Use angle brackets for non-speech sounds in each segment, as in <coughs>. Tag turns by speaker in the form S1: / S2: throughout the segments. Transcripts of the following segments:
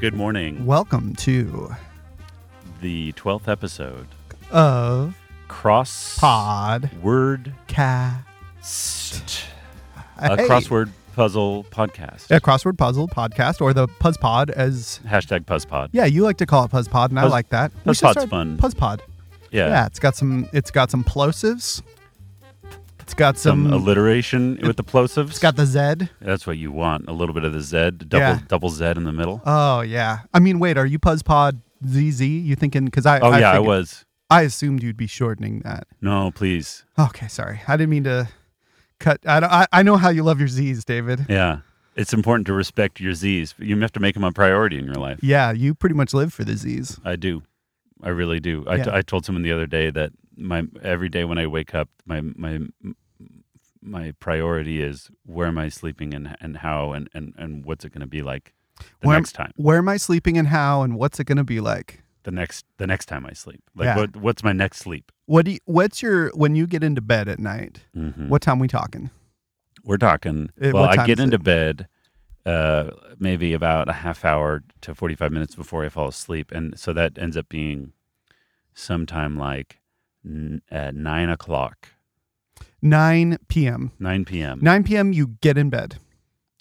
S1: Good morning.
S2: Welcome to
S1: The 12th episode.
S2: of
S1: Cross
S2: Pod
S1: word
S2: Cast.
S1: st- a crossword puzzle podcast.
S2: A crossword puzzle podcast or the Puzz Pod as
S1: Hashtag PuzzPod.
S2: yeah, you like to call it Puzz Pod, and I
S1: Puzz-
S2: like that. We
S1: Puzz
S2: should
S1: Pod's
S2: start
S1: fun.
S2: Puzz Pod.
S1: Yeah.
S2: Yeah. it's got some it's got some plosives. It's got some,
S1: Some
S2: <laughs>
S1: alliteration with the plosives.
S2: it's got the Z.
S1: That's what you want. A little bit of the Z, double
S2: Yeah.
S1: double Z in the middle.
S2: Oh yeah. I mean wait, are you Puzz Pod ZZ? You thinking cause I
S1: oh yeah, I
S2: figured-
S1: was.
S2: I assumed you'd be shortening that.
S1: No, please.
S2: Okay, sorry. I didn't mean to cut I don't I, I know how you love your Z's, David.
S1: Yeah. It's important to respect your Z's. but You have to make them a priority in your life.
S2: Yeah, you pretty much live for the Z's.
S1: I do. I really do. I, t-
S2: Yeah.
S1: I told someone the other day that my every day when I wake up, my my my priority is where am I sleeping and and how and and, and what's it going to be like the
S2: Where am-
S1: next time.
S2: Where am I sleeping and how and what's it going to be like?
S1: The next the next time I sleep. Like
S2: Yeah.
S1: what what's my next sleep?
S2: What do you, what's your when you get into bed at night?
S1: Mhm.
S2: What time we talking?
S1: We're talking.
S2: Eh,
S1: well,
S2: what
S1: I
S2: time
S1: get
S2: is
S1: into
S2: it?
S1: bed uh maybe about a half hour to 45 minutes before I fall asleep and so that ends up being sometime like n- at 9 o'clock
S2: 9 p.m.
S1: 9 p.m
S2: 9 p.m. You get in bed,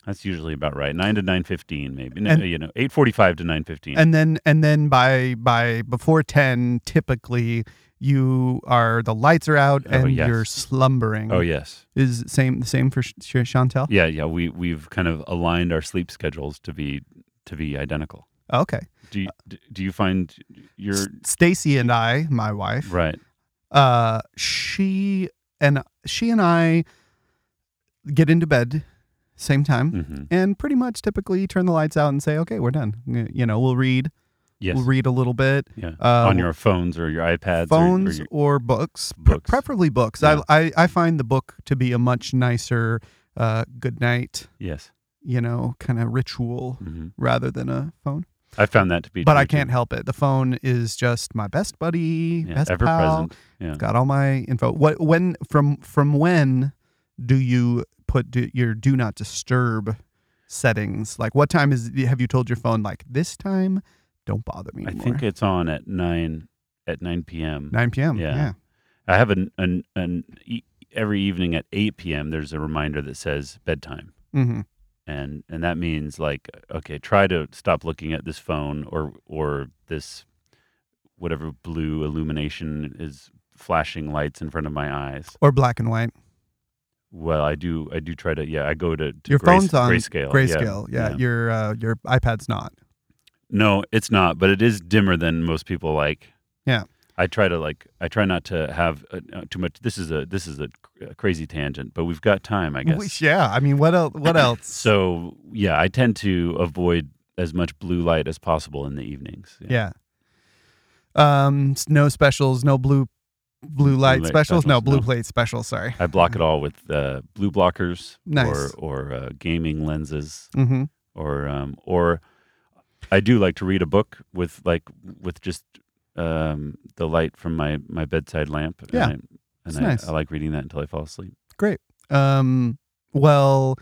S1: That's usually about right. Nine to nine fifteen, maybe. No,
S2: And-
S1: you know, eight forty-five to nine fifteen.
S2: and then and then by by before 10, typically you are the lights are out
S1: Oh,
S2: and
S1: yes.
S2: you're slumbering.
S1: oh yes,
S2: Is same same for Sh- Sh- Chantel?
S1: yeah, yeah. We we've kind of aligned our sleep schedules to be to be identical.
S2: Oh, Okay.
S1: Do you, d- do you find your
S2: S- Stacy and I, my wife,
S1: right?
S2: uh, she and she and I get into bed same time.
S1: hmm
S2: and pretty much typically turn the lights out and say, okay, we're done. Y- You know, we'll read,
S1: Yes.
S2: we'll read a little bit,
S1: yeah.
S2: uh,
S1: On your phones or your iPads. Or, or
S2: phones
S1: your,
S2: or, books, pre-
S1: Books.
S2: preferably books.
S1: Yeah.
S2: I, I I find the book to be a much nicer uh, good night,
S1: yes.
S2: you know, kind of ritual
S1: hmm
S2: rather than a phone.
S1: I found that to be.
S2: But
S1: true,
S2: I
S1: too.
S2: can't help it. The phone is just my best buddy,
S1: Yeah,
S2: best
S1: ever
S2: pal.
S1: present. Yeah.
S2: Got all my info. What when from from when do you put do, your do not disturb settings? Like what time is have you told your phone like this time? Don't bother me
S1: I
S2: anymore.
S1: think it's on at nine at nine p.m.
S2: 9 p.m.
S1: Yeah.
S2: Yeah.
S1: I have an an, an e- every evening at eight p.m. There's a reminder that says bedtime.
S2: Mm-hmm.
S1: and and that means like okay try to stop looking at this phone or or this whatever blue illumination is flashing lights in front of my eyes
S2: Or black and
S1: Oh,
S2: white.
S1: well i do i do try to yeah i go to, to
S2: Your
S1: grays-
S2: phone's on
S1: grayscale
S2: Grayscale. Yeah. Your uh, your iPad's not.
S1: no it's not but it is dimmer than most people like
S2: Yeah.
S1: i try to like i try not to have uh, uh, too much this is a this is a cr- a crazy tangent but we've got time i guess
S2: Which- yeah. I mean, what else?
S1: <coughs>
S2: What else?
S1: so yeah i tend to avoid as much blue light as possible in the evenings
S2: yeah. Um. s- No specials. No blue. Blue light,
S1: light
S2: specials? No,
S1: specials,
S2: blue
S1: no.
S2: plate specials. Sorry.
S1: I block it all with uh, blue blockers
S2: Nice.
S1: or or uh, gaming lenses
S2: Mm-hmm.
S1: or um, or I do like to read a book with like with just um, the light from my my bedside lamp. and,
S2: Yeah.
S1: I, and
S2: It's
S1: I,
S2: nice.
S1: I like reading that until I fall asleep.
S2: Um, well,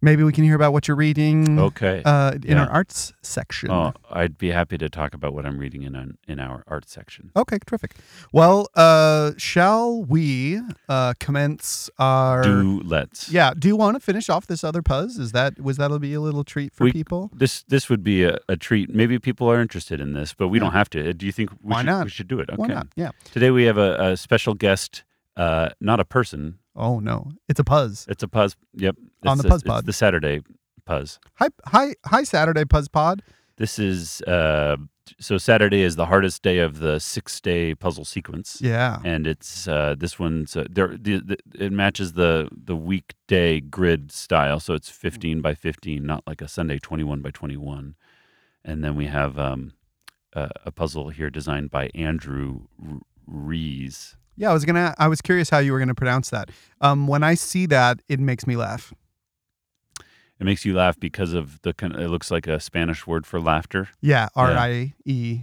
S2: maybe we can hear about what you're reading
S1: Okay.
S2: uh, in
S1: yeah.
S2: our arts section.
S1: oh, I'd be happy to talk about what I'm reading in an, in our art section.
S2: Okay, terrific. Well, uh, shall we uh, commence our?
S1: Do let's.
S2: yeah. Do you want to finish off this other puzz? Is that was that'll be a little treat for
S1: We-
S2: people?
S1: This this would be a, a treat. Maybe people are interested in this, but we don't have to. Do you think we
S2: Why
S1: should
S2: not?
S1: we should do it? Okay.
S2: Why not? Yeah.
S1: Today we have a, a special guest, uh, not a person.
S2: Oh no, it's a puzz.
S1: It's a Puzz. Yep. It's
S2: On the
S1: a-
S2: Puzz
S1: it's
S2: Pod.
S1: the Saturday Puzz.
S2: Hi, hi, hi, Saturday Puzz Pod.
S1: This is uh, so Saturday is the hardest day of the six day puzzle sequence.
S2: Yeah.
S1: And it's uh, this one's uh, there. The, the, it matches the the weekday grid style, so it's fifteen by fifteen, not like a Sunday twenty one by twenty one. And then we have um, uh, a puzzle here designed by Andrew R- Rees.
S2: Yeah. I was gonna. I was curious how you were gonna pronounce that. Um, when I see that, it makes me laugh.
S1: It makes you laugh because of the. kind of- It looks like a Spanish word for laughter.
S2: Yeah, R I E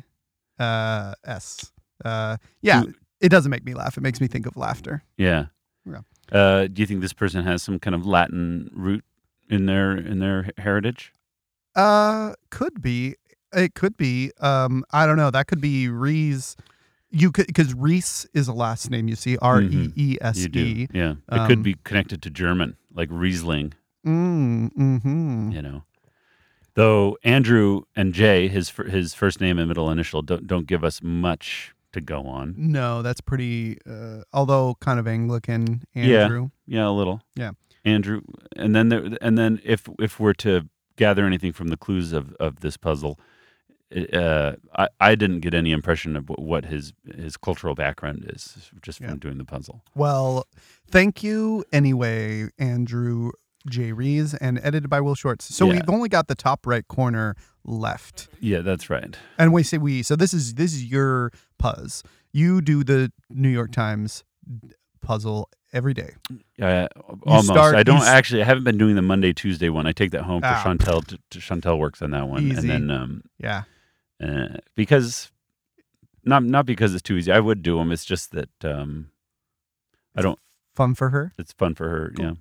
S2: uh, S. Uh, yeah, it doesn't make me laugh. It makes me think of laughter.
S1: Yeah.
S2: Yeah.
S1: Uh, do you think this person has some kind of Latin root in their in their heritage?
S2: Uh, could be. It could be. Um, I don't know. That could be Reese. You could because Reese is a last name. You see, R E E S
S1: You do.
S2: E.
S1: Yeah. It could
S2: Um,
S1: be connected to German, like Riesling,
S2: Mm, mm-hmm.
S1: you know. Though Andrew and Jay, his fir- his first name and middle initial, don't, don't give us much to go on.
S2: No, that's pretty. Uh, although kind of Anglican,
S1: Yeah.
S2: Andrew.
S1: Yeah, a little.
S2: Yeah.
S1: Andrew, and then there, and then if if we're to gather anything from the clues of, of this puzzle, it, uh, I I didn't get any impression of what- what his his cultural background is just from
S2: Yeah.
S1: doing the puzzle.
S2: Well, thank you anyway, Andrew J. Rees, and edited by Will Shorts. So
S1: Yeah.
S2: we've only got the top right corner left.
S1: Yeah, that's right.
S2: And we say we. So this is this is your puzz. You do the New York Times puzzle every day.
S1: Yeah, almost.
S2: start-
S1: I
S2: you
S1: don't
S2: s-
S1: actually. I haven't been doing the Monday Tuesday one. I take that home for
S2: Ah.
S1: Chantel. To, to Chantel works on that one,
S2: Easy.
S1: and then um,
S2: Yeah.
S1: uh, because not not because it's too easy. I would do them. It's just that um, I don't.
S2: Fun for her.
S1: It's fun for her.
S2: Cool.
S1: Yeah,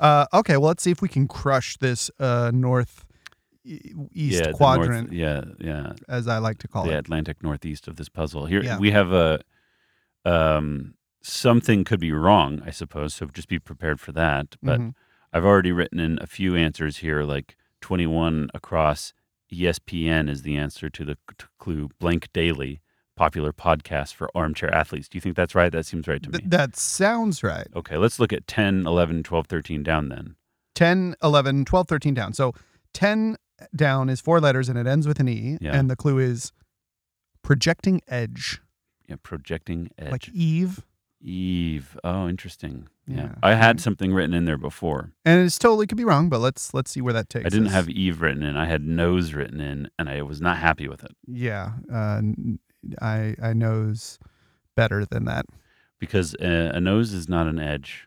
S2: Uh, okay, well let's see if we can crush this uh, north e-
S1: yeah.
S2: east
S1: the north- e
S2: quadrant,
S1: yeah, yeah.
S2: as I like to call
S1: the
S2: it.
S1: Atlantic Northeast of this puzzle. Here
S2: Yeah.
S1: we have a um, something could be wrong, I suppose. So just be prepared for that. But
S2: Mhm.
S1: I've already written in a few answers here, like 21 across. E ESPN is the answer to the c- clue. Blank Daily, popular podcast for armchair athletes. Do you think that's right? That seems right to me.
S2: Th- that sounds right.
S1: okay, let's look at 10, 11, 12, 13 down then.
S2: 10, 11, 12, 13 down. So 10 down is four letters and it ends with an E.
S1: Yeah.
S2: And the clue is projecting edge,
S1: Yeah, projecting edge.
S2: like Eve.
S1: Eve. Oh, interesting. Yeah.
S2: Yeah,
S1: I had
S2: right.
S1: something written in there before.
S2: And it's totally could be wrong, but let's let's see where that takes
S1: I didn't
S2: us.
S1: have Eve written in. I had nose written in, and I was not happy with it
S2: Yeah. Uh, n- I, I knows better than that.
S1: because uh, a nose is not an edge.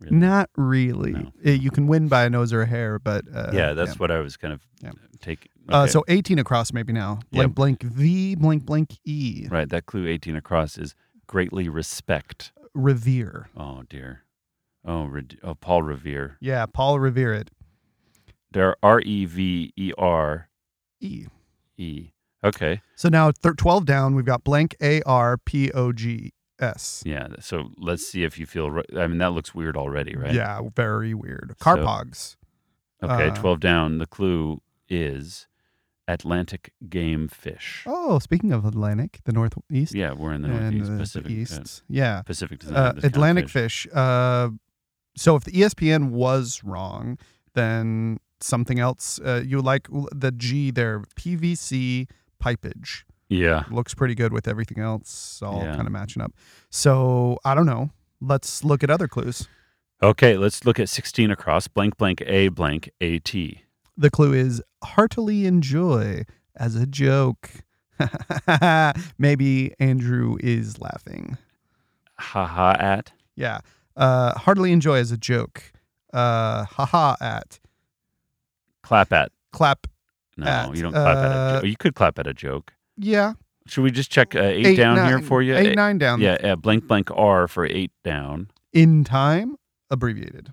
S1: really.
S2: Not really.
S1: No.
S2: Uh, you can win by a nose or a hair, but. Uh,
S1: yeah, that's what I was kind of
S2: Yeah.
S1: taking.
S2: Uh,
S1: okay.
S2: so 18 across maybe now. Blank,
S1: Yep.
S2: blank, the blank, blank, E.
S1: right, that clue eighteen across is greatly respect.
S2: Revere.
S1: Oh dear. Oh, Red- oh Paul Revere.
S2: Yeah, Paul Revere it.
S1: There R E V E R
S2: E.
S1: E. Okay.
S2: So now thir- 12 down, we've got blank A R P O G S.
S1: Yeah. So let's see if you feel. Right. I mean, that looks weird already, right?
S2: Yeah, very weird.
S1: So-
S2: Carpogs.
S1: Okay.
S2: Uh,
S1: Twelve down. The clue is Atlantic game fish.
S2: Oh, speaking of Atlantic, the Northeast
S1: Yeah, we're in the
S2: and
S1: Northeast,
S2: the
S1: Pacific, uh,
S2: East. yeah.
S1: Pacific does not
S2: Uh,
S1: have this kind of
S2: Atlantic
S1: fish.
S2: fish. Uh, so if the E ESPN was wrong, then something else. Uh, you like l- the G there, PVC pipage.
S1: Yeah,
S2: Looks pretty good with everything else, all
S1: Yeah.
S2: kind of matching up. So I don't know. Let's look at other clues.
S1: Okay, let's look at 16 across blank blank A blank AT.
S2: The clue is heartily enjoy as a joke. <laughs> Maybe Andrew is laughing.
S1: Haha at.
S2: Yeah. Uh, heartily enjoy as a joke. Uh, haha at.
S1: Clap at.
S2: Clap.
S1: No,
S2: At,
S1: you don't clap at a
S2: uh,
S1: joke. You could clap at a joke.
S2: Yeah.
S1: Should we just check uh, 8, down here for you?
S2: Eight,
S1: Eh,
S2: nine down.
S1: Yeah, uh, blank blank R for 8 down.
S2: In time, abbreviated.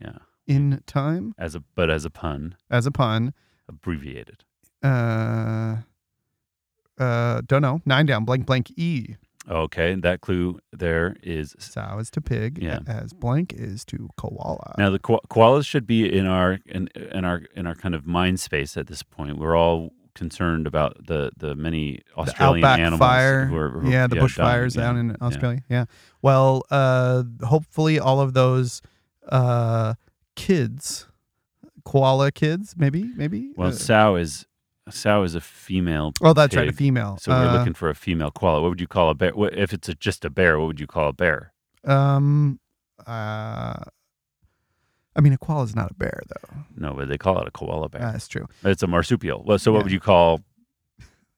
S1: Yeah.
S2: In time,
S1: As a but as a pun,
S2: as a pun.
S1: abbreviated.
S2: Uh, uh, don't know. Nine down, blank, blank, E.
S1: Okay, that clue there is
S2: Sow is to pig,
S1: Yeah.
S2: as blank is to koala.
S1: Now the ko- koalas should be in our in, in our in our kind of mind space at this point. We're all concerned about the the many Australian
S2: outback
S1: animals
S2: fire.
S1: who are- who are-
S2: yeah, the
S1: done,
S2: bushfires
S1: yeah.
S2: down in Australia. Yeah. Well, uh, hopefully all of those uh, kids, koala kids, maybe, maybe.
S1: Well,
S2: Uh,
S1: sow is sow is a female.
S2: oh, that's right, a
S1: pig.
S2: female.
S1: So we're
S2: Uh,
S1: looking for a female koala. What would you call a bear? What, if it's a, just a bear, what would you call a bear?
S2: Um, uh, I mean, a koala is not a bear, though.
S1: No, but they call it a koala bear.
S2: that's true.
S1: it's a marsupial. Well, so what
S2: yeah.
S1: would you call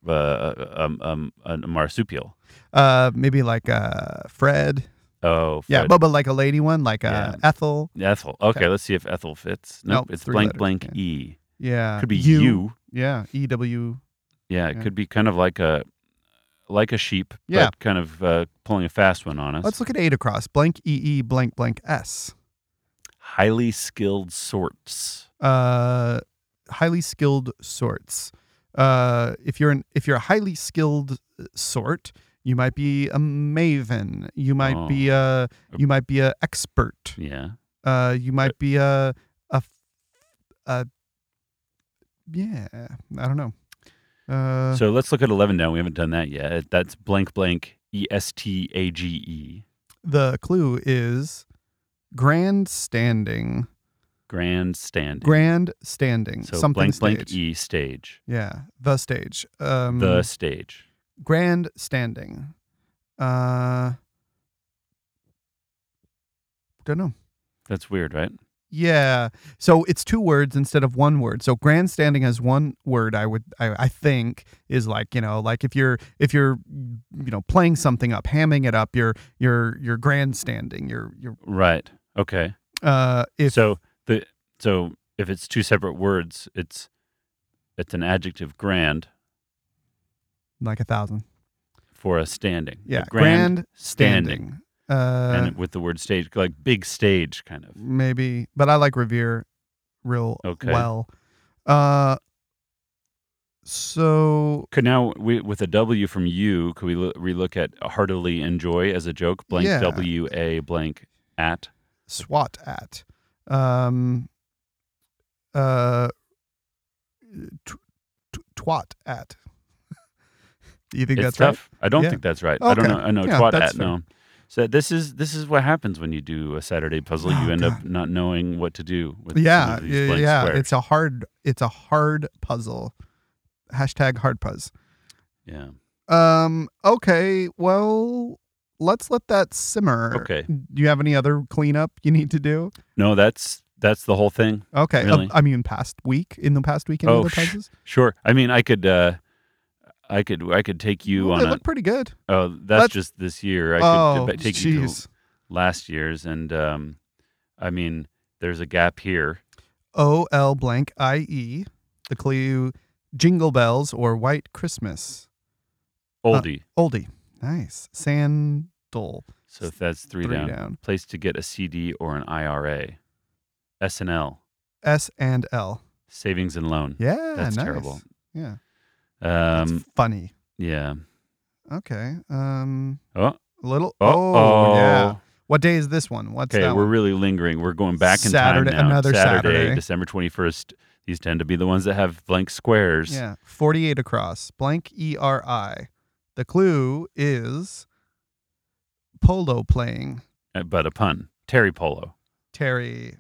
S1: uh, um, um, a marsupial?
S2: Uh, maybe like uh, Fred.
S1: Oh,
S2: Yeah,
S1: Fred.
S2: but, but like a lady one, like uh, Ethel.
S1: Ethel. Okay, let's see if Ethel fits. Nope,
S2: Nope,
S1: it's
S2: three
S1: blank
S2: letters,
S1: blank
S2: yeah.
S1: E.
S2: Yeah,
S1: Could be
S2: Uh, you.
S1: you.
S2: Yeah, E W.
S1: Yeah, it
S2: Yeah.
S1: could be kind of like a like a sheep,
S2: Yeah.
S1: but kind of uh, pulling a fast one on us.
S2: Let's look at eight across. Blank E E blank blank S.
S1: Highly skilled sorts.
S2: uh, highly skilled sorts. uh, if you're an if you're a highly skilled uh, sort, you might be a maven. You might
S1: Oh.
S2: be a you might be a expert.
S1: Yeah.
S2: Uh, you might be a a a yeah. I don't know. Uh,
S1: So let's look at 11 down. We haven't done that yet. That's blank blank E S T A G E.
S2: the clue is grandstanding.
S1: Grandstanding.
S2: Grandstanding.
S1: so
S2: something
S1: blank blank
S2: stage.
S1: E stage.
S2: Yeah, the stage. Um,
S1: The stage.
S2: grand standing. Uh, don't know.
S1: That's weird, right?
S2: Yeah. So it's two words instead of one word. So grandstanding has one word. I would. I, I think is like you know, like if you're if you're you know playing something up, hamming it up. You're you're you're grandstanding. You're you're
S1: Right. Okay.
S2: uh if
S1: so the so if it's two separate words, it's it's an adjective grand
S2: like a thousand.
S1: for a standing. A
S2: Yeah.
S1: grand,
S2: standing. Uh,
S1: and with the word stage, like big stage kind of.
S2: maybe, but I like Revere real
S1: Okay.
S2: well. Uh, so
S1: Could now we, with a W from you, could we lo- relook at heartily enjoy as a joke? Blank
S2: Yeah.
S1: W A blank at
S2: SWAT at, um, uh, tw- tw- twat at. <laughs> Do you think
S1: it's
S2: that's right?
S1: tough. I don't
S2: Yeah.
S1: think that's right. I don't
S2: Okay.
S1: know. I know
S2: Yeah,
S1: twat
S2: that's
S1: at no. So this is this is what happens when you do a Saturday puzzle.
S2: Oh,
S1: you end up not knowing what to do with some
S2: Yeah,
S1: of these
S2: yeah,
S1: blank
S2: yeah.
S1: squares.
S2: It's a hard, it's a hard puzzle. Hashtag hard puzz.
S1: yeah.
S2: Um. Okay. Well, let's let that simmer.
S1: Okay.
S2: Do you have any other cleanup you need to do?
S1: No, that's that's the whole thing.
S2: Okay. uh,
S1: Really?
S2: I mean, past week in the past week in the
S1: Oh,
S2: other
S1: sh-
S2: puzzles.
S1: Sure. I mean, I could uh I could I could take you
S2: Ooh,
S1: on
S2: they
S1: a
S2: look pretty good.
S1: Oh, that's
S2: let's-
S1: just this year. I
S2: oh,
S1: could take you to
S2: jeez.
S1: last year's and um I mean, there's a gap here.
S2: O L blank I E. The clue: Jingle Bells or White Christmas.
S1: Oldie.
S2: Oldie. Nice. Sandal.
S1: so if that's 3,
S2: Three
S1: down.
S2: down.
S1: Place to get a CD or an IRA. SNL,
S2: S and L.
S1: savings and loan.
S2: Yeah.
S1: that's
S2: nice.
S1: terrible.
S2: Yeah. That's
S1: Um
S2: funny.
S1: yeah.
S2: Okay. Um.
S1: Oh,
S2: Little.
S1: oh,
S2: Oh yeah. What day is this one? What's
S1: Okay,
S2: that
S1: we're
S2: one?
S1: really lingering. We're going back in
S2: Saturday-
S1: time now.
S2: another Saturday.
S1: December twenty first. These tend to be the ones that have blank squares.
S2: Yeah, 48 across, blank E R I. The clue is polo playing,
S1: Uh, But a pun. Terry Polo.
S2: Terry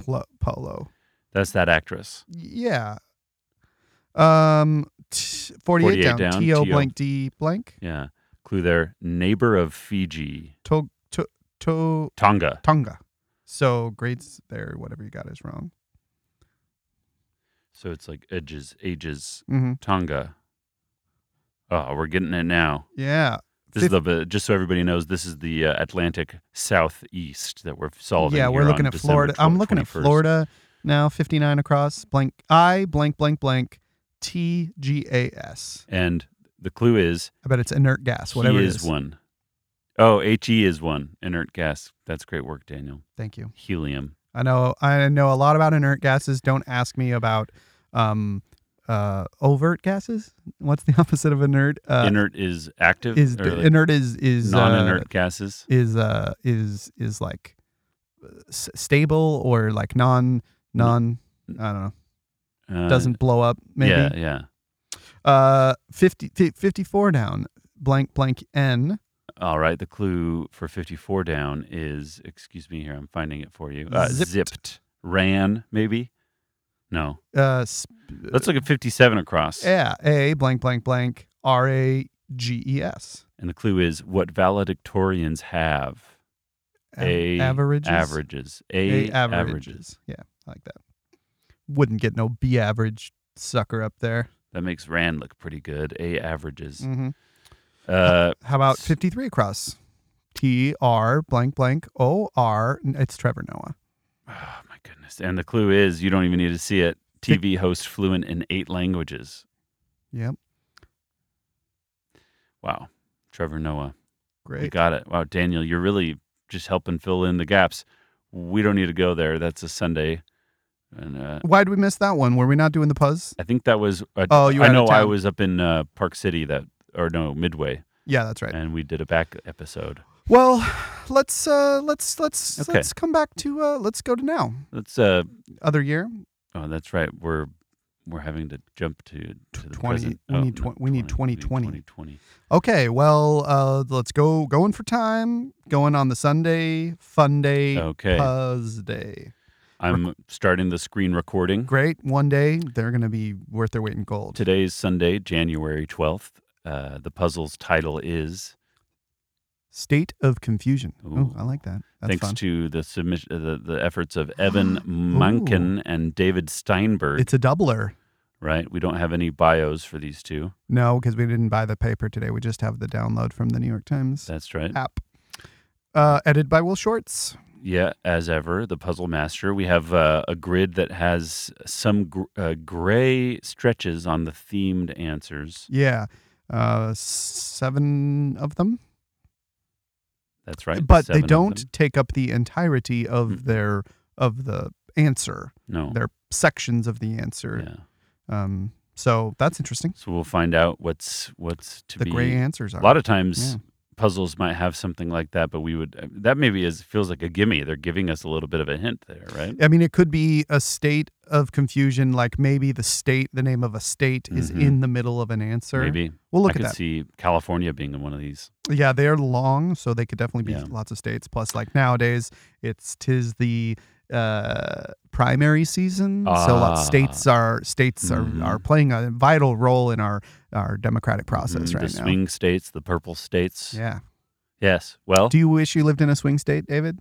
S2: Plo- Polo.
S1: That's that actress.
S2: Yeah. Um, t- 48,
S1: 48
S2: down,
S1: down,
S2: T O
S1: TO.
S2: blank D blank,
S1: Yeah. Clue there. Neighbor of Fiji.
S2: to- to- to-
S1: Tonga.
S2: Tonga. So grades there, whatever you got is wrong.
S1: So it's like edges, ages,
S2: hmm
S1: Tonga. Oh, we're getting it now.
S2: Yeah.
S1: This is the but just so everybody knows. This is the uh, Atlantic southeast that we're solving.
S2: yeah, we're
S1: here
S2: looking
S1: on
S2: at
S1: December
S2: Florida. I'm
S1: tw-
S2: looking at
S1: 21st.
S2: Florida now, 59 across, blank I blank blank blank T G A S.
S1: And the clue is
S2: I bet it's inert gas, whatever
S1: he
S2: it is.
S1: one. Oh, he is one inert gas. That's great work, Daniel.
S2: Thank you.
S1: Helium.
S2: I know I know a lot about inert gases. Don't ask me about um uh overt gases. What's the <laughs> opposite of inert? Uh
S1: inert is active.
S2: is
S1: or like
S2: inert is is
S1: non-inert
S2: uh,
S1: gases.
S2: is uh is is like uh, s- stable or like non non I don't know.
S1: Uh,
S2: Doesn't blow up maybe.
S1: Yeah, yeah.
S2: Uh 50 fi- 54 down blank blank n
S1: All right. The clue for fifty-four down is. Excuse me here. I'm finding it for you. Uh,
S2: Zipped.
S1: zipped. Ran maybe. No.
S2: uh sp-
S1: Let's look at fifty-seven across.
S2: yeah, a blank blank blank r a g e s.
S1: And the clue is what valedictorians have.
S2: Av-
S1: A
S2: averages.
S1: Averages. A,
S2: A averages. Yeah, I like that. Wouldn't get no B average sucker up there.
S1: That makes Rand look pretty good. A averages.
S2: hmm
S1: Uh,
S2: How about 53 across? T R blank blank O R. It's Trevor Noah.
S1: oh my goodness! And the clue is you don't even need to see it. TV host fluent in eight languages.
S2: Yep.
S1: Wow, Trevor Noah, we
S2: Great.
S1: got it. Wow, Daniel, you're really just helping fill in the gaps. We don't need to go there. That's a Sunday And uh,
S2: Why'd we miss that one? Were we not doing the puzz?
S1: I think that was. Uh,
S2: Oh, you were
S1: I
S2: out
S1: know
S2: of
S1: I
S2: town.
S1: was up in uh, Park City that, or no, Midway,
S2: Yeah, that's right.
S1: and we did a back episode.
S2: Well, let's uh let's let's
S1: Okay.
S2: let's come back to uh let's go to now.
S1: Let's. Uh,
S2: Other year,
S1: oh, that's right. We're we're having to jump to, to the
S2: 20
S1: present.
S2: we
S1: Oh,
S2: need
S1: not
S2: twen- we need 2020.
S1: 2020.
S2: Okay, well, uh, let's go. Going for time. Going on the Sunday fun day,
S1: Okay,
S2: uh, puzz day.
S1: I'm starting the screen recording.
S2: Great. One day they're gonna be worth their weight in gold.
S1: Today is Sunday, January 12th. Uh, the puzzle's title is
S2: State of confusion. Oh,
S1: Ooh.
S2: I like that. That's
S1: thanks
S2: fun.
S1: to the submission, uh, the, the efforts of
S2: <gasps>
S1: Evan Mankin and David Steinberg.
S2: It's a doubler.
S1: right, we don't have any bios for these two.
S2: No, because we didn't buy the paper today. We just have the download from the New York Times
S1: That's right.
S2: app. Uh, edited by Will Shorts.
S1: Yeah, as ever, the puzzle master. We have uh, a grid that has some gr- uh, gray stretches on the themed answers.
S2: Yeah. Uh, seven of them.
S1: That's right.
S2: But
S1: seven
S2: they
S1: of them.
S2: don't take up the entirety of
S1: Mm.
S2: their of the answer.
S1: No.
S2: They're sections of the answer.
S1: Yeah.
S2: Um, so that's interesting.
S1: So we'll find out what's what's to
S2: the
S1: be.
S2: gray answers are.
S1: A lot of times
S2: Yeah.
S1: puzzles might have something like that, but we would uh, that maybe is feels like a gimme. They're giving us a little bit of a hint there, right?
S2: I mean, it could be a state of confusion, like maybe the state, the name of a state, is
S1: Mhm.
S2: in the middle of an answer.
S1: Maybe
S2: We'll look
S1: I
S2: at
S1: could
S2: that.
S1: see California being one of these.
S2: Yeah, they're long, so they could definitely be
S1: Yeah.
S2: lots of states. Plus, like nowadays, it's tis the uh, primary season, so a
S1: Ah.
S2: lot of states are states
S1: Mhm.
S2: are, are playing a vital role in our our democratic process
S1: Mm,
S2: right
S1: the
S2: now.
S1: swing states, the purple states.
S2: Yeah.
S1: Yes. Well,
S2: Do you wish you lived in a swing state, David?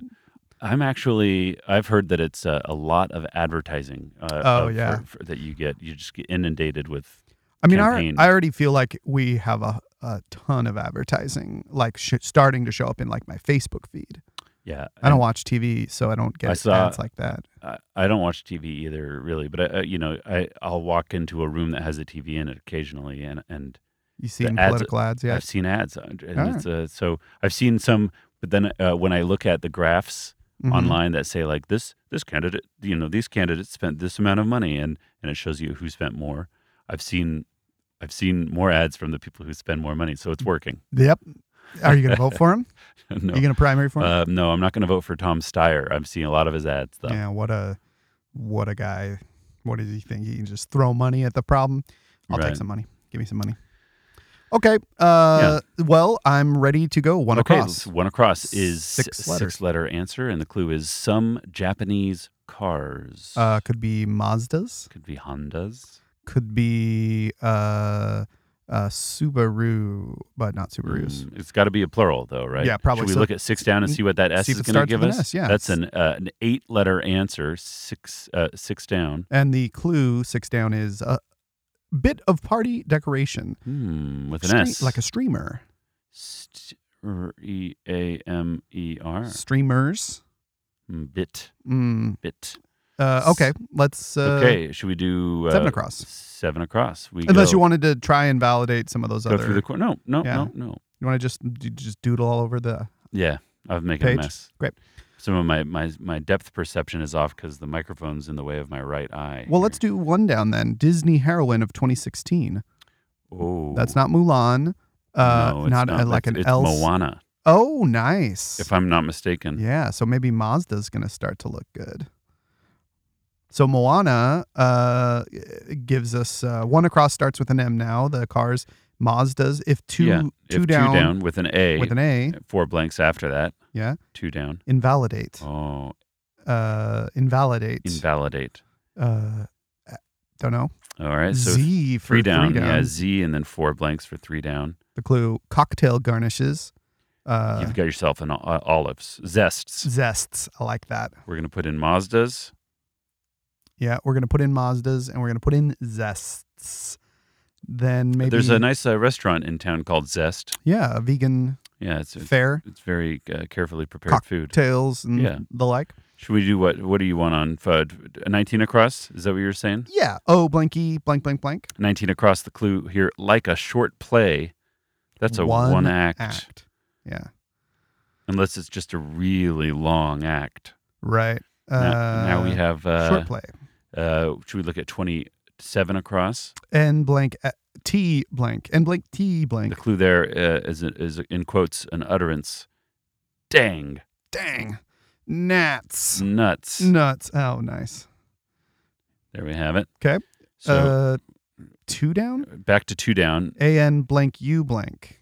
S1: I'm actually I've heard that it's uh, a, a lot of advertising. Uh,
S2: Oh,
S1: of- for-
S2: yeah.
S1: for- that you get you just get inundated with.
S2: I mean, our,
S1: campaign.
S2: I already feel like we have a, a ton of advertising, like sh- starting to show up in like my Facebook feed.
S1: Yeah,
S2: I don't watch TV, so I don't get
S1: I saw-
S2: ads like that.
S1: I, I don't watch TV either, really. But I, I- you know, I I'll walk into a room that has a TV in it occasionally, and and
S2: You see
S1: the
S2: in
S1: ads-
S2: political ads, yeah.
S1: I've seen ads, uh, and
S2: All
S1: it's, uh, so I've seen some. But then uh, when I look at the graphs
S2: Mhm.
S1: online that say like this this candidate, you know, these candidates spent this amount of money, and and it shows you who spent more. I've seen. I've seen more ads from the people who spend more money, so it's working. <laughs>
S2: Yep. Are you going to vote for him?
S1: no,
S2: Are Mm. you going to primary for him?
S1: uh, no, I'm not going to vote for Tom Steyer. I'm seeing a lot of his ads though.
S2: yeah. What a what a guy. What does he think? He can just throw money at the problem. I'll
S1: Right.
S2: take some money. Give me some money. Okay. Uh, Well, I'm ready to go. One
S1: okay,
S2: across.
S1: so one across is
S2: Six
S1: six
S2: letters.
S1: letter answer, and the clue is some Japanese cars.
S2: Uh, could be Mazdas.
S1: Could be Hondas.
S2: could be uh, uh, Subaru, but not Subarus.
S1: Mm, it's got to be a plural though, right?
S2: Yeah, probably.
S1: Should we
S2: So-
S1: look at six down and see what that S
S2: See
S1: is
S2: if
S1: going
S2: it
S1: to
S2: starts
S1: give
S2: with an
S1: us?
S2: S, yeah.
S1: that's an uh, an eight letter answer. Six uh, six down.
S2: And the clue six down is a bit of party decoration,
S1: Hmm, with an
S2: Stre-
S1: S,
S2: like a streamer,
S1: St- r- E A M E R.
S2: streamers.
S1: Mm, Bit
S2: Mm.
S1: bit.
S2: Uh, okay, let's. Uh,
S1: okay, should we do uh,
S2: seven across.
S1: Seven across. We
S2: Unless
S1: go-
S2: you wanted to try and validate some of those
S1: go
S2: other,
S1: through the cor- no no
S2: Yeah.
S1: no no
S2: you want to just you just doodle all over the.
S1: Yeah, I've making
S2: Page?
S1: a mess.
S2: Great.
S1: Some of my my my depth perception is off because the microphone's in the way of my right eye.
S2: Well, let's do one down then. Disney heroine of 2016.
S1: Oh,
S2: That's not Mulan. Uh,
S1: no, it's
S2: not, uh, like
S1: That's-
S2: an
S1: it's
S2: Elsa.
S1: Moana,
S2: Oh, nice.
S1: if I'm not mistaken.
S2: Yeah, so maybe Mazda's going to start to look good. So Moana uh, gives us uh, one across starts with an M now. The cars Mazdas. If two
S1: Yeah, if
S2: two, down,
S1: two down with an A,
S2: with an A,
S1: four blanks after that,
S2: yeah,
S1: two down.
S2: invalidate.
S1: Oh,
S2: Uh, invalidate.
S1: invalidate.
S2: uh, don't know.
S1: All right, so
S2: Z for
S1: three down, yeah,
S2: down.
S1: Z, and then four blanks for three down.
S2: The clue cocktail garnishes. Uh,
S1: You've got yourself an o- uh, olives zests.
S2: zests. I like that.
S1: We're gonna put in Mazdas.
S2: Yeah, we're gonna put in Mazdas and we're gonna put in zests. Then maybe
S1: There's a nice uh, restaurant in town called Zest.
S2: yeah, a vegan
S1: Yeah, it's it's,
S2: fair
S1: it's very uh, carefully prepared food.
S2: tails and
S1: Yeah.
S2: the like.
S1: Should we do what? What do you want on FUD? 19 across? Is that what you're saying?
S2: Yeah. Oh, blanky, blank, blank, blank.
S1: 19 across the clue here, like a short play. That's a one, act,
S2: act. Yeah.
S1: unless it's just a really long act.
S2: Right.
S1: now, now we have
S2: short
S1: uh,
S2: play.
S1: Uh, should we look at 27 across?
S2: N blank uh, T blank N blank T
S1: The
S2: blank.
S1: clue there uh, is, is in quotes an utterance. Dang.
S2: Dang, gnats,
S1: Nuts.
S2: nuts. Oh, nice.
S1: There we have it.
S2: 'Kay.
S1: So
S2: uh, two down.
S1: back to two down.
S2: A N blank U blank.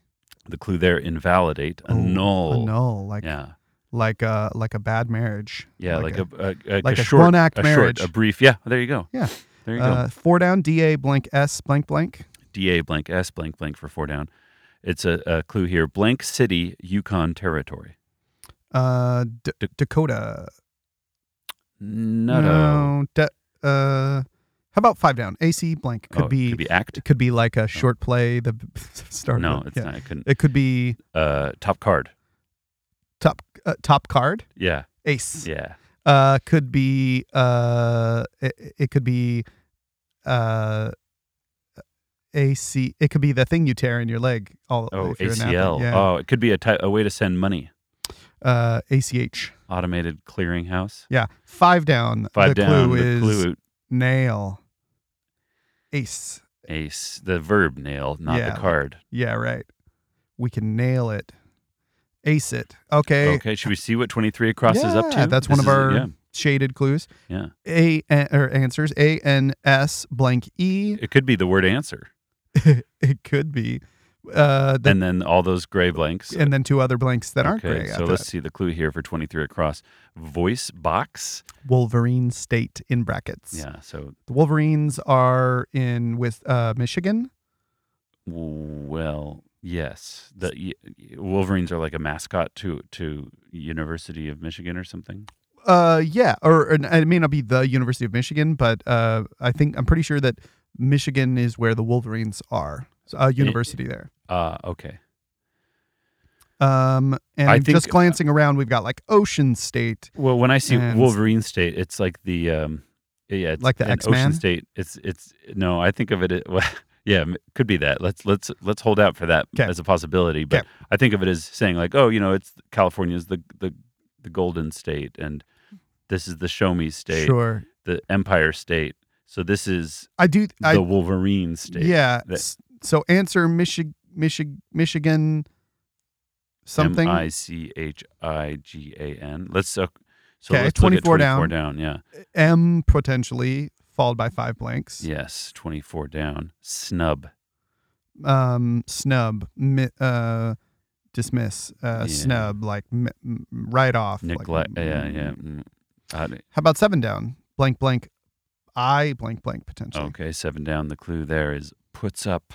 S1: The clue there invalidate,
S2: Oh,
S1: annul.
S2: A null, like
S1: Yeah.
S2: like a like a bad marriage.
S1: Yeah, like, a, a, a,
S2: like a
S1: short
S2: one-act
S1: a short,
S2: marriage.
S1: a brief. Yeah, there you go.
S2: Yeah.
S1: There you go.
S2: uh, four down. D A blank S blank blank.
S1: DA blank S blank blank for four down. It's a, a clue here. Blank city, Yukon territory.
S2: Uh, D- Dakota.
S1: Nutto.
S2: No. Da- uh, how about five down? AC blank could
S1: Oh,
S2: be
S1: could be act.
S2: it could be like a short play. The <laughs> start.
S1: No,
S2: of it.
S1: it's
S2: Yeah.
S1: not. I couldn't.
S2: It could be
S1: Uh, top card.
S2: top uh, top card
S1: Yeah,
S2: ace.
S1: yeah.
S2: Uh, could be uh, it, it could be uh, AC. It could be the thing you tear in your leg. All
S1: Oh,
S2: if you're an athlete.
S1: ACL.
S2: Yeah.
S1: Oh, it could be a ty- a way to send money. Oh.
S2: Uh, ACH.
S1: Automated clearinghouse.
S2: Yeah, five down.
S1: Five
S2: the
S1: down.
S2: Clue
S1: the
S2: is
S1: clue
S2: nail. Ace.
S1: ace. The verb nail, not
S2: Yeah.
S1: the card.
S2: Yeah, right. We can nail it. Ace it. Okay.
S1: Okay. Should we see what twenty three across is up
S2: Yeah,
S1: to?
S2: that's one
S1: This
S2: of
S1: is-
S2: our-
S1: Yeah,
S2: Shaded clues.
S1: yeah.
S2: A or answers. A N S blank E. <laughs>
S1: It could be the word answer,
S2: it could be. Uh, the,
S1: and then all those gray blanks.
S2: and then two other blanks that aren't
S1: okay,
S2: gray.
S1: so
S2: after
S1: let's
S2: that.
S1: see the clue here for 23 across. Voice box.
S2: Wolverine State in brackets.
S1: Yeah, so,
S2: The Wolverines are in with uh, Michigan.
S1: well, yes. The y- Wolverines are like a mascot to, to University of Michigan or something.
S2: Uh, yeah, or, or it may not be the University of Michigan, but uh, I think I'm pretty sure that Michigan is where the Wolverines are. So, uh, university there.
S1: Uh, okay.
S2: Um, and
S1: I think- uh,
S2: just glancing around, we've got like Ocean State.
S1: Well, when I see
S2: And-
S1: Wolverine State, it's like the, um, yeah, it's
S2: Like the
S1: an
S2: X-Man?
S1: Ocean State. It's, it's, no, I think of it, <laughs> well, yeah, m- could be that. Let's, let's, let's hold out for that
S2: 'Kay.
S1: as a possibility. But
S2: 'Kay.
S1: I think of it as saying like, oh, you know, it's California's the, the, the golden state and this is the show me state.
S2: Sure,
S1: the Empire State. So this is
S2: I do. I
S1: the Wolverine State.
S2: yeah.
S1: That-
S2: s- so answer Michi- Michi- Michigan something.
S1: M I C H I G A N. Let's uh, so
S2: Okay,
S1: let's look at
S2: 24
S1: 24
S2: down.
S1: down. Yeah.
S2: M potentially followed by five blanks.
S1: Yes. Twenty four down. Snub.
S2: Um, snub. Mi- uh, dismiss.
S1: Yeah.
S2: Uh, snub. Like m- m- write off. like, mm-hmm.
S1: Neglect. yeah. Yeah. mm. Uh,
S2: How about seven down? Blank blank. I blank blank potentially
S1: okay. Seven down. The clue there is puts up.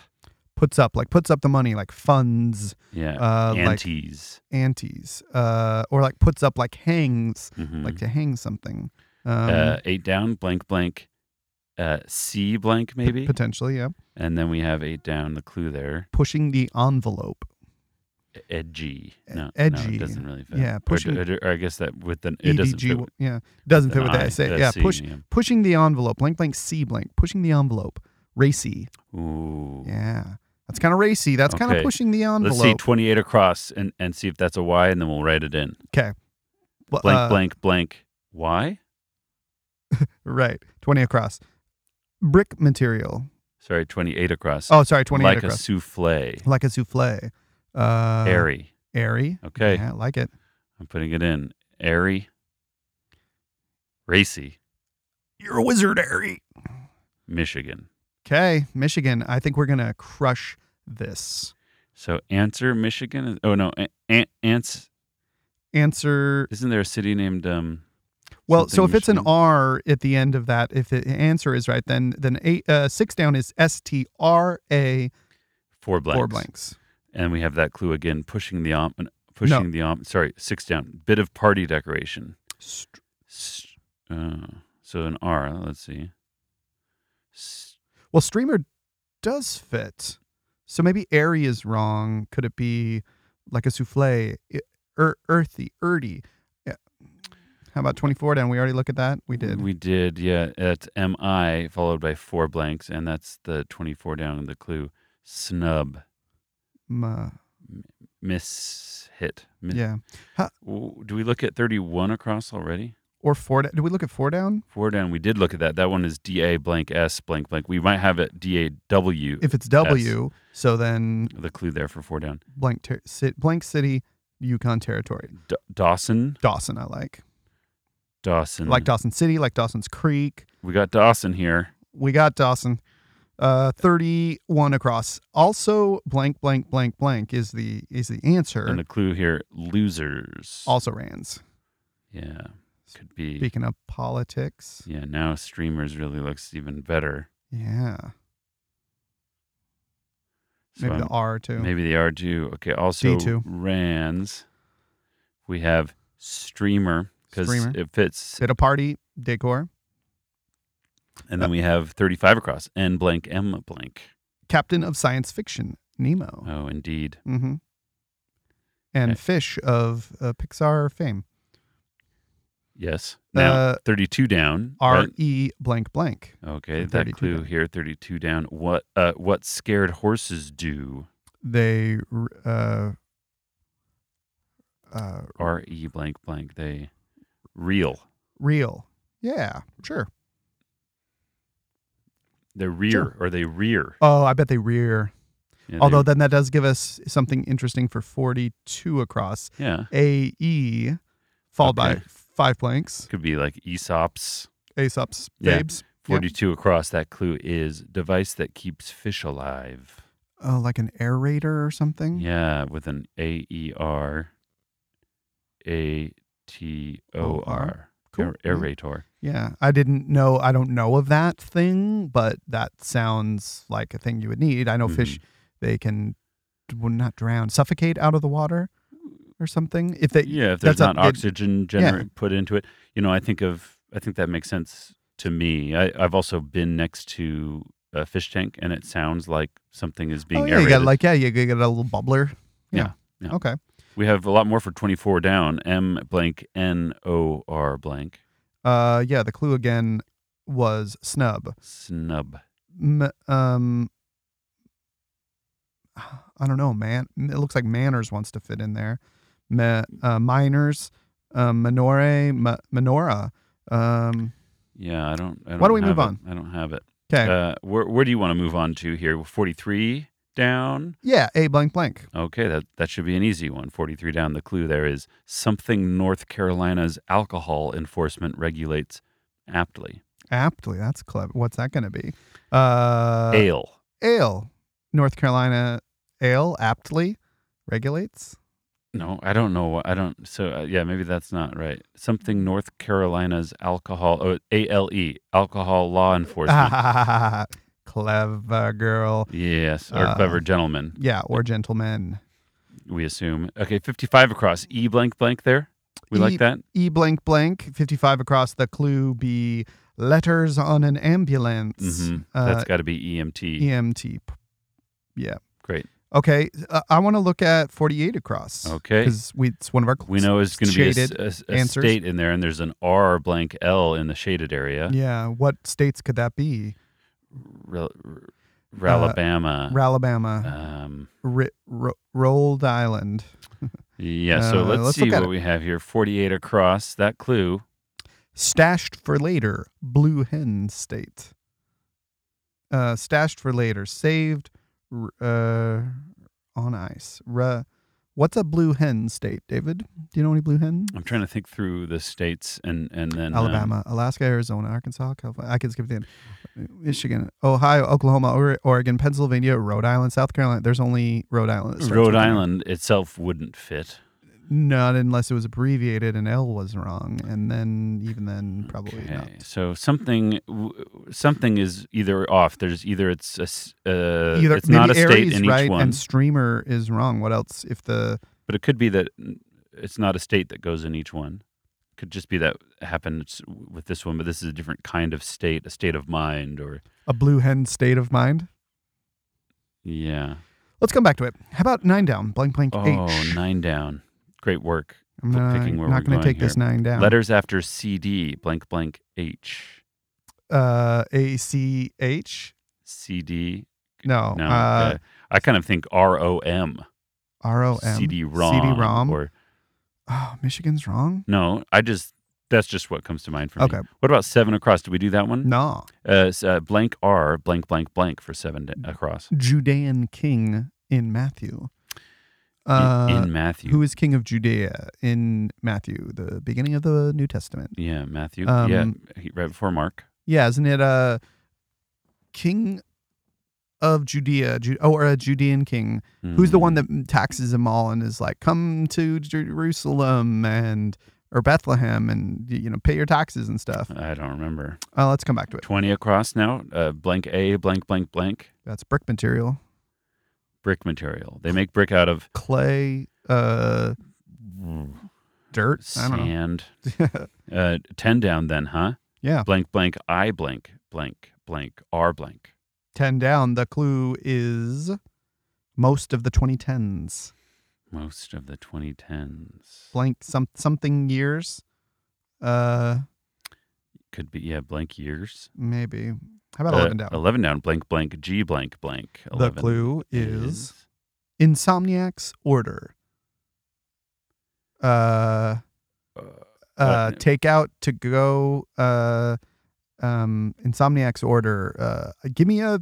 S2: puts up like puts up the money like funds
S1: Yeah.
S2: uh like
S1: Antes.
S2: antes uh or like puts up like hangs
S1: Mhm.
S2: like to hang something um,
S1: uh, eight down. Blank. Blank. Uh, C blank
S2: p-
S1: maybe,
S2: potentially yeah
S1: and then we have eight down. The clue there,
S2: pushing the envelope
S1: edgy.
S2: E-
S1: No, no,
S2: edgy.
S1: it doesn't really fit.
S2: Yeah,
S1: Or
S2: pushing-
S1: d- or, d- or I guess that with the it doesn't
S2: edg
S1: fit
S2: E w- yeah doesn't fit
S1: an
S2: with the
S1: I,
S2: essay
S1: the
S2: yeah
S1: C,
S2: push
S1: yeah.
S2: pushing the envelope blank blank c blank pushing the envelope racy
S1: Ooh.
S2: yeah that's kind of racy that's kind
S1: Okay.
S2: of pushing the
S1: Let's see
S2: envelope
S1: 28 across and, and see if that's a Y, and then we'll write it in.
S2: Bl-
S1: Blank,
S2: uh,
S1: blank, blank. Y?
S2: right 20 across brick material
S1: Sorry, 28 across.
S2: oh sorry 28
S1: like a
S2: across
S1: souffle.
S2: like a souffle uh
S1: airy.
S2: airy
S1: Okay,
S2: yeah I like it
S1: I'm putting it in. Airy. Racy.
S2: you're a wizard airy
S1: Michigan.
S2: Okay, Michigan. I think we're gonna crush this.
S1: So answer Michigan. is- Oh, no. a- a- ants.
S2: Answer
S1: Isn't there a city named. um?
S2: well. So if
S1: something
S2: it's an
S1: Michigan?
S2: R at the end of that, if the answer is right, then then eight uh, six down is S T R A
S1: Four blanks.
S2: four blanks.
S1: And we have that clue again pushing the. Um, pushing the. Um, sorry, six down. Bit of party decoration.
S2: Str-
S1: S- Uh, so an R. Let's see. S-
S2: Well, streamer does fit. So maybe airy is wrong. Could it be like a souffle? E- ear- earthy, earthy. Yeah. How about twenty four down? We already look at that. We did.
S1: We did. Yeah. That's M I followed by four blanks, and that's the twenty-four down. The clue snub
S2: Mm, uh,
S1: miss hit. Miss.
S2: yeah.
S1: Do we look at thirty-one across already?
S2: or four. Do we look at four down?
S1: Four down. We did look at that. That one is D A blank S blank blank. We might have it D A W.
S2: If it's W, so then
S1: The clue there for four down.
S2: blank ter- sit, blank city, Yukon territory.
S1: D- Dawson.
S2: Dawson, I like.
S1: Dawson.
S2: Like Dawson City, like Dawson's Creek.
S1: we got Dawson here.
S2: We got Dawson. Uh, thirty-one across. Also, blank, blank, blank, blank is the is the answer.
S1: And the clue here losers.
S2: also, Rands.
S1: yeah. Could be.
S2: Speaking of politics,
S1: Yeah. Now streamers really looks even better.
S2: yeah,
S1: So
S2: maybe the
S1: I'm-
S2: R too.
S1: um, Maybe they are too. Okay. Also,
S2: D2.
S1: Rands. We have streamer because
S2: Streamer.
S1: it fits.
S2: Sit a party decor.
S1: And then we have 35 across. N blank M blank.
S2: Captain of science fiction, Nemo.
S1: Oh, indeed.
S2: Mm-hmm. And
S1: Okay.
S2: Fish of uh, Pixar fame.
S1: Yes. Now
S2: Uh,
S1: 32 down.
S2: R
S1: right?
S2: E blank blank.
S1: Okay,
S2: and
S1: that
S2: 32
S1: clue
S2: down.
S1: here, 32 down. What uh what scared horses do?
S2: They r- uh, uh,
S1: R E blank blank. They reel.
S2: real. Yeah, sure.
S1: They rear
S2: Sure.
S1: or they rear.
S2: Oh, I bet they rear.
S1: Yeah, they-
S2: Although then that does give us something interesting for forty-two across.
S1: yeah,
S2: A E, followed by
S1: Okay.
S2: five blanks.
S1: could be like E Aesop's
S2: Aesop's
S1: Yeah.
S2: babes.
S1: 42 across. That clue is device that keeps fish alive.
S2: Oh, like an aerator or something.
S1: Yeah, with an A E R A T O R.
S2: Cool. Mm-hmm.
S1: Aer- Aerator.
S2: Yeah, I didn't know. I don't know of that thing, but that sounds like a thing you would need. I know fish,
S1: Mm-hmm.
S2: they can well, not drown, suffocate out of the water or something. If they,
S1: yeah if there's
S2: that's a-
S1: not
S2: it-
S1: oxygen gener- put into it you know i think of i think that makes sense to me I, i've also been next to a fish tank and it sounds like something is being
S2: oh, yeah, you
S1: aerated
S2: got like yeah, you got a little bubbler.
S1: Yeah, yeah.
S2: Okay.
S1: we have a lot more for 24 down m blank n o r blank
S2: Uh, yeah. The clue again was snub.
S1: snub
S2: M- um, I don't know, man. It looks like manners wants to fit in there. Ma- uh, minors, um, minore, ma- minora. Um,
S1: yeah i don't, I don't
S2: Why don't we
S1: have
S2: move
S1: it.
S2: on?
S1: i don't have it
S2: okay.
S1: uh, where, where do you want to move on to here 43 down
S2: Yeah, a blank blank.
S1: okay that, that should be an easy one 43 down the clue there is something north carolina's alcohol enforcement regulates aptly
S2: Aptly, that's clever. What's that going to be? Uh,
S1: ale.
S2: ale. North Carolina ale aptly regulates.
S1: No, I don't know. what- I don't. So uh, yeah, maybe that's not right. Something North Carolina's alcohol. Oh, A L E alcohol law
S2: <laughs>
S1: enforcement.
S2: clever girl.
S1: yes, or
S2: Ah.
S1: clever gentleman.
S2: Yeah, or gentlemen.
S1: We assume. Okay, fifty-five across. E blank blank there. We
S2: E-
S1: like that.
S2: E blank blank, 55 across the clue be letters on an ambulance.
S1: hmm
S2: Uh, E
S1: that's got to be EMT.
S2: EMT. Yeah.
S1: Great.
S2: Okay. Uh, I want to look at 48 across.
S1: Okay.
S2: Because it's one of our
S1: We know it's going to be a s-
S2: shaded
S1: a, s- a
S2: answers.
S1: state in there, and there's an R blank L in the shaded area.
S2: Yeah. What states could that be?
S1: Rel- r- Ralabama.
S2: Uh, Alabama.
S1: um,
S2: Ri Ro- Rolled Island.
S1: yeah. So
S2: Uh,
S1: let's,
S2: let's
S1: see
S2: look at
S1: what
S2: it.
S1: we have here. Forty-eight across. That clue.
S2: Stashed for later, Blue Hen State. Uh, stashed for later, saved r- uh, on ice. Ra- What's a Blue Hen State, David? Do you know any Blue Hen?
S1: I'm trying to think through the states and and then um,
S2: Alabama, Alaska, Arizona, Arkansas, California. I can skip the end. Michigan, Ohio, Oklahoma, Ore- Oregon, Pennsylvania, Rhode Island, South Carolina. There's only Rhode Island. that starts
S1: Rhode
S2: with an R.
S1: Island itself wouldn't fit.
S2: Not unless it was abbreviated and L was wrong, and then even then, probably not.
S1: Okay, so something w- something is either off. There's either it's a s- uh,
S2: Either
S1: it's
S2: maybe
S1: not a state
S2: Aries
S1: in
S2: right
S1: each one,
S2: and streamer is wrong. What else? If the
S1: but it could be that it's not a state that goes in each one. Could just be that happens with this one, but this is a different kind of state, a state of mind, or
S2: a blue hen state of mind.
S1: yeah.
S2: Let's come back to it. How about nine down? Blank blank
S1: Oh,
S2: H.
S1: nine down. Great work.
S2: I'm
S1: for
S2: not,
S1: picking where we're
S2: not gonna
S1: going
S2: take this
S1: here.
S2: nine down.
S1: Letters after CD blank blank H
S2: uh, A C H.
S1: CD.
S2: No.
S1: No,
S2: uh,
S1: uh, I kind of think R O M.
S2: R O M.
S1: CD ROM.
S2: CD ROM.
S1: Or
S2: Oh, Michigan's wrong.
S1: no, I just That's just what comes to mind for
S2: Okay.
S1: me. What about seven across? Did we do that one?
S2: No.
S1: Uh, s- uh, blank R, blank, blank, blank for seven da- across
S2: Judean king in Matthew.
S1: in,
S2: Uh,
S1: in Matthew.
S2: who is king of Judea in Matthew, the beginning of the New Testament?
S1: yeah, Matthew.
S2: Um,
S1: yeah, he- right before Mark.
S2: Yeah, isn't it uh, king of Judea? Ju- oh, or a Judean king. Who's the one
S1: Mm.
S2: that taxes them all and is like, come to Jerusalem and or Bethlehem and you know pay your taxes and stuff?
S1: I don't remember.
S2: Uh, let's come back to it.
S1: Twenty across now. Uh, blank A, blank, blank, blank.
S2: That's brick material,
S1: Brick material. They make brick out of
S2: clay, uh, dirt. I don't know. <laughs>
S1: sand. Uh, ten down then, huh?
S2: yeah,
S1: Blank, blank, I, blank, blank, blank, R, blank.
S2: ten down. The clue is most of the 2010s.
S1: Most of the 2010s.
S2: blank some something years. Uh,
S1: Could be, yeah, blank years.
S2: maybe. How about
S1: Uh,
S2: eleven down?
S1: 11 down, blank, blank, G, blank, blank.
S2: the
S1: 11
S2: clue is Insomniac's Order. Uh,
S1: uh,
S2: uh,
S1: Uh,
S2: take out to go. Uh, um, Insomniac's Order. Uh, give me a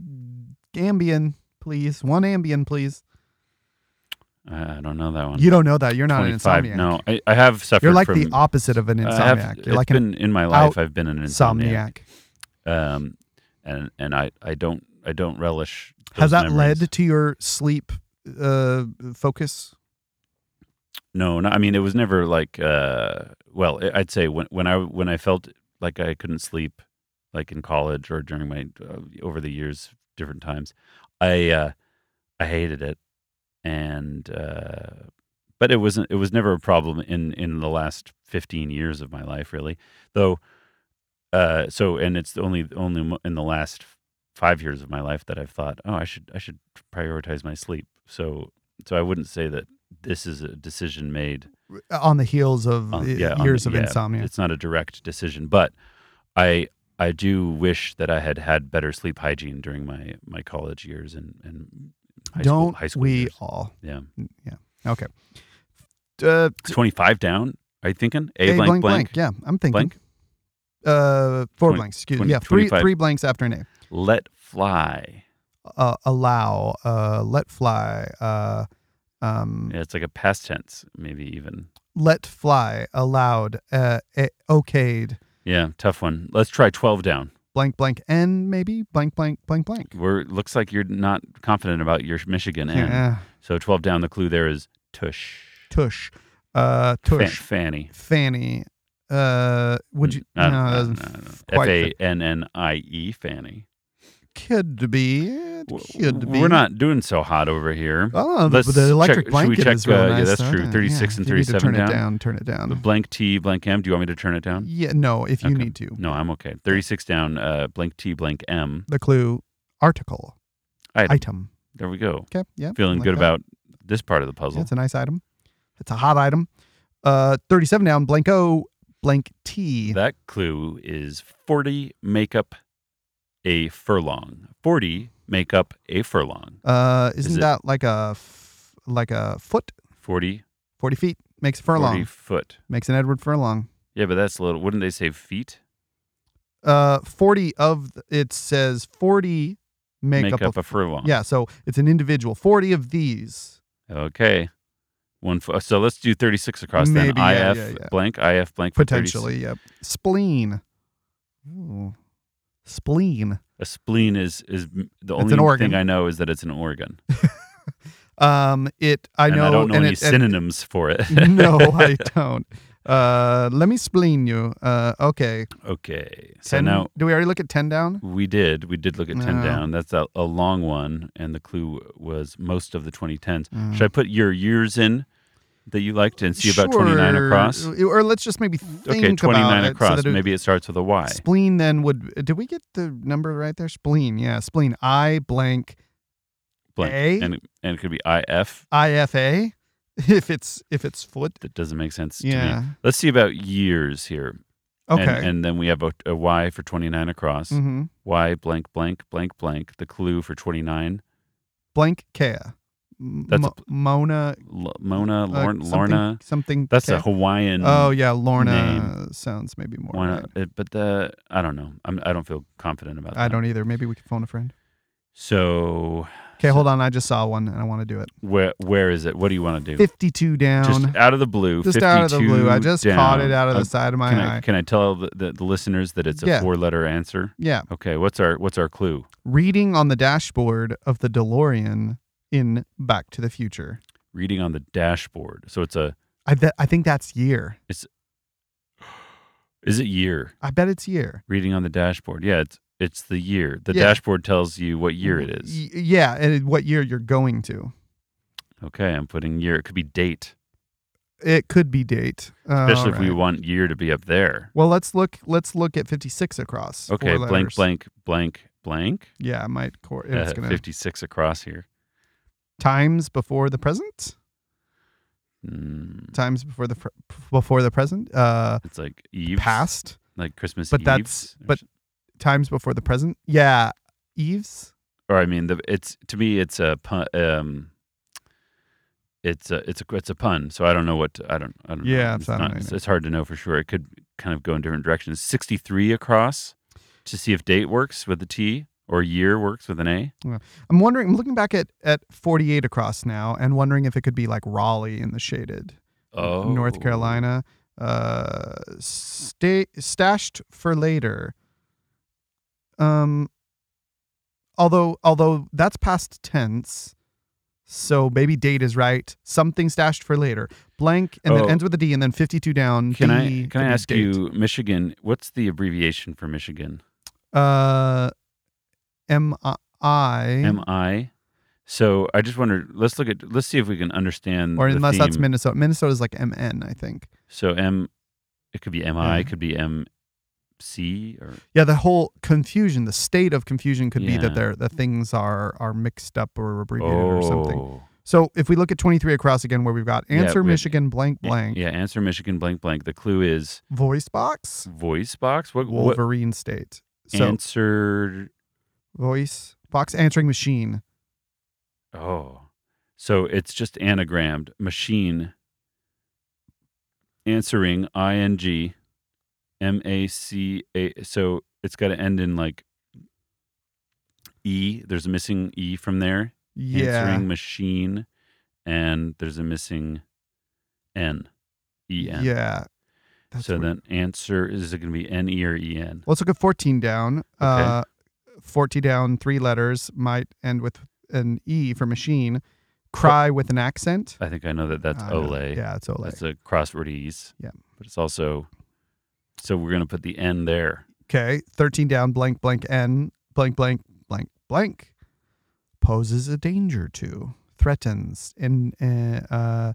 S2: Ambien, please. One Ambien, please.
S1: I I don't know that one.
S2: You don't know that. You're not an
S1: 25.
S2: insomniac.
S1: No, I, I have suffered
S2: You're like
S1: from.
S2: the opposite of an
S1: I have-
S2: insomniac. You're
S1: it's
S2: like an
S1: been in my life. I've been an insomniac,
S2: insomniac.
S1: um, and and I, I don't I don't relish. those
S2: Has that
S1: memories.
S2: led to your sleep uh, focus?
S1: No, no. I mean, it was never like. Uh, well, I- I'd say when when I when I felt like I couldn't sleep, like in college or during my uh, over the years, different times, I uh, I hated it, and uh, but it wasn't. It was never a problem in in the last fifteen years of my life, really. Though, uh, so and it's the only only mo- in the last five years of my life that I've thought, oh, I should I should prioritize my sleep. So so I wouldn't say that this is a decision made
S2: on the heels of
S1: on-
S2: uh,
S1: yeah, on
S2: years
S1: the-
S2: of
S1: yeah,
S2: insomnia.
S1: It's not a direct decision, but I I do wish that I had had better sleep hygiene during my my college years and and high
S2: Don't
S1: school, high school
S2: we
S1: years.
S2: all?
S1: Yeah,
S2: Okay. Uh,
S1: twenty five down. Are you thinking a,
S2: a blank, blank Yeah, I'm thinking.
S1: Blank?
S2: Uh, four
S1: Twenty-
S2: blanks. Excuse me.
S1: twenty-
S2: Yeah, three
S1: 25.
S2: three blanks after an A.
S1: Let fly.
S2: Uh, allow. Uh, let fly. Uh, um,
S1: Yeah, it's like a past tense, maybe even.
S2: let fly. Allowed. Uh, a- okayed.
S1: Yeah, tough one. Let's try twelve down.
S2: Blank blank n maybe blank blank blank blank.
S1: We're looks like you're not confident about your Michigan N.
S2: Yeah.
S1: So twelve down. The clue there is tush.
S2: Tush. Uh,
S1: Fa-
S2: tush.
S1: fanny.
S2: Fanny. Uh, would you?
S1: I don't-
S2: no,
S1: I
S2: that
S1: don't know,
S2: doesn't
S1: I don't know.
S2: f- quite
S1: uh, F A N N I E Fanny.
S2: Could be. It
S1: W-
S2: could be.
S1: We're not doing so hot over here.
S2: Oh,
S1: Let's
S2: the
S1: check- should
S2: electric
S1: we
S2: blanket
S1: check,
S2: is really
S1: uh, yeah,
S2: nice.
S1: that's
S2: though.
S1: true. 36 and
S2: you need to
S1: 37
S2: Turn
S1: down.
S2: it down. Turn it down.
S1: The blank T, blank M. Do you want me to turn it down?
S2: yeah, no. If you
S1: Okay.
S2: need to,
S1: No, I'm okay. 36 down, uh, blank T, blank M.
S2: the clue article
S1: Item.
S2: item.
S1: There we go.
S2: Okay. Yeah.
S1: Feeling
S2: like
S1: good
S2: that.
S1: about this part of the
S2: Yeah,
S1: puzzle.
S2: it's a nice item. It's a hot item. Uh, thirty-seven down. Blank O. Blank T.
S1: That clue is 40 make up a furlong. 40 make up a furlong.
S2: Uh, isn't
S1: it-
S2: that like a f- like a foot?
S1: 40,
S2: Forty feet makes a
S1: 40
S2: furlong.
S1: foot.
S2: Makes an Edward furlong.
S1: Yeah, but that's a little. Wouldn't they say feet?
S2: Uh, forty of th- it says forty make,
S1: Make
S2: up,
S1: up
S2: a
S1: a furlong.
S2: yeah. So it's an individual. Forty of these.
S1: Okay. One fo- so let's do 36 across
S2: Maybe,
S1: then.
S2: yeah,
S1: IF
S2: yeah, yeah.
S1: blank, IF blank for 36.
S2: potentially. Yep. Spleen. Ooh. Spleen.
S1: A spleen is is m- the
S2: It's
S1: only
S2: an organ.
S1: thing I know is that it's an organ.
S2: Um. It. I
S1: and
S2: know.
S1: I don't know
S2: and Mm-hmm.
S1: any
S2: it- and-
S1: synonyms for it.
S2: no, I don't. Uh, let me spleen you. Uh, okay.
S1: <laughs> okay. So
S2: Ten.
S1: now
S2: do we already look at ten down?
S1: we did. We did look at 10
S2: No.
S1: down. That's a, a long one. And the clue was most of the 2010s.
S2: Mm.
S1: Should I put your years in that you liked and see about 29 across?
S2: Sure. Or let's just maybe think
S1: Okay, 29
S2: about it so
S1: across.
S2: that it-
S1: Maybe it starts with a Y.
S2: Spleen then would. Did we get the number right there? Spleen. Yeah. Spleen. I blank
S1: Blank.
S2: A?
S1: And, it- and it could be IF.
S2: I F A. <laughs> If it's if it's foot.
S1: That doesn't make sense to
S2: Yeah.
S1: me. Let's see about years here.
S2: Okay.
S1: And, and then we have a, a Y for 29 across.
S2: mm-hmm.
S1: Y blank blank blank blank. The clue for 29.
S2: Blank Kea.
S1: That's
S2: That's
S1: a
S2: Mona.
S1: L- Mona,
S2: uh,
S1: Lorn-
S2: something-
S1: Lorna.
S2: Something.
S1: That's a
S2: Ca-
S1: Hawaiian.
S2: Oh yeah, Lorna sounds maybe more.
S1: Why
S2: right.
S1: not? It, but the I don't know. I'm, I don't feel confident about that.
S2: I don't e-, either. Maybe we could phone a friend.
S1: So
S2: Okay, hold on. I just saw one and I want to do it.
S1: where where is it? What do you want to do?
S2: Fifty-two down.
S1: Just out of the blue.
S2: Just out of the
S1: 52
S2: blue. I just caught
S1: down.
S2: it out of
S1: Uh,
S2: the side of my
S1: can
S2: eye.
S1: I, can I tell the, the, the listeners that it's a
S2: Yeah.
S1: four letter answer?
S2: Yeah.
S1: Okay. What's our what's our clue?
S2: Reading on the dashboard of the DeLorean in Back to the Future.
S1: Reading on the dashboard. So it's a
S2: I bet I think that's year.
S1: is it year?
S2: I bet it's year.
S1: Reading on the dashboard. Yeah. It's it's the year. The
S2: Yeah.
S1: dashboard tells you what year it is.
S2: Y- yeah, and it- what year you're going to.
S1: Okay. I'm putting year. It could be date,
S2: It could be date. Uh,
S1: especially if we
S2: alright.
S1: want year to be up there.
S2: Well, let's look let's look at 56 across. four
S1: Okay, blank,
S2: letters.
S1: blank, blank, blank.
S2: Yeah, it might cor- it's
S1: Uh,
S2: going to
S1: 56 across here.
S2: times before the present?
S1: Mm,
S2: Times before the pre- before the present? Uh
S1: it's like Eve.
S2: past?
S1: Like Christmas
S2: But that's-
S1: Eves or
S2: but-
S1: so-
S2: Times before the present? Yeah, eves?
S1: Or I mean, the, it's to me, it's a pun. Um, it's a it's a it's a pun. So I don't know what I don't I don't.
S2: Yeah,
S1: know.
S2: it's-
S1: it's
S2: I don't
S1: not-
S2: know
S1: it's,
S2: either.
S1: it's hard to know for sure. It could kind of go in different directions. Sixty three across to see if date works with the T or year works with an A.
S2: I'm wondering. I'm looking back at at 48 across now, and wondering if it could be like Raleigh in the shaded
S1: Oh,
S2: North Carolina. Uh, stay stashed for later. Um, although although that's past tense, so maybe date is right. Something stashed for later. Blank, and
S1: Oh.
S2: then ends with a D, and then 52 down.
S1: Can
S2: D
S1: I can I
S2: could be
S1: ask
S2: date.
S1: you, Michigan? What's the abbreviation for Michigan?
S2: Uh, M I.
S1: Am I? So I just wondered. Let's look at. Let's see if we can understand.
S2: Or
S1: the
S2: unless that's
S1: theme.
S2: Minnesota. Minnesota's like M N, I think.
S1: So M, it could be M I. It
S2: Yeah.
S1: could be M C or
S2: Yeah, the whole confusion, the state of confusion could be
S1: Yeah.
S2: that they're, the things are are mixed up or abbreviated
S1: oh.
S2: or something. So if we look at 23 across again, where we've got
S1: Yeah,
S2: answer
S1: we-
S2: Michigan blank
S1: Yeah,
S2: blank,
S1: Yeah, answer Michigan blank blank. The clue is
S2: voice box,
S1: voice box. What what
S2: Wolverine state. So
S1: answer?
S2: voice box answering machine.
S1: Oh, so it's just anagrammed machine. Answering I N G, M A C A. So it's got to end in like E. There's a missing E from there.
S2: Yeah.
S1: answering machine, and there's a missing N, E N.
S2: Yeah. That's
S1: so
S2: weird.
S1: then answer is it going to be N E or E N?
S2: let's look at 14 down. Uh, 40 down, three letters might end with an E for machine. Cry with an accent.
S1: I think I know that that's
S2: I don't know.
S1: Olay.
S2: Yeah, it's Olay.
S1: That's a crossword ease.
S2: Yeah.
S1: But it's also, so we're going to put the N there.
S2: Okay, 13 down, blank, blank, N, blank, blank, blank, blank. Poses a danger to, threatens, and uh, uh,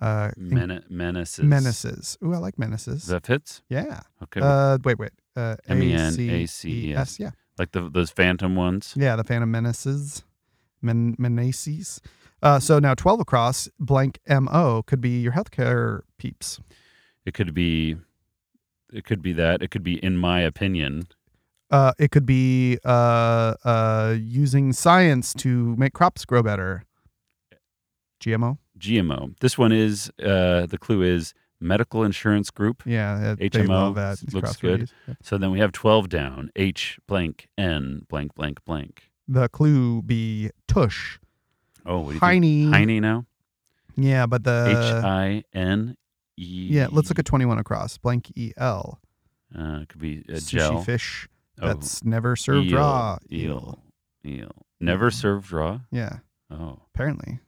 S2: uh, en-
S1: Men- menaces.
S2: menaces. Ooh, I like menaces.
S1: Does that fits?
S2: yeah.
S1: Okay.
S2: Uh, wait, wait. Uh,
S1: M-E-N-A-C-E-S.
S2: A-C-E-S, Yeah.
S1: like the, those phantom ones.
S2: Yeah, the Phantom Menaces. Men- menaces. Uh, so now 12 across, blank M-O could be your healthcare peeps.
S1: It could be, it could be that. It could be in my opinion.
S2: Uh, it could be uh, uh, using science to make crops grow better. GMO.
S1: GMO. This one is uh, the clue is medical insurance group.
S2: Yeah, it, they
S1: HMO
S2: love that.
S1: s- looks
S2: Crossword
S1: good.
S2: use. Yeah.
S1: So then we have 12 down, H blank N blank blank blank.
S2: The clue be tush,
S1: Oh, what do you think?
S2: heiny.
S1: Heine now?
S2: Yeah, but
S1: H
S2: the
S1: I N E.
S2: Uh, yeah. Let's look at twenty-one across. Blank E L.
S1: Uh, it could be a
S2: Sushi
S1: gel.
S2: fish
S1: Oh,
S2: that's never served
S1: eel,
S2: raw.
S1: Eel. Eel. Never
S2: Eel. Mm-hmm.
S1: served raw?
S2: Yeah,
S1: Oh,
S2: apparently.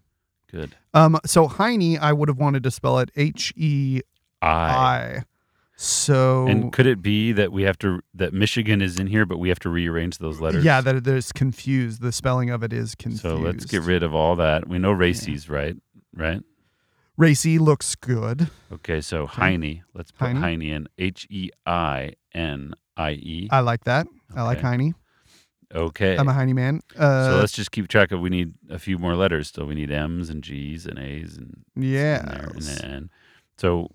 S1: good.
S2: Um. So heiny, I would have wanted to spell it H E
S1: I.
S2: I. So
S1: And could it be that we have to, that Michigan is in here, but we have to rearrange those letters?
S2: yeah, that there's confused. The spelling of it is confused.
S1: So let's get rid of all that. We know racies, right? Right?
S2: Racy looks good.
S1: Okay, so Heine. Let's put
S2: Heine.
S1: Heine in. H E I N I E.
S2: I like that. I like
S1: Okay.
S2: heiny.
S1: Okay.
S2: I'm a heiny man. Uh,
S1: so let's just keep track of. We need a few more letters still. We need M's and G's and A's and
S2: yeah.
S1: and there and an N. So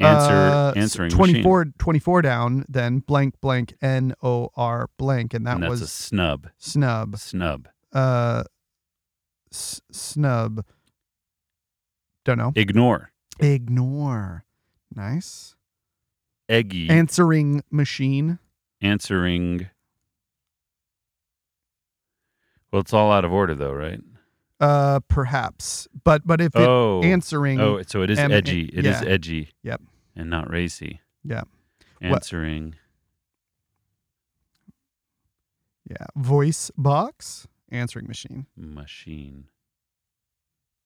S1: answer
S2: Uh, s-
S1: answering machine.
S2: 24, 24 down, then blank, blank, N O R blank. And that
S1: and that's a
S2: was
S1: snub.
S2: snub.
S1: Snub.
S2: Uh, s- snub. Don't know.
S1: Ignore.
S2: Ignore. Nice.
S1: Eggy.
S2: Answering machine.
S1: answering. Well, it's all out of order though, right?
S2: Uh, perhaps. But but if it
S1: oh.
S2: answering.
S1: oh, so it is
S2: and-
S1: edgy. It is
S2: yeah.
S1: edgy.
S2: Yep.
S1: And not racy.
S2: Yeah. What-
S1: Answering.
S2: Yeah. Voice box. Answering machine.
S1: machine.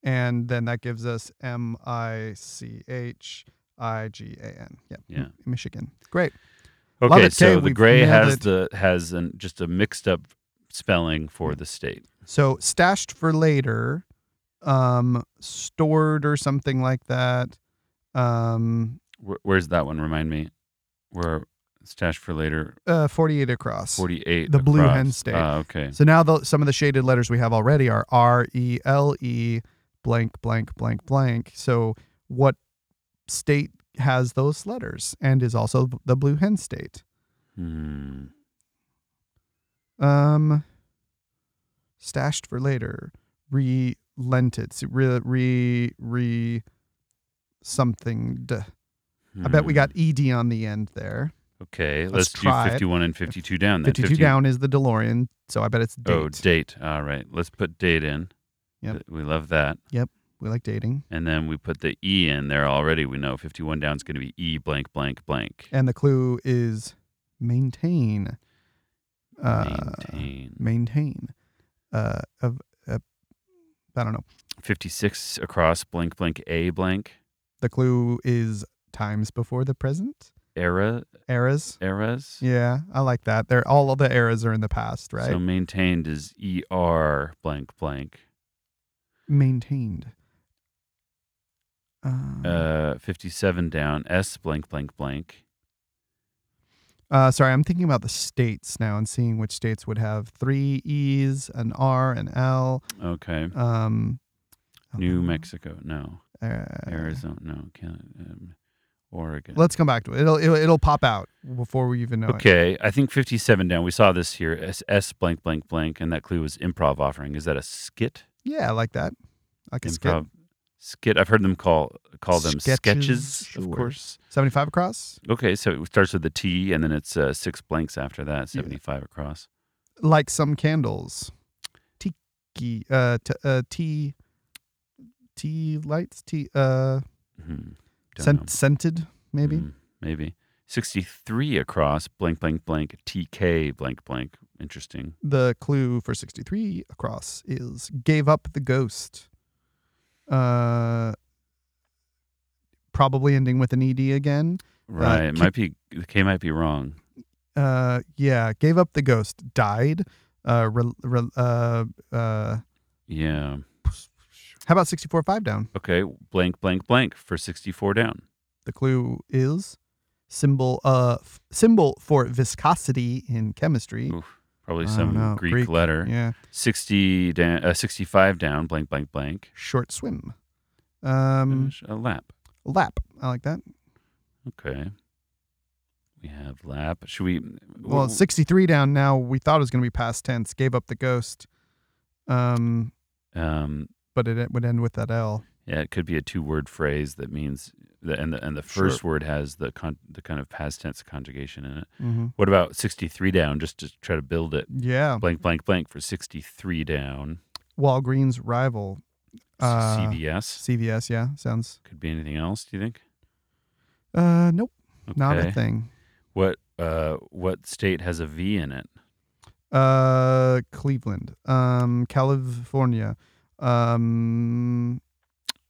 S2: And then that gives us M I C H I G A N. Yep.
S1: Yeah.
S2: Michigan. Great. Love
S1: Okay,
S2: it,
S1: so
S2: Kay,
S1: the
S2: we've
S1: gray
S2: nailed
S1: has
S2: it.
S1: the has an, just a mixed up spelling
S2: Mm.
S1: for the state.
S2: So stashed for later, um, stored or something like that. Um,
S1: Where, where's that one? Remind me. Where stash for later.
S2: uh, 48 across.
S1: Forty eight.
S2: The blue hen state.
S1: Ah, okay.
S2: So now the, some of the shaded letters we have already are R E L E blank blank blank blank. So what state has those letters and is also the blue hen state?
S1: Hmm.
S2: Um, stashed for later. Relented. So re re re something. duh. I bet we
S1: Hmm.
S2: got ed on the end there.
S1: Okay, let's,
S2: Let's
S1: do
S2: try it.
S1: fifty one and fifty two down. Then.
S2: Fifty-two down is the DeLorean, so I bet it's date.
S1: Oh, date. All right, let's put date in.
S2: Yep.
S1: Th- We love that.
S2: we like dating.
S1: And then we put the E in there already. We know 51 down is going to be E blank blank blank.
S2: And the clue is maintain. Uh,
S1: Maintain.
S2: maintain. Uh, of, uh, I don't know.
S1: 56 across blank blank A blank.
S2: The clue is times before the present.
S1: Era
S2: Eras.
S1: eras.
S2: Yeah, I like that. They're all of the eras are in the past, right?
S1: So maintained is E R blank blank.
S2: maintained. Um,
S1: Uh, 57 down S blank blank blank.
S2: uh, sorry, I'm thinking about the states now and seeing which states would have three E's, an R, an L.
S1: Okay.
S2: Um,
S1: New
S2: uh,
S1: Mexico. No.
S2: uh,
S1: Arizona. No. Can, um, Oregon.
S2: Let's come back to it. It'll it'll, it'll pop out before we even know it.
S1: Okay, I think 57 down. We saw this here. S, S blank blank blank, and that clue was improv offering. Is that a skit?
S2: Yeah, I like that. I can skip
S1: Improv skit. I've heard them call call them sketches,
S2: Sketches,
S1: of
S2: sure.
S1: course.
S2: 75 across.
S1: Okay, so it starts with the T, and then it's uh, six blanks after that,
S2: Yeah.
S1: 75 across.
S2: Like some candles. Tiki uh t, uh, tea tea lights, tea uh
S1: Hmm. Don't know.
S2: scent, scented maybe.
S1: Hmm, maybe. 63 across, blank, blank, blank, TK, blank, blank. Interesting.
S2: the clue for 63 across is gave up the ghost uh probably ending with an ed again
S1: Right. it
S2: K-
S1: might be, the K might be wrong.
S2: uh yeah gave up the ghost died uh re- re- uh uh
S1: Yeah.
S2: how about 64 5 down
S1: Okay, blank, blank, blank for 64 down.
S2: the clue is symbol uh f- symbol for viscosity in chemistry
S1: Oof, probably
S2: I don't
S1: some
S2: know,
S1: Greek,
S2: Greek,
S1: letter.
S2: yeah
S1: 60 down, uh, 65 down, blank, blank, blank.
S2: short swim um
S1: Finish a lap.
S2: lap i like that
S1: Okay. We have lap. Should we? mm,
S2: Well, it's 63 down now. We thought it was going to be past tense. Gave up the ghost. Um,
S1: um,
S2: but it would end with that L.
S1: yeah, it could be a two-word phrase that means the and the and the
S2: Sure.
S1: first word has the con- the kind of past tense conjugation in it.
S2: Mm-hmm.
S1: What about sixty-three down? Just to try to build it.
S2: Yeah.
S1: Blank, blank, blank for sixty-three down.
S2: Walgreens rival.
S1: So
S2: Uh,
S1: CVS
S2: CVS. Yeah. Sounds.
S1: could be anything else. Do you think?
S2: Uh, nope.
S1: Okay.
S2: Not a thing.
S1: What uh what state has a V in it?
S2: Uh, Cleveland. Um, California. Um,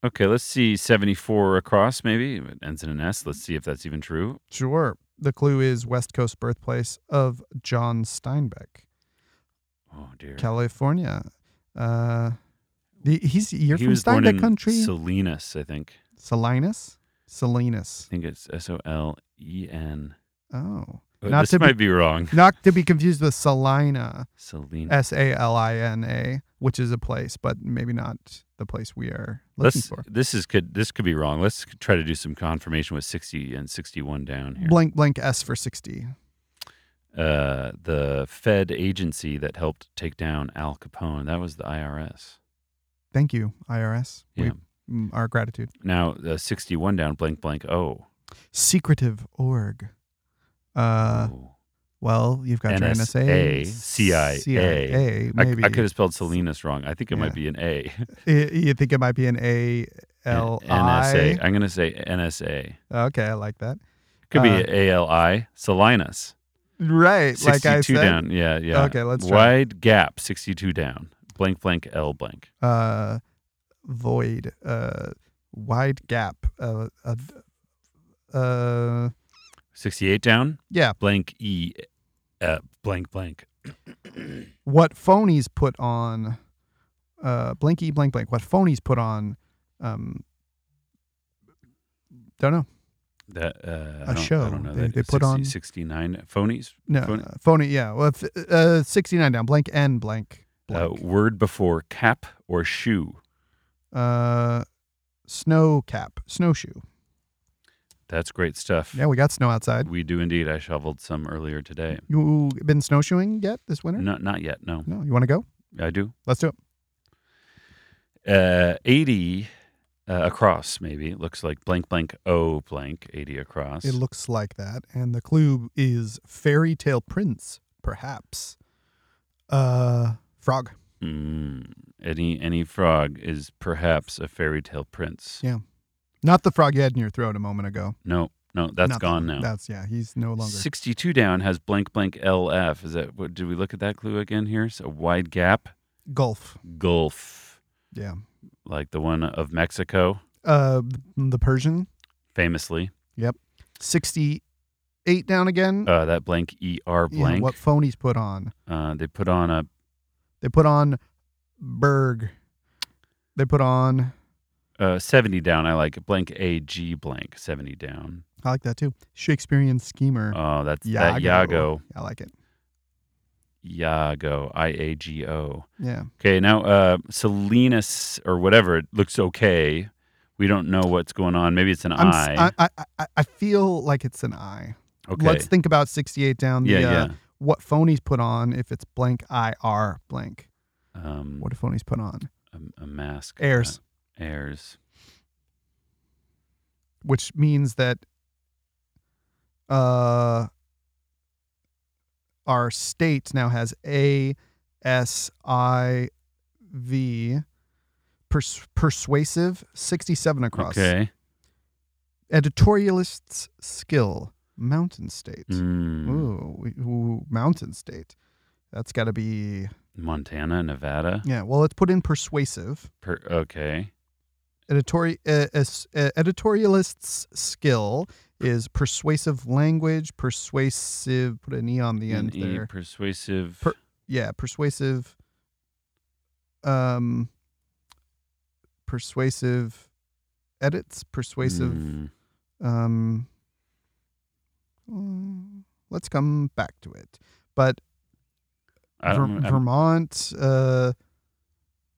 S1: Okay, let's see seventy-four across. Maybe it ends in an S. Let's see if that's even true.
S2: sure. The clue is West Coast birthplace of John Steinbeck,
S1: Oh dear.
S2: California. Uh, the- he's you're
S1: he
S2: from
S1: was born
S2: Steinbeck
S1: in
S2: country.
S1: Salinas, I think.
S2: Salinas? Salinas.
S1: I think it's S O L E N.
S2: Oh.
S1: Oh,
S2: Not
S1: this
S2: to be-
S1: might be wrong.
S2: Not to be confused with Salina,
S1: Salina.
S2: S A L I N A, which is a place, but maybe not the place we are looking
S1: Let's,
S2: for.
S1: this is could this could be wrong. Let's try to do some confirmation with sixty and sixty-one down here.
S2: Blank, blank S for 60.
S1: Uh, the Fed agency that helped take down Al Capone that was the IRS.
S2: Thank you, IRS. We-
S1: Yeah.
S2: mm, our gratitude.
S1: Now, uh, 61 down, blank, blank, oh.
S2: Secretive org. Uh,
S1: Ooh.
S2: well, you've got your
S1: NSA,
S2: NSA,
S1: CIA.
S2: CIA,
S1: I,
S2: maybe.
S1: I could have spelled Salinas wrong. I think it
S2: Yeah.
S1: might be an A. <laughs>
S2: Y- You think it might be an A L I?
S1: NSA. I'm going to say NSA.
S2: Okay, I like that.
S1: Could
S2: Uh,
S1: be A L I. Salinas.
S2: Right,
S1: 62
S2: like I said.
S1: down. Yeah, yeah.
S2: Okay, let's try.
S1: Wide gap, 62 down. Blank, blank, L blank.
S2: Uh, void. Uh, wide gap. Uh, uh, uh,
S1: 68 down.
S2: yeah.
S1: Blank, E, uh, blank, blank.
S2: What phonies put on? Uh, blanky blank blank. What phonies put on? Um, don't know.
S1: That, uh, I
S2: A
S1: don't-
S2: show.
S1: I don't know
S2: They-
S1: that.
S2: they put on-
S1: 69 phonies.
S2: No,
S1: Phony-
S2: phony. phony yeah. Well, if, uh, sixty-nine down. Blank and blank
S1: Uh,
S2: blank.
S1: word before cap or shoe.
S2: uh, snow cap. Snowshoe.
S1: That's great stuff.
S2: Yeah, we got snow outside.
S1: We do indeed. I shoveled some earlier today.
S2: You been snowshoeing yet this winter?
S1: Not not yet. No,
S2: No, you want to go?
S1: I do.
S2: Let's do it.
S1: Uh, Eighty uh, across, maybe it looks like blank blank o blank eighty across.
S2: It looks like that, and the clue is fairy tale prince, perhaps. Uh, frog.
S1: mm, any any frog is perhaps a fairy tale prince.
S2: Yeah. Not the frog you had in your throat a moment ago.
S1: No, no, that's
S2: Not the-
S1: gone now.
S2: That's yeah. He's no longer.
S1: Sixty-two down has blank blank lf. Is that what? Did we look at that clue again here? So wide gap
S2: Gulf.
S1: gulf,
S2: Yeah.
S1: like the one of Mexico,
S2: Uh, the Persian.
S1: famously.
S2: Sixty-eight down again.
S1: Uh, that blank er
S2: Yeah,
S1: blank.
S2: what phonies put on?
S1: uh, they put on a
S2: They put on Berg. They put on.
S1: Uh, 70 down. I like it. blank A G blank 70 down.
S2: I like that too. Shakespearean schemer.
S1: Oh, that's that Yago.
S2: I like it.
S1: Yago. I A G O.
S2: Yeah.
S1: Okay, now uh, Salinas or whatever, it looks okay. We don't know what's going on. Maybe it's an
S2: I'm,
S1: I.
S2: s- I, I, I- I feel like it's an I.
S1: okay.
S2: Let's think about 68 down the
S1: yeah,
S2: uh,
S1: yeah.
S2: what phonies put on if it's blank IR blank.
S1: Um,
S2: What do phonies put on?
S1: a, a mask.
S2: Airs,
S1: Uh, airs.
S2: which means that uh, our state now has A S I V pers- persuasive 67 across.
S1: Okay.
S2: Editorialist's skill, mountain state.
S1: Mm.
S2: Ooh, we- ooh, mountain state. That's got to be
S1: Montana, Nevada.
S2: yeah. Well, let's put in persuasive.
S1: Per, okay.
S2: Editori- uh, es- uh, editorialist's skill is persuasive language, persuasive. Put an e on the end
S1: An E,
S2: there.
S1: persuasive.
S2: Per- Yeah, persuasive. Um, persuasive edits, persuasive.
S1: Mm.
S2: Um, mm, let's come back to it. But
S1: I
S2: Ver-
S1: don't, I'm-
S2: Vermont, uh,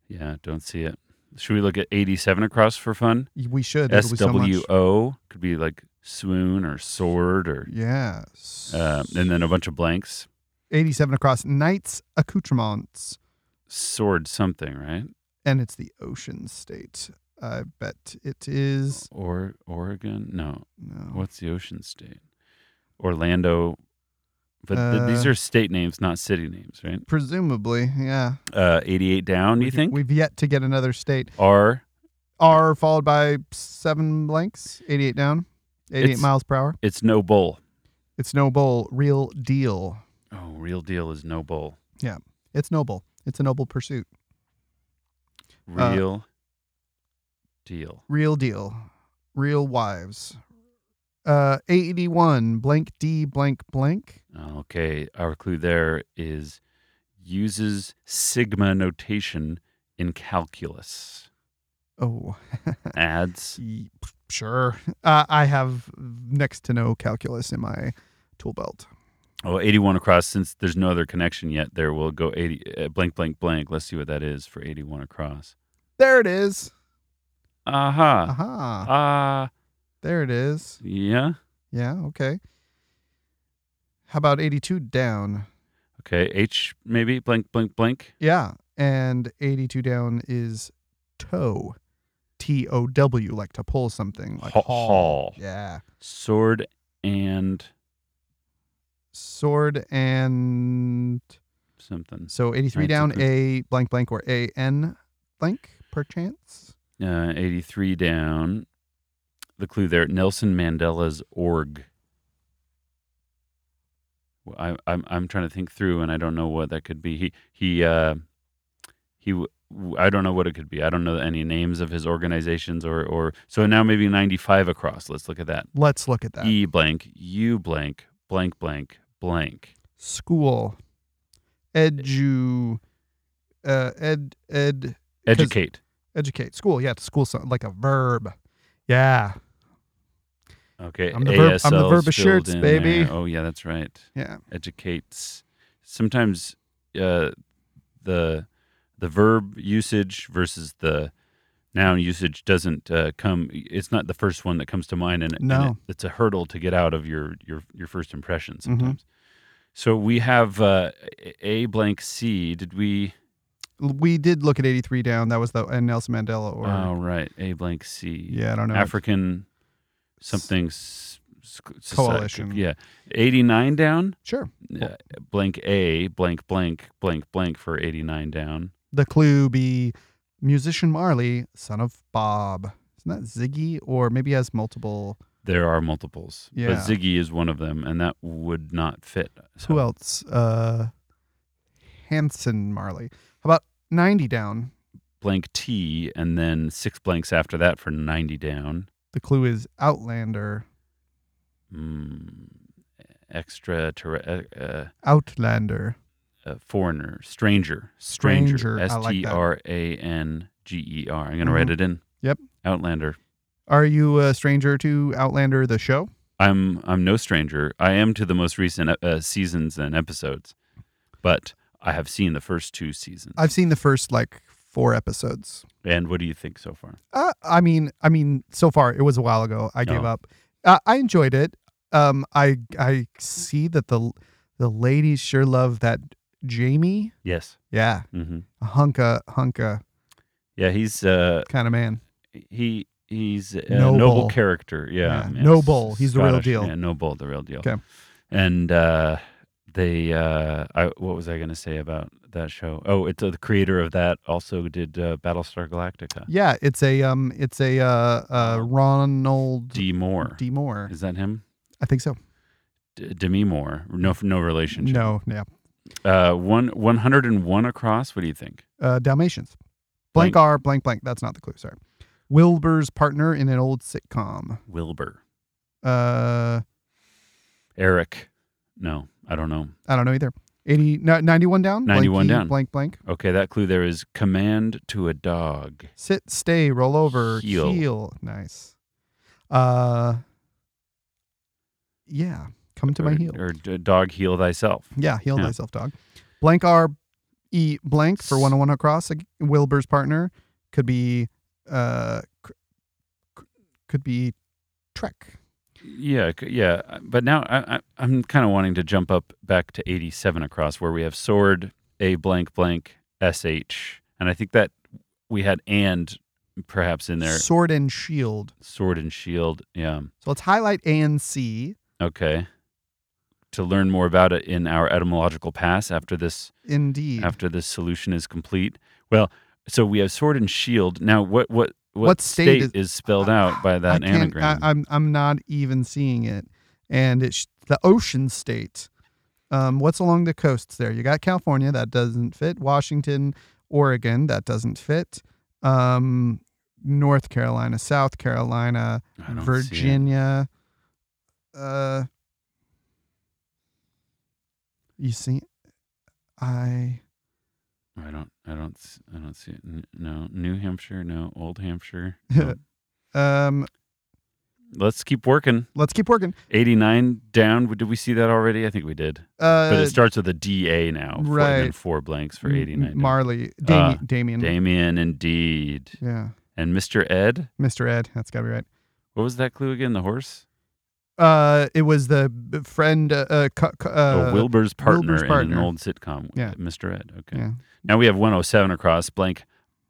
S1: yeah, don't see it. Should we look at 87 across for fun?
S2: we should.
S1: S
S2: It'll be so much.
S1: W O could be like swoon or sword or
S2: Yeah.
S1: uh, and then a bunch of blanks.
S2: 87 across knights accoutrements
S1: Sword something, right?
S2: and it's the ocean state i bet it is
S1: Or Oregon? No.
S2: no
S1: What's the ocean state? Orlando. But th- these
S2: Uh,
S1: are state names, not city names, right?
S2: presumably yeah
S1: Uh, 88 down, you
S2: We've-
S1: think?
S2: we've yet to get another state
S1: R.
S2: r followed by seven blanks 88 down 88
S1: It's-
S2: miles per hour
S1: It's no bull.
S2: it's noble real deal
S1: Oh, real deal is no bull.
S2: it's noble it's a noble pursuit Uh,
S1: Real deal.
S2: real deal real wives uh 81 blank d blank blank
S1: Okay, our clue there is uses sigma notation in calculus.
S2: oh <laughs>
S1: Adds.
S2: Ye- Sure. Uh, I have next to no calculus in my tool belt.
S1: Oh, 81 across. Since there's no other connection yet, there we'll go 80 uh, blank blank blank. Let's see what that is for 81 across.
S2: There it is.
S1: Aha.
S2: Aha.
S1: Ah.
S2: There it is.
S1: yeah.
S2: Yeah, okay. How about 82 down?
S1: Okay. H maybe blank blank blank.
S2: Yeah. And 82 down is tow, T O W, like to pull something, like
S1: Ha-
S2: haul.
S1: haul.
S2: Yeah,
S1: Sword and
S2: sword and
S1: something.
S2: so eighty three
S1: Right,
S2: down
S1: something.
S2: a blank blank or a n blank perchance.
S1: Uh, 83 down. The clue there Nelson Mandela's org. Well, I, I'm I'm trying to think through, and I don't know what that could be. He he uh, he. w- w- I don't know what it could be. I don't know any names of his organizations or or. So now maybe 95 across. Let's look at that.
S2: Let's look at that
S1: E blank U blank blank blank blank.
S2: school, edu, uh, ed ed
S1: Educate.
S2: educate school. Yeah, school so- like a verb. Yeah,
S1: Okay.
S2: I'm the verb- I'm the
S1: ASL's
S2: verb
S1: filled
S2: of shirts,
S1: in
S2: baby.
S1: there. Oh yeah, that's right.
S2: yeah.
S1: educates sometimes uh, the the verb usage versus the noun usage doesn't uh, come it's not the first one that comes to mind and, and
S2: No.
S1: it- it's a hurdle to get out of your your, your first impression sometimes
S2: Mhm.
S1: so we have uh, a blank c did we
S2: We did look at eighty three down. That was the and Nelson Mandela or
S1: oh right a blank c
S2: yeah, I don't know.
S1: african something s- s- society-
S2: Coalition.
S1: yeah 89 down
S2: Sure.
S1: uh, blank A, blank, blank, blank, blank for 89 down.
S2: The clue be musician Marley, son of Bob. Isn't that Ziggy? Or maybe he has multiple.
S1: There are multiples,
S2: Yeah.
S1: but Ziggy is one of them, and that would not fit.
S2: Who
S1: So
S2: else? Uh, Hanson Marley. How about 90 down?
S1: blank T, and then six blanks after that for 90 down.
S2: The clue is Outlander.
S1: Mm, extra terre- uh, uh,
S2: Outlander.
S1: uh, foreigner, stranger, stranger,
S2: Stranger, I
S1: S
S2: like
S1: T
S2: that.
S1: R A N G E R. I'm gonna
S2: Mhm.
S1: write it in.
S2: Yep.
S1: Outlander.
S2: Are you a stranger to Outlander, the show?
S1: I'm I'm no stranger. I am to the most recent uh, seasons and episodes, but I have seen the first two seasons.
S2: I've seen the first like four episodes.
S1: and what do you think so far?
S2: Uh, I mean, I mean, so far it was a while ago. I gave
S1: Oh.
S2: up. Uh, I enjoyed it. Um, I I see that the the ladies sure love that Jamie.
S1: Yes.
S2: Yeah,
S1: hmm
S2: a hunka hunka
S1: Yeah, he's uh
S2: kind of man.
S1: he he's a
S2: Noble.
S1: noble, character. Yeah,
S2: Yeah,
S1: man.
S2: noble. He's the real deal.
S1: Yeah, noble, the real deal.
S2: 'Kay.
S1: And uh, they, uh, I what was I going to say about that show? Oh, it's uh, the creator of that also did uh, Battlestar Galactica.
S2: Yeah, it's a um, it's a uh, uh Ronald
S1: D
S2: D.
S1: Moore.
S2: Moore.
S1: Is that him?
S2: I think so.
S1: D- Demi Moore. No, no relationship.
S2: No, yeah,
S1: Uh, one one hundred and one across. What do you think?
S2: uh, Dalmatians. Blank,
S1: Blank.
S2: R, blank, blank. That's not the clue. Sorry. Wilbur's partner in an old sitcom.
S1: Wilbur,
S2: Uh,
S1: Eric. No, I don't know.
S2: I don't know either. 80, no, 91 down?
S1: 91
S2: Blanky,
S1: down.
S2: Blank, blank.
S1: Okay, that clue there is command to a dog.
S2: Sit, stay, roll over, heel.
S1: Heel.
S2: Nice. Uh, yeah. Come to my
S1: or,
S2: heel.
S1: or d- dog heal thyself.
S2: yeah, heel
S1: yeah.
S2: myself, dog. Blank R, E, blank for one on one across. Like, Wilbur's partner could be, uh, cr- cr- could be Trek.
S1: Yeah, c- yeah. uh, But now I, I, I'm kind of wanting to jump up back to 87 across, where we have sword a blank blank s h, and I think that we had and perhaps in there
S2: Sword and Shield.
S1: sword and shield. Yeah.
S2: So let's highlight A and C
S1: Okay. To learn more about it in our etymological pass after this
S2: indeed.
S1: after this solution is complete. Well, so we have sword and shield. Now, what what what,
S2: What state is-
S1: spelled out by that
S2: I can't-
S1: anagram?
S2: I, I'm I'm not even seeing it, and it's the ocean state. Um, what's along the coasts there? You got California that doesn't fit. Washington, Oregon that doesn't fit. Um, North Carolina, South Carolina,
S1: I don't see it.
S2: Virginia. Uh, you see, I
S1: I don't. I don't. s- I don't see it. N- No, New Hampshire. No, Old
S2: <laughs>
S1: Hampshire. no.
S2: um.
S1: Let's keep working.
S2: Let's keep working.
S1: Eighty-nine down. Did we see that already? I think we did.
S2: Uh,
S1: But it starts with a D A now. Four, and then
S2: right.
S1: four blanks for
S2: M-
S1: eighty-nine. down.
S2: Marley,
S1: Ah,
S2: Dami- Damien.
S1: Damien, indeed,
S2: yeah,
S1: and Mr. Ed.
S2: Mr. Ed. That's got to be right.
S1: What was that clue again? The horse.
S2: Uh, it was the b- friend. Uh, uh, cu- cu- uh
S1: oh, Wilbur's partner, in
S2: partner.
S1: an old sitcom.
S2: Yeah.
S1: Mr. Ed. Okay.
S2: Yeah.
S1: Now we have 107 across blank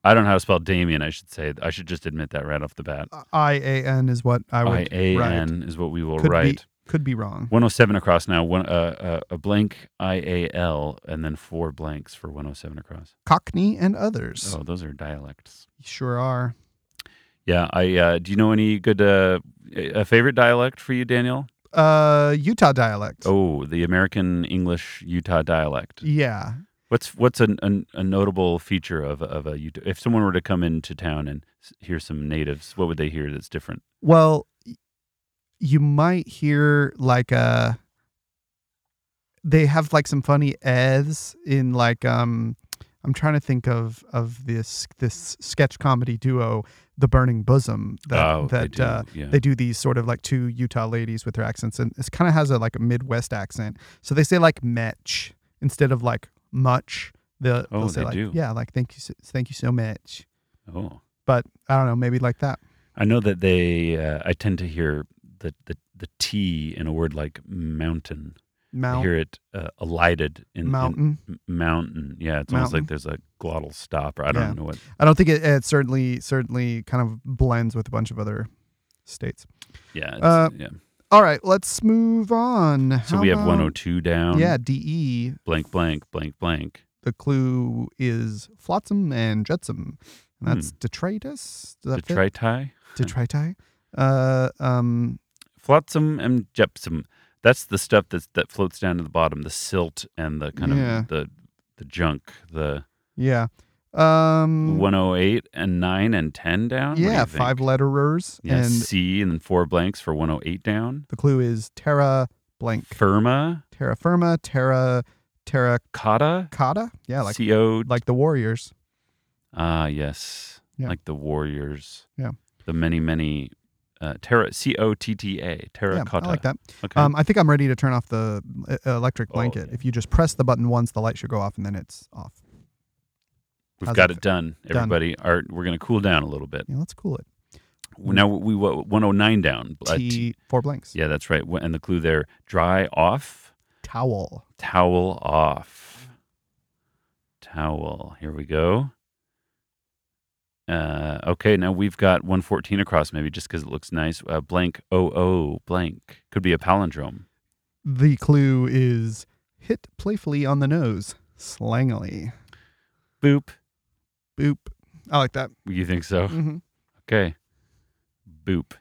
S1: I don't know how to spell Damien. I should say. I should just admit that right off the bat.
S2: I A N is what I
S1: I
S2: would
S1: A
S2: write.
S1: N is what we will
S2: Could be-
S1: write.
S2: Could be wrong.
S1: 107 across now. One uh, uh, a blank I A L and then four blanks for 107 across.
S2: Cockney and others.
S1: Oh, those are dialects.
S2: Sure are.
S1: Yeah. I uh, do you know any good uh, a favorite dialect for you, Daniel?
S2: Uh, Utah dialect.
S1: Oh, the American English Utah dialect.
S2: Yeah.
S1: What's what's an, an, a notable feature of a- of a Utah? If someone were to come into town and s- hear some natives, what would they hear that's different?
S2: Well, y- you might hear like a. They have like some funny eths in like um, I'm trying to think of of this this sketch comedy duo, The Burning Bosom. That,
S1: oh,
S2: that
S1: they do.
S2: uh,
S1: yeah.
S2: they do these sort of like two Utah ladies with their accents, and it kind of has a like a Midwest accent. So they say like "metch" instead of like "much." The,
S1: Oh,
S2: they'll say
S1: they
S2: like,
S1: do.
S2: Yeah, like thank you, so- thank you so much.
S1: oh.
S2: But I don't know, maybe like that.
S1: I know that they. Uh, I tend to hear the, the the T in a word like mountain. I
S2: Mount,
S1: hear it uh, elided in in-
S2: mountain.
S1: m- mountain. Yeah, it's almost like
S2: Mountain.
S1: there's a glottal stop, or I don't
S2: Yeah.
S1: know what.
S2: I don't think it, it certainly certainly kind of blends with a bunch of other states.
S1: Yeah, it's,
S2: Uh,
S1: yeah.
S2: All right, let's move on.
S1: So
S2: How
S1: we have
S2: about-
S1: 102 down.
S2: Yeah, DE.
S1: blank, blank, blank, blank.
S2: The clue is flotsam and jetsam. And that's
S1: Hmm.
S2: detritus. Does that fit?
S1: Detriti,
S2: detriti. Uh, um,
S1: flotsam, and gypsum. That's the stuff that's that floats down to the bottom. The silt and the kind
S2: Yeah.
S1: of the the junk. The
S2: yeah. Um,
S1: 108 and nine and 10 down. What do
S2: yeah,
S1: you think?
S2: five letterers,
S1: Yeah,
S2: and
S1: C and then four blanks for 108 down.
S2: the clue is terra blank,
S1: Firma,
S2: terra firma, terra terra
S1: kata,
S2: cotta. Yeah, like
S1: C O
S2: like the warriors.
S1: Ah, yes.
S2: Yeah.
S1: Like the Warriors.
S2: Yeah.
S1: The many, many uh, terra C O T T A
S2: Yeah,
S1: terracotta.
S2: I like that.
S1: Okay.
S2: Um, I think I'm ready to turn off the uh, electric
S1: Oh,
S2: blanket.
S1: yeah.
S2: If you just press the button once, the light should go off, and then it's off.
S1: We've
S2: how's
S1: got
S2: it
S1: it done, everybody. All right, we're going to cool down a little bit.
S2: Yeah, let's cool it.
S1: Now we wa- 109 down. Uh, t-
S2: Mm-hmm. T four blanks.
S1: yeah, that's right. Wh- And the clue there: dry off,
S2: Towel.
S1: towel off, towel. Here we go. Uh, okay, now we've got 114 across, maybe just because it looks nice. Uh, blank, oh, oh, blank. Could be a palindrome.
S2: The clue is hit playfully on the nose, slangily.
S1: Boop.
S2: Boop. I
S1: <clears throat>
S2: like that.
S1: You think so?
S2: hmm
S1: Okay. Boop.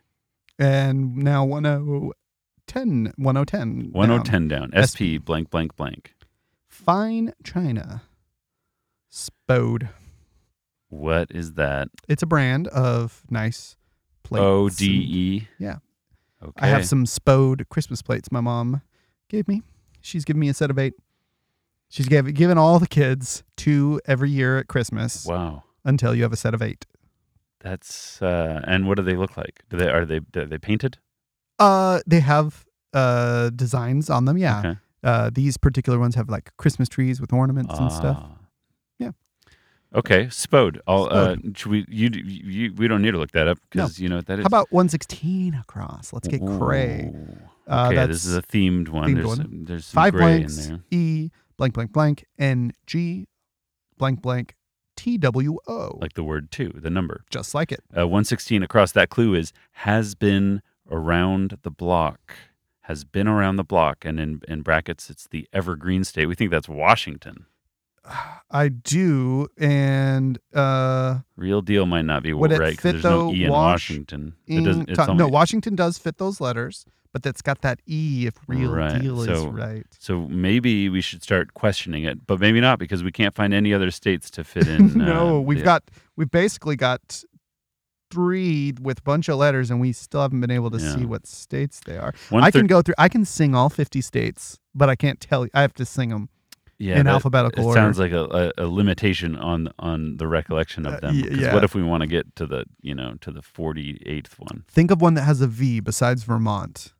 S2: And now 1010. 1010.
S1: 1010 down. SP,
S2: SP.
S1: blank, blank, blank.
S2: Fine China. Spode.
S1: What is that?
S2: It's a brand of nice plates.
S1: O D E.
S2: Yeah.
S1: Okay.
S2: I have some Spode Christmas plates my mom gave me. She's given me a set of eight. She's gave, given all the kids two every year at Christmas
S1: Wow.
S2: until you have a set of eight.
S1: That's uh and what do they look like? Do they are they are they painted?
S2: Uh, they have uh designs on them. Yeah.
S1: Okay.
S2: Uh, these particular ones have like Christmas trees with ornaments and stuff.
S1: Ah.
S2: Yeah.
S1: Okay, spode. I'll, uh, should we? You, you, we don't need to look that up
S2: No.
S1: because you know what that is.
S2: How about 116 across? Let's get cray.
S1: Ooh.
S2: Uh,
S1: okay,
S2: that's
S1: this is a themed one.
S2: themed
S1: there's
S2: one.
S1: Some, there's some
S2: five
S1: gray
S2: blanks
S1: in there.
S2: E blank blank blank N G blank blank T W O.
S1: Like the word two, the number.
S2: Just like it.
S1: Uh, 116 across that clue is has been around the block. Has been around the block. And in, in brackets, it's the evergreen state. We think that's Washington.
S2: I do, and uh,
S1: Real deal might not be
S2: Would it
S1: right because
S2: fit,
S1: there's
S2: though,
S1: no E in
S2: Wash-
S1: Washington.
S2: in
S1: it doesn't, it's
S2: time-
S1: only,
S2: no Washington does fit those letters, but that's got that E if real
S1: Right,
S2: deal is
S1: so-
S2: right.
S1: so maybe we should start questioning it, but maybe not because we can't find any other states to fit
S2: <laughs>
S1: in.
S2: no,
S1: uh,
S2: we've
S1: the-
S2: got we've basically got three with a bunch of letters, and we still haven't been able to
S1: Yeah.
S2: see what states they are.
S1: one
S2: I can
S1: thir-
S2: go through. I can sing all fifty states, but I can't tell you. I have to sing them
S1: yeah,
S2: in
S1: that-
S2: alphabetical
S1: It
S2: order.
S1: sounds like a, a, a limitation on on the recollection
S2: Uh,
S1: of them.
S2: y-
S1: 'cause
S2: yeah.
S1: What if we want to get to the you know to the forty eighth one?
S2: Think of one that has a V besides Vermont.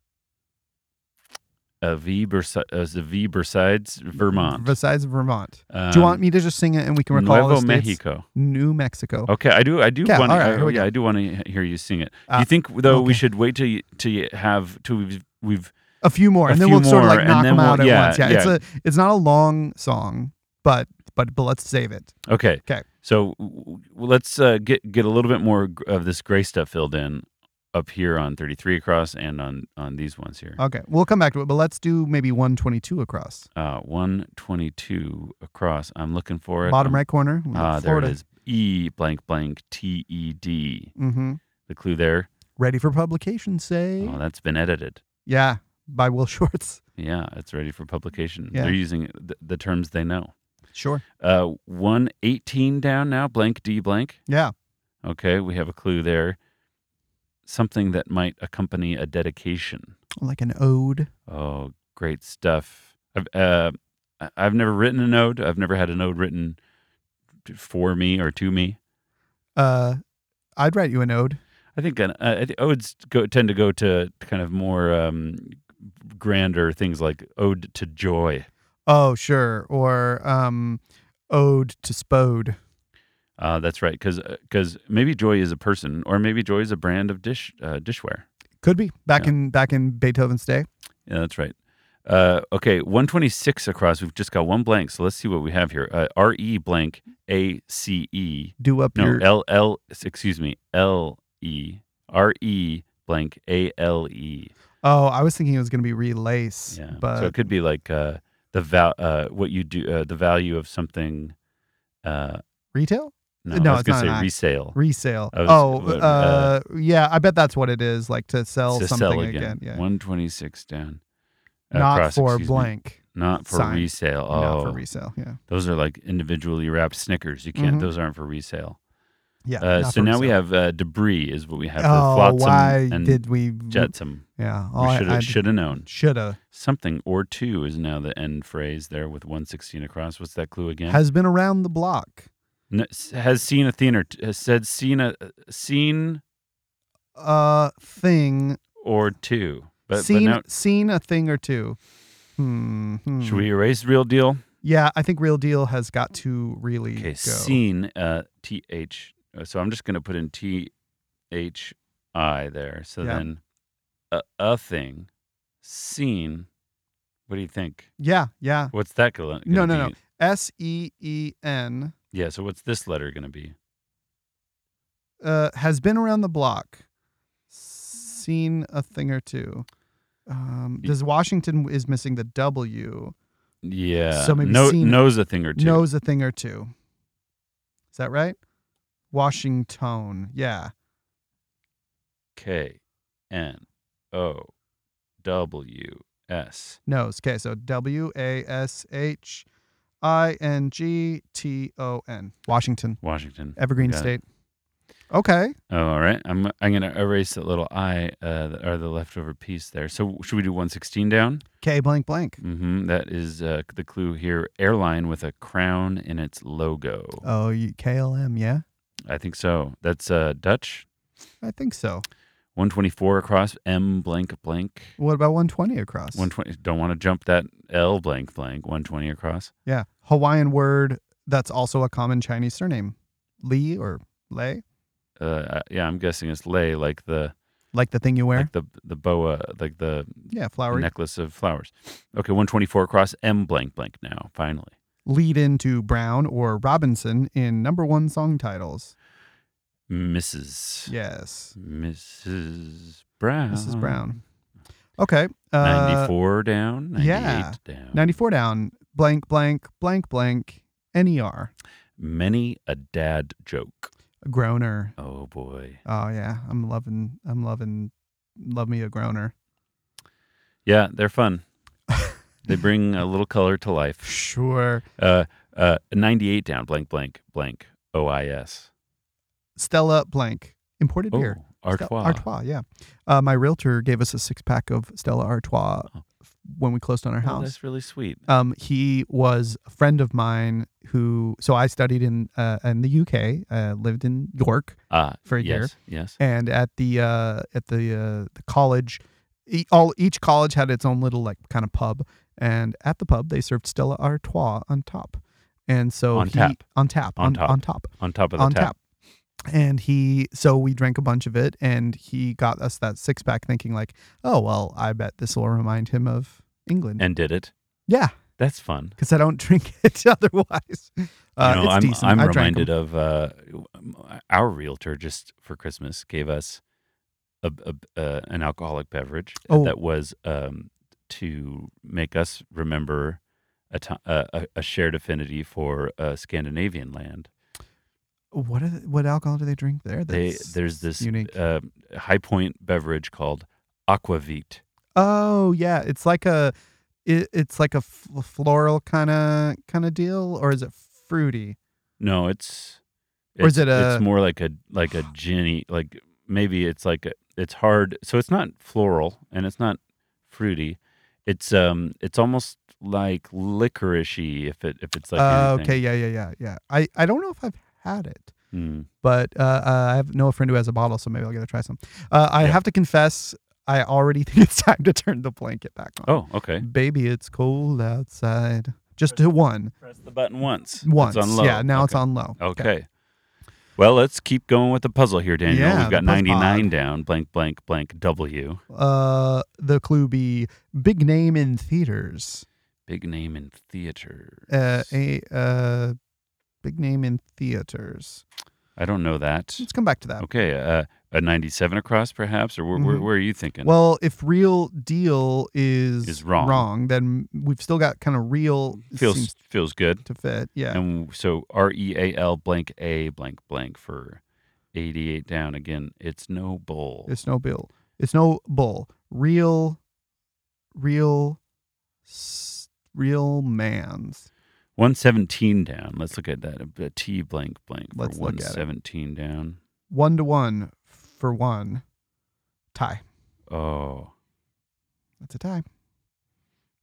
S1: a V Bersi- uh, the V Bersides, Vermont.
S2: Besides Vermont.
S1: Um,
S2: Do you want me to just sing it and we can recall all
S1: Nuevo
S2: the states?
S1: Mexico.
S2: New Mexico.
S1: Okay, I do. I do
S2: Yeah,
S1: want.
S2: all right, here
S1: I,
S2: we
S1: yeah,
S2: go.
S1: I do want to hear you sing it. do
S2: Ah,
S1: you think though we
S2: okay.
S1: should wait till you, till you have till we've, we've
S2: A few more,
S1: A
S2: and then
S1: few
S2: we'll sort of
S1: more,
S2: like
S1: and
S2: knock
S1: then
S2: them
S1: we'll-
S2: out
S1: yeah,
S2: at once. Yeah, it's
S1: yeah.
S2: a it's not a long song, but but but let's save it.
S1: okay.
S2: Okay.
S1: So w- w- let's uh, get get a little bit more gr- of this gray stuff filled in up here on 33 across and on on these ones here.
S2: Okay, we'll come back to it, but let's do maybe 122 across.
S1: Uh, 122 across. I'm looking for it.
S2: Bottom
S1: I'm-
S2: right corner. we got
S1: Ah, there it
S2: Florida.
S1: is. E blank blank T E D.
S2: Mm-hmm.
S1: The clue there.
S2: Ready for publication, say.
S1: Oh, that's been edited.
S2: yeah, by Will <laughs> Schwartz.
S1: Yeah, it's ready for publication.
S2: Yeah.
S1: They're using the, the terms they know.
S2: Sure.
S1: Uh, 118 down now, blank D blank.
S2: Yeah.
S1: Okay, we have a clue there. Something that might accompany a dedication.
S2: Like an ode.
S1: Oh, great stuff. I've, uh, I- I've never written an ode. I've never had an ode written t- for me or to me.
S2: Uh, I'd write you an ode.
S1: I think an, uh, I think odes go, tend to go to kind of more um, grander things like ode to joy.
S2: Oh, sure. Or um, ode to Spode.
S1: Uh, that's right, because maybe joy is a person, or maybe joy is a brand of dish uh, dishware.
S2: Could be back
S1: Yeah.
S2: in back in Beethoven's day.
S1: Yeah, that's right. Uh, okay, 126 across. We've just got one blank, so let's see what we have here. Uh, R E blank A C E.
S2: Do up
S1: No,
S2: your
S1: L L, excuse me, L E. R E blank A L E.
S2: Oh, I was thinking it was going to be relace,
S1: Yeah.
S2: but
S1: so it could be like uh, the val- uh, what you do, uh, the value of something. Uh,
S2: retail
S1: no,
S2: No,
S1: I was
S2: it's
S1: gonna
S2: not
S1: say
S2: an I.
S1: resale.
S2: resale.
S1: I was-
S2: oh,
S1: what,
S2: uh,
S1: uh,
S2: yeah, I bet that's what it is, like to sell
S1: to
S2: something
S1: sell again.
S2: Yeah.
S1: 126 down. Uh,
S2: Not
S1: cross,
S2: for
S1: excuse me.
S2: blank.
S1: Not for
S2: sign.
S1: resale. Oh,
S2: Not for resale. Yeah.
S1: those are like individually wrapped Snickers. You can't.
S2: Mhm.
S1: Those aren't for resale.
S2: Yeah.
S1: Uh,
S2: not
S1: so
S2: for
S1: now we
S2: resale.
S1: have uh, debris is what we have for
S2: Oh,
S1: flotsam
S2: why
S1: and
S2: did we?
S1: jetsam.
S2: Yeah.
S1: we should have should have known.
S2: Shoulda
S1: Something or two is now the end phrase there with 116 across. What's that clue again?
S2: has been around the block.
S1: N- s- has seen a theater t- has said seen a seen
S2: Uh, thing
S1: or two. But, but
S2: seen
S1: now
S2: seen a thing or two. Hmm. hmm.
S1: should we erase real deal?
S2: Yeah, I think real deal has got to really
S1: Okay,
S2: go.
S1: seen uh, T H. uh, So I'm just going to put in T H I there. So
S2: Yeah.
S1: then a, a thing, seen. What do you think?
S2: Yeah. Yeah.
S1: What's that going to
S2: No, no, no. S e e n.
S1: Yeah, so what's this letter going to be?
S2: uh, has been around the block, Mm. seen a thing or two. Um,
S1: Y-
S2: does Washington is missing the W,
S1: Yeah.
S2: So maybe
S1: Kno-
S2: seen-
S1: knows a thing or two.
S2: knows a thing or two. Is that right? Washington, yeah.
S1: K N O W S.
S2: Knows. Okay, so W A S H I N G T O N. Washington,
S1: Washington.
S2: Evergreen
S1: Got it.
S2: State. Okay.
S1: Oh, all right. I'm I'm going to erase that little I uh, or the leftover piece there. So should we do 116 down?
S2: K blank blank.
S1: Mm-hmm. That is uh, the clue here. Airline with a crown in its logo.
S2: Oh, you, KLM, yeah.
S1: I think so. That's uh, Dutch.
S2: I think so.
S1: 124 across. M blank blank.
S2: What about 120 across?
S1: 120. Don't want to jump that L blank blank. 120 across.
S2: Yeah. Hawaiian word that's also a common Chinese surname. Lee or Lei,
S1: Uh, uh, yeah, I'm guessing it's lei, like the
S2: like the thing you wear.
S1: like the the boa, like the
S2: yeah, flowery.
S1: necklace of flowers. Okay, 124 across. M blank blank. Now, finally,
S2: Lead into Brown or Robinson in number one song titles.
S1: Mrs.
S2: Yes.
S1: Mrs. Brown.
S2: Mrs. Brown.
S1: Ah.
S2: Okay. Uh,
S1: 94 down. 98
S2: yeah.
S1: down.
S2: 94 down. Blank, blank, blank, blank. E NER.
S1: many a dad joke.
S2: Groaner.
S1: Oh boy.
S2: Oh, yeah. I'm loving, I'm loving, love me a groaner.
S1: Yeah, they're fun.
S2: <laughs>
S1: they bring a little color to life.
S2: Sure.
S1: Uh, uh, 98 down, blank, blank, blank, OIS.
S2: Stella blank. Imported
S1: Oh,
S2: beer. Ste-
S1: Artois.
S2: Artois, yeah. Uh, my realtor gave us a six pack of Stella Artois
S1: Oh.
S2: f- when we closed on our
S1: Oh,
S2: house.
S1: that's really sweet.
S2: Um, he was a friend of mine who, so I studied in uh, in the UK, uh, lived in York,
S1: Ah,
S2: For a
S1: yes,
S2: year.
S1: Yes.
S2: and at the uh, at the uh, the college, e- all each college had its own little like kind of pub, and at the pub they served Stella Artois on top, and so
S1: On
S2: he-
S1: tap.
S2: on tap,
S1: On
S2: on,
S1: top.
S2: on top,
S1: On top of the
S2: on
S1: tap.
S2: tap. And he, so we drank a bunch of it, and he got us that six pack, thinking like, oh well, I bet this will remind him of England.
S1: And did it.
S2: yeah,
S1: That's fun.
S2: because I don't <laughs> drink it otherwise. Uh,
S1: you know,
S2: it's
S1: I'm,
S2: decent.
S1: I'm
S2: I drank 'em.
S1: reminded of uh, our realtor just for Christmas gave us a, a, uh, an alcoholic beverage
S2: Oh.
S1: that was um, to make us remember a, ti- a, a- a shared affinity for a Scandinavian land.
S2: What are the, what alcohol do they drink there?
S1: They,
S2: That's,
S1: there's this
S2: unique.
S1: Uh, high point beverage called aquavit.
S2: oh yeah, it's like a it, it's like a f- floral kind of kind of deal, or is it fruity?
S1: No, it's
S2: Or is
S1: it's-
S2: it a-
S1: It's more like a like a ginny. Like maybe it's like a, it's hard. So it's not floral and it's not fruity. It's um it's almost like licoricey if it if it's like
S2: Uh, okay,
S1: anything.
S2: yeah, yeah, yeah, yeah. I I don't know if I've had it.
S1: Mm.
S2: but uh, uh, I have know a friend who has a bottle, so maybe I'll get to try some. Uh, I
S1: Yeah.
S2: have to confess, I already <laughs> think it's time to turn the blanket back on.
S1: Oh, okay.
S2: Baby, it's cold outside. Just to one,
S1: Press the button once.
S2: once.
S1: It's on low.
S2: Yeah, now
S1: okay.
S2: it's on low.
S1: Okay. Well, let's keep going with the puzzle here, Daniel.
S2: Yeah,
S1: We've
S2: the
S1: got
S2: puzzle pod.
S1: 99 down, blank, blank, blank, W.
S2: Uh, the clue be big name in theaters.
S1: Big name in theater.
S2: Uh, a uh, big name in theaters.
S1: I don't know that.
S2: Let's come back to that.
S1: Okay, uh, a 97 across, perhaps, or where, where,
S2: Mhm.
S1: where are you thinking?
S2: Well, if real deal is,
S1: Is wrong.
S2: then we've still got kind of real
S1: feels
S2: seems
S1: feels good.
S2: to fit. Yeah.
S1: And so R E A L blank A blank blank for 88 down again. It's no bull.
S2: It's no bill. It's no bull. Real, real, s- real man's.
S1: 117 down. Let's look at that. A, a T blank blank for
S2: Let's look at it.
S1: 117 down.
S2: One to one for one. Tie.
S1: Oh.
S2: That's a tie.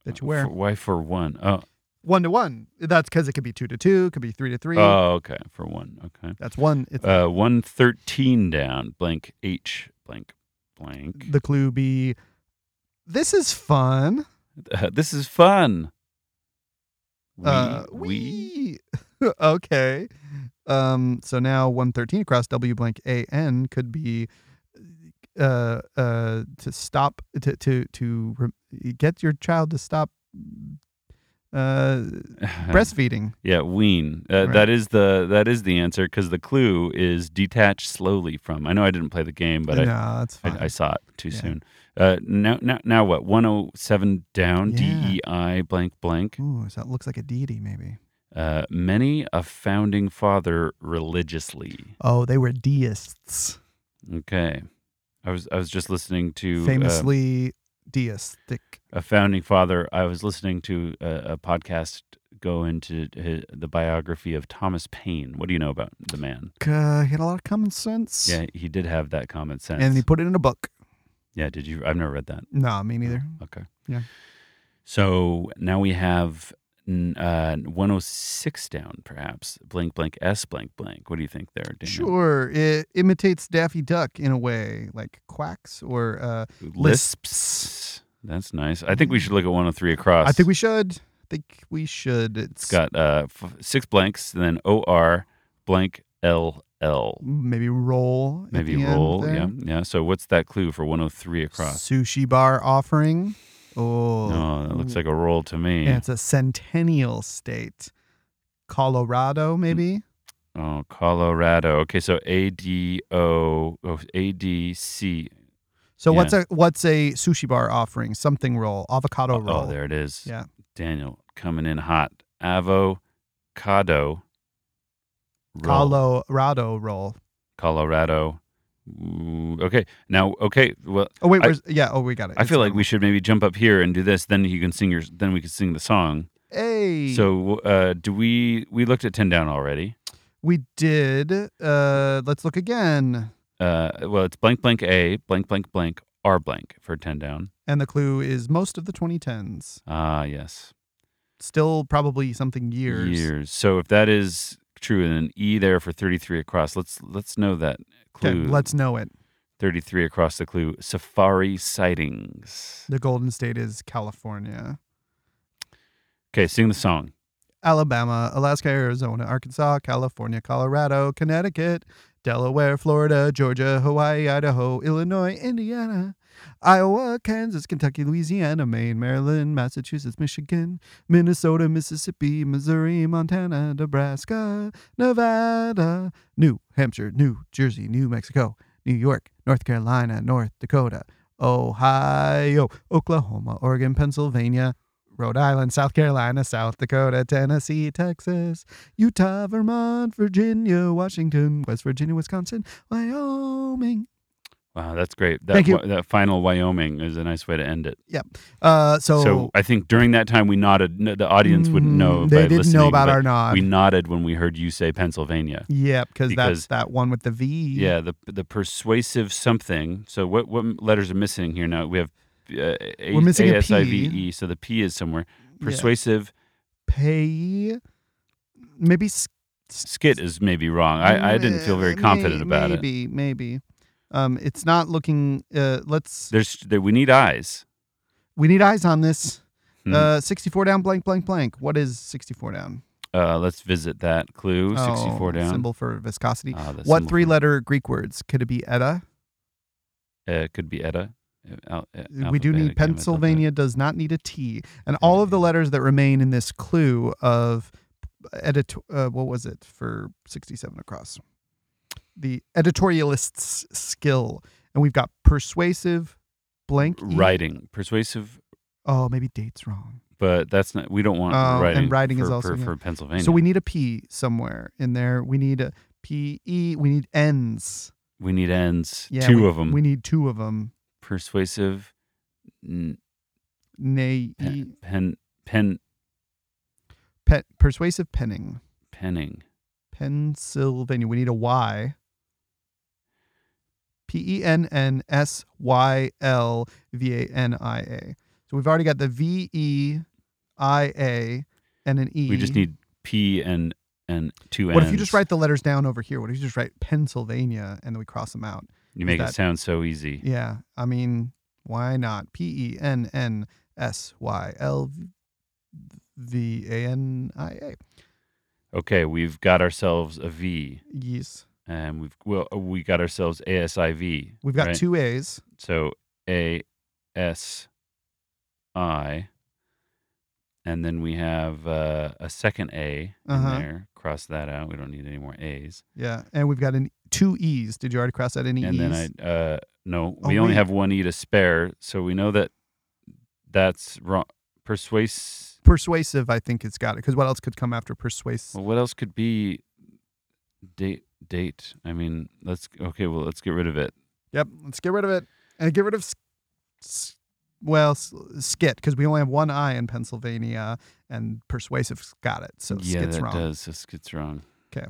S2: That you wear.
S1: Uh, For, why for one? Oh,
S2: One to one. That's because it could be two to two. It could be three to three.
S1: oh okay. For one. Okay.
S2: That's one. It's
S1: Uh, 113 down blank H blank blank.
S2: the clue. Be this is fun.
S1: Uh, <laughs> this is fun. We,
S2: uh,
S1: we
S2: we. <laughs> okay. Um. So now one thirteen across W blank A N could be, uh, uh, to stop to to to re- get your child to stop, uh, breastfeeding.
S1: Uh-huh. Yeah, wean. Uh,
S2: Right.
S1: That is the that is the answer because the clue is detach slowly from. I know I didn't play the game, but I,
S2: no, it's fine.
S1: I I saw it too
S2: Yeah.
S1: soon. Uh, now now now what? One oh seven down.
S2: Yeah.
S1: D E I blank blank.
S2: Ooh, so that looks like a deity, maybe.
S1: Uh, many a founding father religiously.
S2: Oh, they were deists,
S1: Okay, I was I was just listening to uh,
S2: famously deistic.
S1: a founding father. I was listening to a, a podcast go into hi the biography of Thomas Paine. What do you know about the man?
S2: Uh, he had a lot of common sense.
S1: Yeah, he did have that common sense.
S2: And he put it in a book.
S1: Yeah, did you? I've never read that.
S2: No, me neither.
S1: Okay.
S2: Yeah.
S1: So now we have n- uh, 106 down, perhaps. Blank, blank, S, blank, blank. What do you think there, Daniel?
S2: Sure, it imitates Daffy Duck in a way, like quacks or. Uh,
S1: Lisps. That's nice. I think we should look at 103 across.
S2: I think we should. I think we should. It's
S1: It's got uh, f- six blanks, and then OR, blank, L, L.
S2: maybe roll. at
S1: Maybe
S2: the end
S1: roll.
S2: there.
S1: Yeah. Yeah. So what's that clue for 103 across?
S2: Sushi bar offering. Oh,
S1: No, that looks like a roll to me.
S2: And it's a centennial state,
S1: Mm,
S2: Colorado, maybe.
S1: Oh, Colorado. Okay, so A D O oh, A D C.
S2: So what's a what's a sushi bar offering? Something roll, avocado
S1: Oh,
S2: roll.
S1: there it is.
S2: Yeah.
S1: Daniel coming in hot. Avocado. roll.
S2: Colorado roll.
S1: Colorado. Ooh, okay. Now, okay. Well,
S2: Oh wait,
S1: I-
S2: where's yeah? Oh, we got it.
S1: I
S2: It's
S1: feel like
S2: coming.
S1: we should maybe jump up here and do this. Then you can sing your. Then we can sing the song.
S2: Hey.
S1: So, uh, do we? We looked at ten down already.
S2: We did. Uh, let's look again.
S1: Uh, well, it's blank blank A blank blank blank R blank for ten down.
S2: And the clue is most of the 2010s.
S1: Ah, yes.
S2: Still probably something years.
S1: So if that is true, and an E there for thirty-three across, let's let's know that
S2: Okay,
S1: clue.
S2: let's know it.
S1: thirty-three across the clue. Safari sightings.
S2: The Golden State is California,
S1: Okay, sing the song.
S2: Alabama, Alaska, Arizona, Arkansas, California, Colorado, Connecticut, Delaware, Florida, Georgia, Hawaii, Idaho, Illinois, Indiana, Iowa, Kansas, Kentucky, Louisiana, Maine, Maryland, Massachusetts, Michigan, Minnesota, Mississippi, Missouri, Montana, Nebraska, Nevada, New Hampshire, New Jersey, New Mexico, New York, North Carolina, North Dakota, Ohio, Oklahoma, Oregon, Pennsylvania, Rhode Island, South Carolina, South Dakota, Tennessee, Texas, Utah, Vermont, Virginia, Washington, West Virginia, Wisconsin, Wyoming.
S1: Wow, that's great. That,
S2: Thank you.
S1: Wy- that final Wyoming is a nice way to end it.
S2: Uh, so,
S1: So I think during that time we nodded. No, the audience wouldn't know.
S2: Mm, They
S1: by
S2: didn't
S1: listening,
S2: know about
S1: but
S2: our nod.
S1: We nodded when we heard you say Pennsylvania.
S2: yeah, because that's
S1: because-
S2: that one with the V.
S1: Yeah, the the persuasive something. So what what letters are missing here now? We have uh, a,
S2: We're missing a P.
S1: ASIVE, E, so the P is somewhere.
S2: Yeah.
S1: Persuasive
S2: Pay. Maybe. s-
S1: skit is maybe wrong. I, I didn't feel very
S2: May-
S1: confident about it.
S2: maybe, Maybe, Um, it's not looking. Uh, let's.
S1: There's there, we need eyes.
S2: We need eyes on this.
S1: Hmm.
S2: Uh, 64 down, blank, blank, blank. What is 64 down?
S1: Uh, let's visit that clue. Sixty
S2: Oh,
S1: four down.
S2: Symbol for viscosity.
S1: Ah, the
S2: what
S1: symbol
S2: three
S1: for-
S2: letter Greek words? Could it be eta?
S1: Uh, it could be Edda. Uh, al- uh,
S2: we do
S1: alphabetic,
S2: need
S1: yeah,
S2: Pennsylvania does not need a T, and all of the
S1: Yeah.
S2: letters that remain in this clue of edit. Uh, what was it for sixty-seven across? The editorialist's skill, and we've got persuasive, blank.
S1: alphabetic.
S2: E.
S1: Writing persuasive,
S2: Oh, maybe dates wrong.
S1: but that's not. We don't want
S2: Oh, and
S1: writing.
S2: writing
S1: for,
S2: is also-
S1: for,
S2: yeah.
S1: for Pennsylvania.
S2: So we need a P somewhere in there. We need a P E. We need N's.
S1: we need ends.
S2: Yeah,
S1: two
S2: we-
S1: of them.
S2: We need two of them.
S1: persuasive. N-
S2: Nay, e,
S1: pen, pen pen
S2: pe, persuasive penning.
S1: penning.
S2: Pennsylvania. We need a Y. P E N N S Y L V A N I A. So we've already got the V E I A and an E.
S1: We just need P and and two
S2: What if you
S1: Ns.
S2: just write the letters down over here? What if you just write Pennsylvania and then we cross them out?
S1: You make
S2: that-
S1: it sound so easy.
S2: Yeah. I mean, why not? P E N N S Y L V A N I A.
S1: Okay, we've got ourselves a V,
S2: Yes.
S1: and we've well uh, we got ourselves ASIV.
S2: We've got
S1: right?
S2: two A's.
S1: So A S I, and then we have uh, a second A
S2: Uh-huh.
S1: in there. Cross that out. We don't need any more A's.
S2: Yeah. And we've got an two E's. Did you already cross out any
S1: And
S2: E's?
S1: then I uh, no,
S2: Oh,
S1: we only
S2: wait.
S1: have one E to spare. So we know that that's wrong. Persuasive.
S2: persuasive i think it's got it because what else could come after persuasive
S1: Well, what else could be date? Date. I mean, let's okay. Well, let's get rid of it.
S2: yep let's get rid of it and get rid of s- s- well s- skit because we only have one eye in pennsylvania and persuasive's got it so
S1: yeah,
S2: skit's
S1: that
S2: wrong
S1: does. This gets wrong.
S2: 'Kay.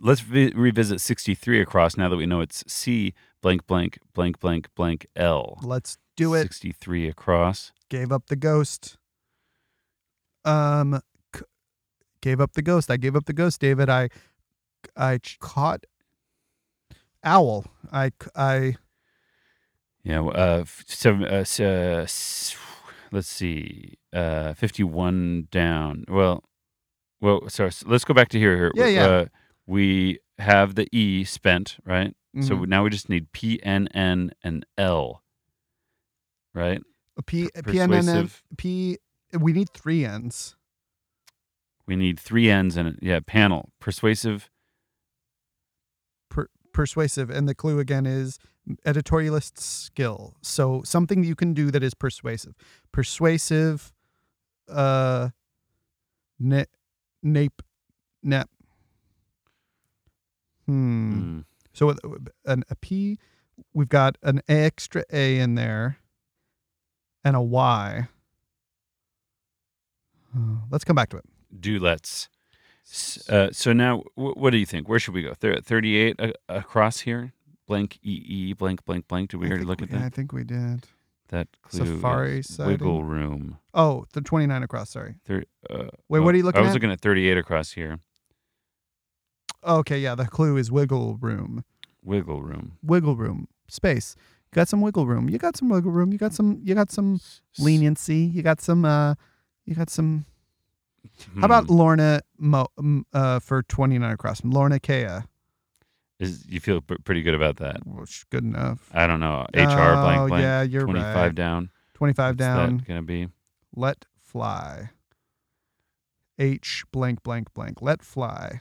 S1: Let's vi revisit 63 across now that we know it's C blank blank blank blank blank L.
S2: let's do it
S1: 63 across.
S2: gave up the ghost um c- gave up the ghost i gave up the ghost david i i ch- caught owl i c- i
S1: Yeah. well, Uh, f- seven, uh, s- uh, s- let's see. Uh, 51 down. Well, well, sorry. s- Let's go back to here. here.
S2: Yeah, yeah.
S1: Uh, we have the E spent, right? So
S2: mhm.
S1: now we just need P, N, N, and L, right?
S2: A P,
S1: per-
S2: P, N, N, N,
S1: persuasive.
S2: P, we need three N's.
S1: We need three N's and a- yeah, panel, persuasive.
S2: per- persuasive and the clue again is editorialist skill so something you can do that is persuasive persuasive uh na- nape nap hmm
S1: Mm.
S2: so with an a p we've got an extra a in there and a y Hmm, let's come back to it
S1: Do let's. S- Uh, so now, wh- what do you think? Where should we go? Thir- 38 a- across here? Blank E E, blank, blank, blank. Did we
S2: I
S1: already
S2: think
S1: look
S2: we-
S1: at that?
S2: i think we did
S1: That clue. is
S2: Safari
S1: Wiggle
S2: sighting?
S1: room.
S2: oh the 29 across sorry
S1: Thir- uh,
S2: wait
S1: oh,
S2: what are you looking
S1: I was
S2: at
S1: looking at 38 across here.
S2: Oh, Okay, yeah, the clue is wiggle room.
S1: Wiggle room.
S2: Wiggle room. Space. You got some wiggle room. You got some wiggle room. You got some you got some
S1: S-
S2: leniency. You got some uh you got some How about
S1: Hmm.
S2: Lorna Mo, m- uh for 29 across? Lorna Kea.
S1: Hmm. Is you feel p- pretty good about that?
S2: Which good enough.
S1: I don't know. HR
S2: Oh,
S1: blank blank.
S2: Yeah, you're
S1: Twenty five
S2: right.
S1: down.
S2: 25
S1: What's
S2: down.
S1: that gonna be?
S2: Let fly. H blank blank blank. Let fly.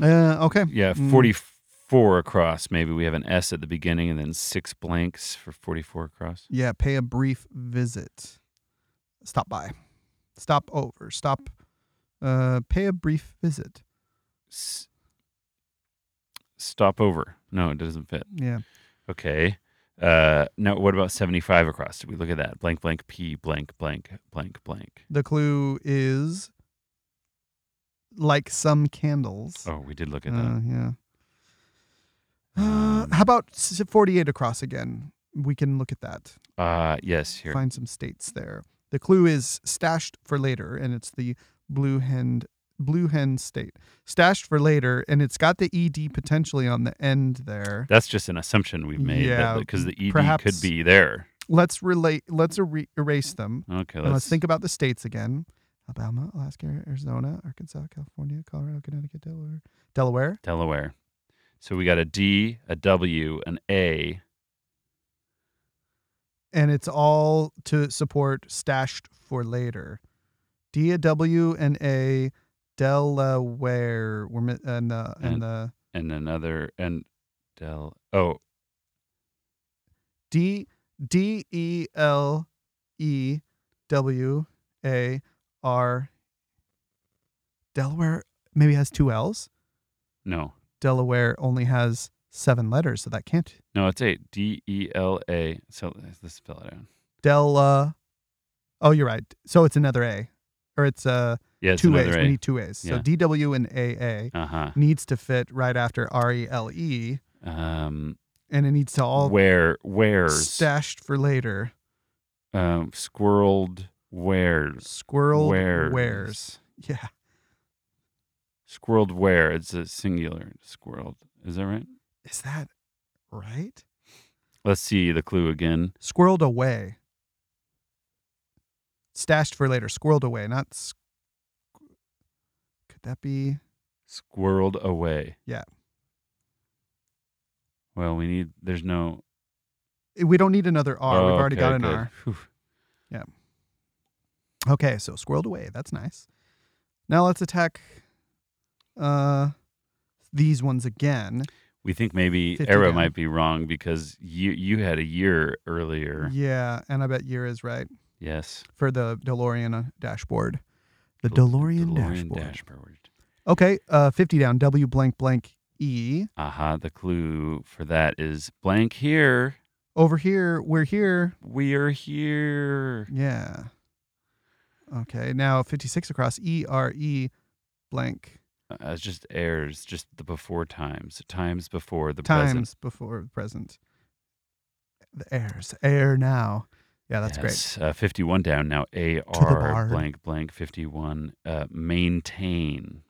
S2: Uh, okay.
S1: Yeah,
S2: Mm.
S1: forty four across. Maybe we have an S at the beginning and then six blanks for forty four across.
S2: Yeah, pay a brief visit. Stop by. Stop over. Stop. Uh, pay a brief visit.
S1: S- stop over. No, it doesn't fit.
S2: Yeah.
S1: Okay. Uh, now what about seventy five across? Did we look at that? Blank blank P blank blank blank blank.
S2: The clue is like some candles.
S1: Oh, we did look at that.
S2: Uh, yeah. Uh,
S1: Um,
S2: how about s- 48 across again? We can look at that.
S1: Uh yes, here.
S2: Find some states there. The clue is stashed for later, and it's the blue hen blue hen state. Stashed for later, and it's got the ed potentially on the end there.
S1: That's just an assumption we've made
S2: Yeah,
S1: because the ed could
S2: perhaps-
S1: be there.
S2: Let's relate. Let's er- erase them.
S1: Okay,
S2: And
S1: let's,
S2: let's think about the states again: Alabama, Alaska, Arizona, Arkansas, California, Colorado, Connecticut, Delaware. Delaware.
S1: Delaware. So we got a D, a W, an A.
S2: and it's all to support stashed for later. DAW and A Delaware were mi- and the and
S1: And-
S2: the
S1: and another and del oh
S2: D D E L E W A R Delaware maybe has two L's.
S1: no
S2: Delaware only has seven letters, so that can't
S1: no it's eight D E L A so let's spell it out
S2: Della. Oh, you're right. So it's another A, or it's uh
S1: yeah it's
S2: two A's.
S1: another
S2: We need two A's. So
S1: Yeah.
S2: D W and A A.
S1: A uh huh
S2: needs to fit right after R E L E,
S1: um
S2: and it needs to all
S1: where where's
S2: stashed for later.
S1: um squirreled where's
S2: Squirrel
S1: Wares.
S2: wares. Yeah,
S1: squirreled where it's a singular squirreled is that right
S2: is that right?
S1: let's see the clue again
S2: Squirreled away. Stashed for later. Squirreled away. Not. Squ- Could that be?
S1: squirreled away
S2: Yeah.
S1: well we need there's no
S2: We don't need another R. We've
S1: Oh,
S2: already
S1: okay,
S2: got an
S1: good.
S2: R.
S1: Phew.
S2: Okay, so squirreled away. That's nice. Now let's attack. Uh, these ones again.
S1: We think maybe
S2: 50
S1: Arrow
S2: down.
S1: might be wrong because you you had a year earlier.
S2: Yeah, and I bet year is right.
S1: Yes.
S2: for the DeLorean uh, dashboard. The
S1: Del-
S2: DeLorean,
S1: DeLorean
S2: dashboard.
S1: dashboard.
S2: Okay, uh, 50 down, W blank blank E.
S1: Aha, the clue for that is blank here.
S2: Over here, we're here.
S1: We are here.
S2: Yeah. Okay, now 56 across E R E blank
S1: Uh, it's just airs, just the before times, times before the
S2: times
S1: present.
S2: before present. The airs, air now. Yeah, that's great.
S1: Yes, Uh, 51 down now. A
S2: barn.
S1: R blank blank 51. Uh, maintain.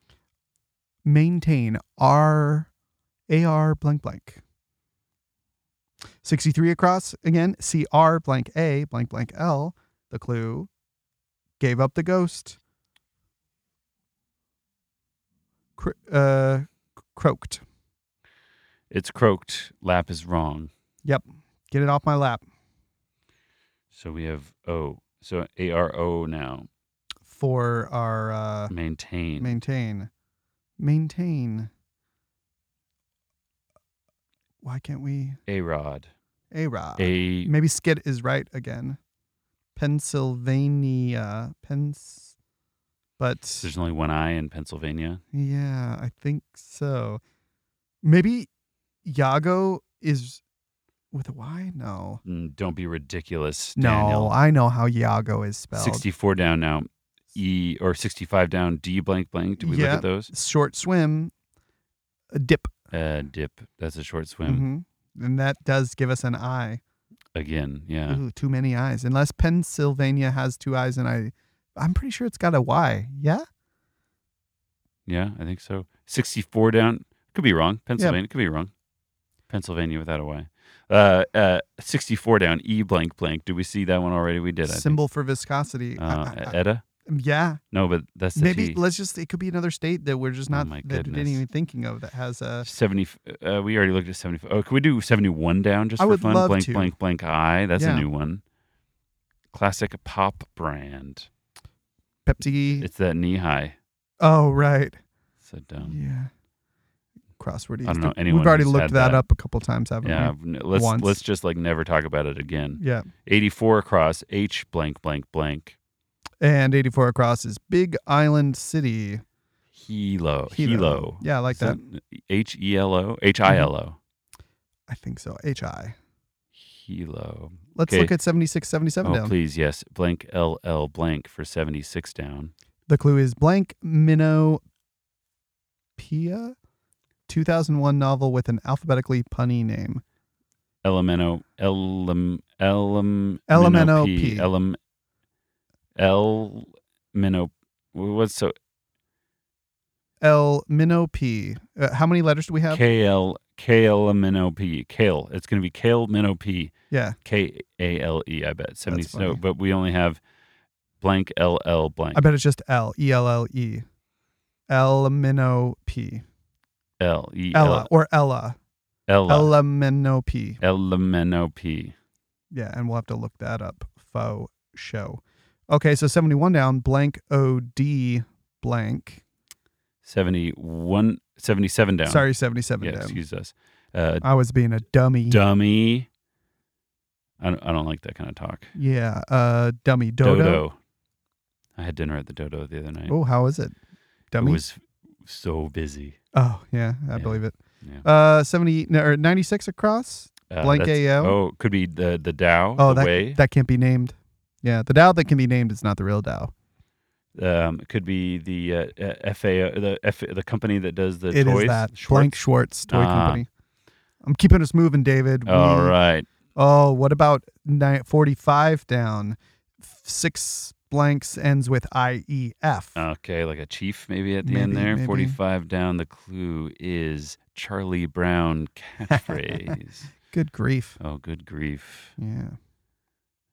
S2: Maintain R A R blank blank. 63 across again, C R blank A blank blank L. The clue gave up the ghost. Cr- uh, croaked.
S1: It's croaked. Lap is wrong.
S2: Get it off my lap.
S1: So we have O. So A R O now.
S2: For our uh,
S1: Maintain.
S2: maintain. Maintain. Why can't we?
S1: A rod.
S2: A Rob.
S1: A
S2: Maybe Skid is right again. Pennsylvania. Pens. But
S1: There's only one I in Pennsylvania.
S2: yeah, I think so. Maybe Yago is with a Y? No.
S1: Mm, Don't be ridiculous,
S2: No,
S1: Daniel.
S2: I know how Yago is spelled.
S1: 64 down now. E or 65 down. D blank blank. Do we look
S2: Yeah.
S1: at those?
S2: Short swim. A dip.
S1: Uh, dip. That's a short swim.
S2: Mhm. And that does give us an I.
S1: Again, yeah.
S2: Ooh, too many eyes. Unless Pennsylvania has two eyes and I I'm pretty sure it's got a Y. Yeah?
S1: Yeah, I think so. 64 down. Could be wrong. Pennsylvania. Could be wrong. Pennsylvania without a Y. Uh, uh, 64 down. E blank blank. Do we see that one already? We did. I think.
S2: Symbol for viscosity. I-
S1: Uh,
S2: I- I-
S1: Edda.
S2: Yeah.
S1: No, but that's the
S2: Maybe
S1: tea.
S2: let's just. It could be another state that we're just
S1: Oh
S2: not
S1: my
S2: that we didn't
S1: goodness.
S2: even thinking of that has a.
S1: 70 uh, we already looked at 75 oh can we do 71 down just
S2: I
S1: for
S2: would
S1: fun
S2: love
S1: blank
S2: to.
S1: blank blank eye that's
S2: Yeah.
S1: a new one classic pop brand
S2: Pepsi.
S1: it's that knee high
S2: Oh right.
S1: so dumb
S2: Yeah. Crossword.
S1: I don't
S2: Easy.
S1: know anyone
S2: We've already
S1: who's
S2: looked
S1: had
S2: that,
S1: that.
S2: up a couple times, haven't
S1: yeah n- let's
S2: Once.
S1: let's just like never talk about it again
S2: we? Yeah.
S1: 84 across h blank blank blank
S2: And 84 across is Big Island City.
S1: hilo Oh, hilo
S2: Yeah, I like that. Mm-hmm.
S1: h e l o h i l o
S2: I think so. HI.
S1: hilo
S2: Let's
S1: Okay.
S2: look at 76, 77
S1: oh
S2: down.
S1: please yes blank l l blank for 76 down
S2: The clue is blank Minnow Pia, 2001 novel with an alphabetically punny name.
S1: Elemento, elem, elem,
S2: Elemento P.
S1: elem, el, mino, what's so
S2: L Minnow P. Uh, how many letters do we have?
S1: K L K L M N O P kale. It's going to be kale mino p
S2: yeah.
S1: k a l e. I bet seventy. So,
S2: funny.
S1: but we only have blank l l blank
S2: I bet it's just L E L L E. Elemino P.
S1: l e
S2: Ella
S1: l
S2: or Ella.
S1: l
S2: Elemino P.
S1: elemento p.
S2: Yeah, and we'll have to look that up. Faux show. Okay, so 71 down, blank OD blank.
S1: Seventy one, seventy seven down.
S2: Sorry, 77
S1: yeah,
S2: down.
S1: excuse us. Uh,
S2: I was being a dummy.
S1: dummy. I don't, I don't like that kind of talk.
S2: yeah, uh, dummy dodo.
S1: I had dinner at the Dodo the other night.
S2: Oh, how is it? Dummy.
S1: It was so busy.
S2: oh, yeah, I
S1: Yeah.
S2: believe it.
S1: Yeah.
S2: Uh, 70 no, or 96 across.
S1: Uh,
S2: Blank
S1: that's-
S2: AO.
S1: Oh, it could be the the Dow.
S2: Oh,
S1: the
S2: that
S1: way.
S2: that can't be named. Yeah, the Dow that can be named is not the real Dow.
S1: um, it could be the uh, uh, FAO, the F, the company that does the
S2: It is
S1: toys.
S2: that
S1: Schwartz?
S2: blank Schwartz toy
S1: Ah.
S2: company. I'm keeping us moving, David.
S1: All
S2: We-
S1: right.
S2: Oh, what about ni- 45 down? F- Six blanks ends with E IEF.
S1: Okay, like a chief maybe at the end
S2: Maybe,
S1: there.
S2: maybe.
S1: Forty-five down. The clue is Charlie Brown
S2: <laughs>
S1: catchphrase.
S2: Good grief.
S1: oh, good grief.
S2: Yeah.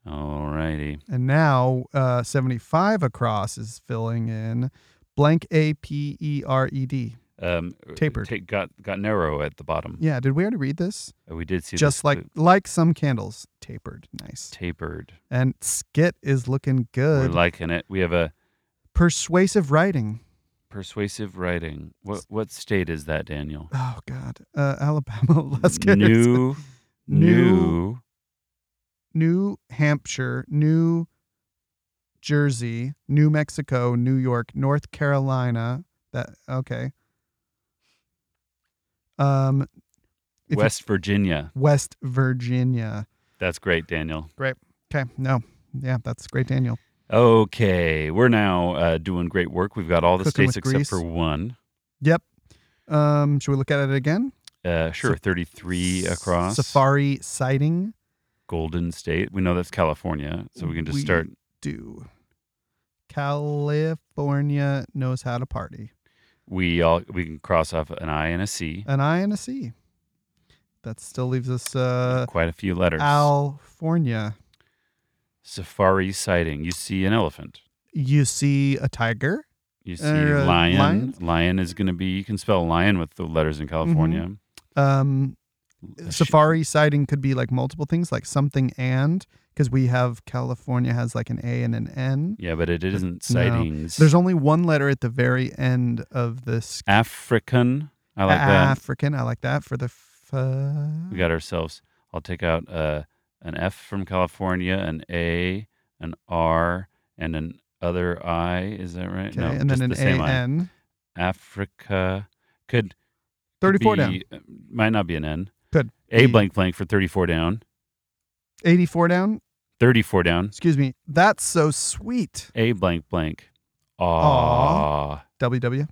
S1: All righty.
S2: And now uh, 75 across is filling in blank A P E R E D.
S1: Um,
S2: Tapered.
S1: ta- got got narrow at the bottom. Uh,
S2: Yeah, did we already read this?
S1: We did see
S2: Just
S1: this
S2: like
S1: clue.
S2: like some candles, tapered. Nice.
S1: tapered.
S2: And skit is looking good.
S1: We're liking it. We have a
S2: Persuasive writing.
S1: persuasive writing. What what state is that, Daniel?
S2: Oh God. Uh, Alabama. <laughs> Let's get it.
S1: new, new,
S2: New Hampshire, New Jersey, New Mexico, New York, North Carolina. That okay. Um, if you-
S1: West Virginia.
S2: West Virginia.
S1: That's great, Daniel.
S2: Okay, no, yeah, that's great, Daniel.
S1: Okay, we're now uh, doing great work. We've got all the
S2: Cooking
S1: states except
S2: with grease.
S1: for one.
S2: Yep. Um, should we look at it again?
S1: Uh, sure,
S2: Sa-
S1: thirty-three across.
S2: Safari sighting.
S1: Golden State. We know that's California, so we can just
S2: We-
S1: start.
S2: Do. California knows how to party.
S1: We all we can cross off an I and a C.
S2: An I and a C. That still leaves us uh,
S1: Quite a few letters.
S2: California.
S1: Safari sighting. You see an elephant.
S2: You see a tiger.
S1: You see
S2: Or, uh,
S1: lion.
S2: lions?
S1: Lion is going to be, you can spell lion with the letters in California. Sh-
S2: Um, Mm-hmm. safari sighting could be like multiple things, like something and, because we have California has like an A and an N.
S1: Yeah, but it isn't sightings.
S2: There's only one letter at the very end of this.
S1: African. I like that.
S2: African. I like that for the.
S1: We
S2: F-
S1: got ourselves, I'll take out uh, an F from California, an A, an R, and an other I. Is that right?
S2: okay, and
S1: just
S2: then an
S1: the
S2: A
S1: same I.
S2: N.
S1: Africa. Could. could
S2: 34 down.
S1: be- uh, Might not be an N.
S2: Could
S1: A
S2: be.
S1: blank blank for 34 down.
S2: 84 down.
S1: 34 down.
S2: Excuse me. That's so sweet.
S1: A blank blank.
S2: Aw.
S1: Aww.
S2: WW.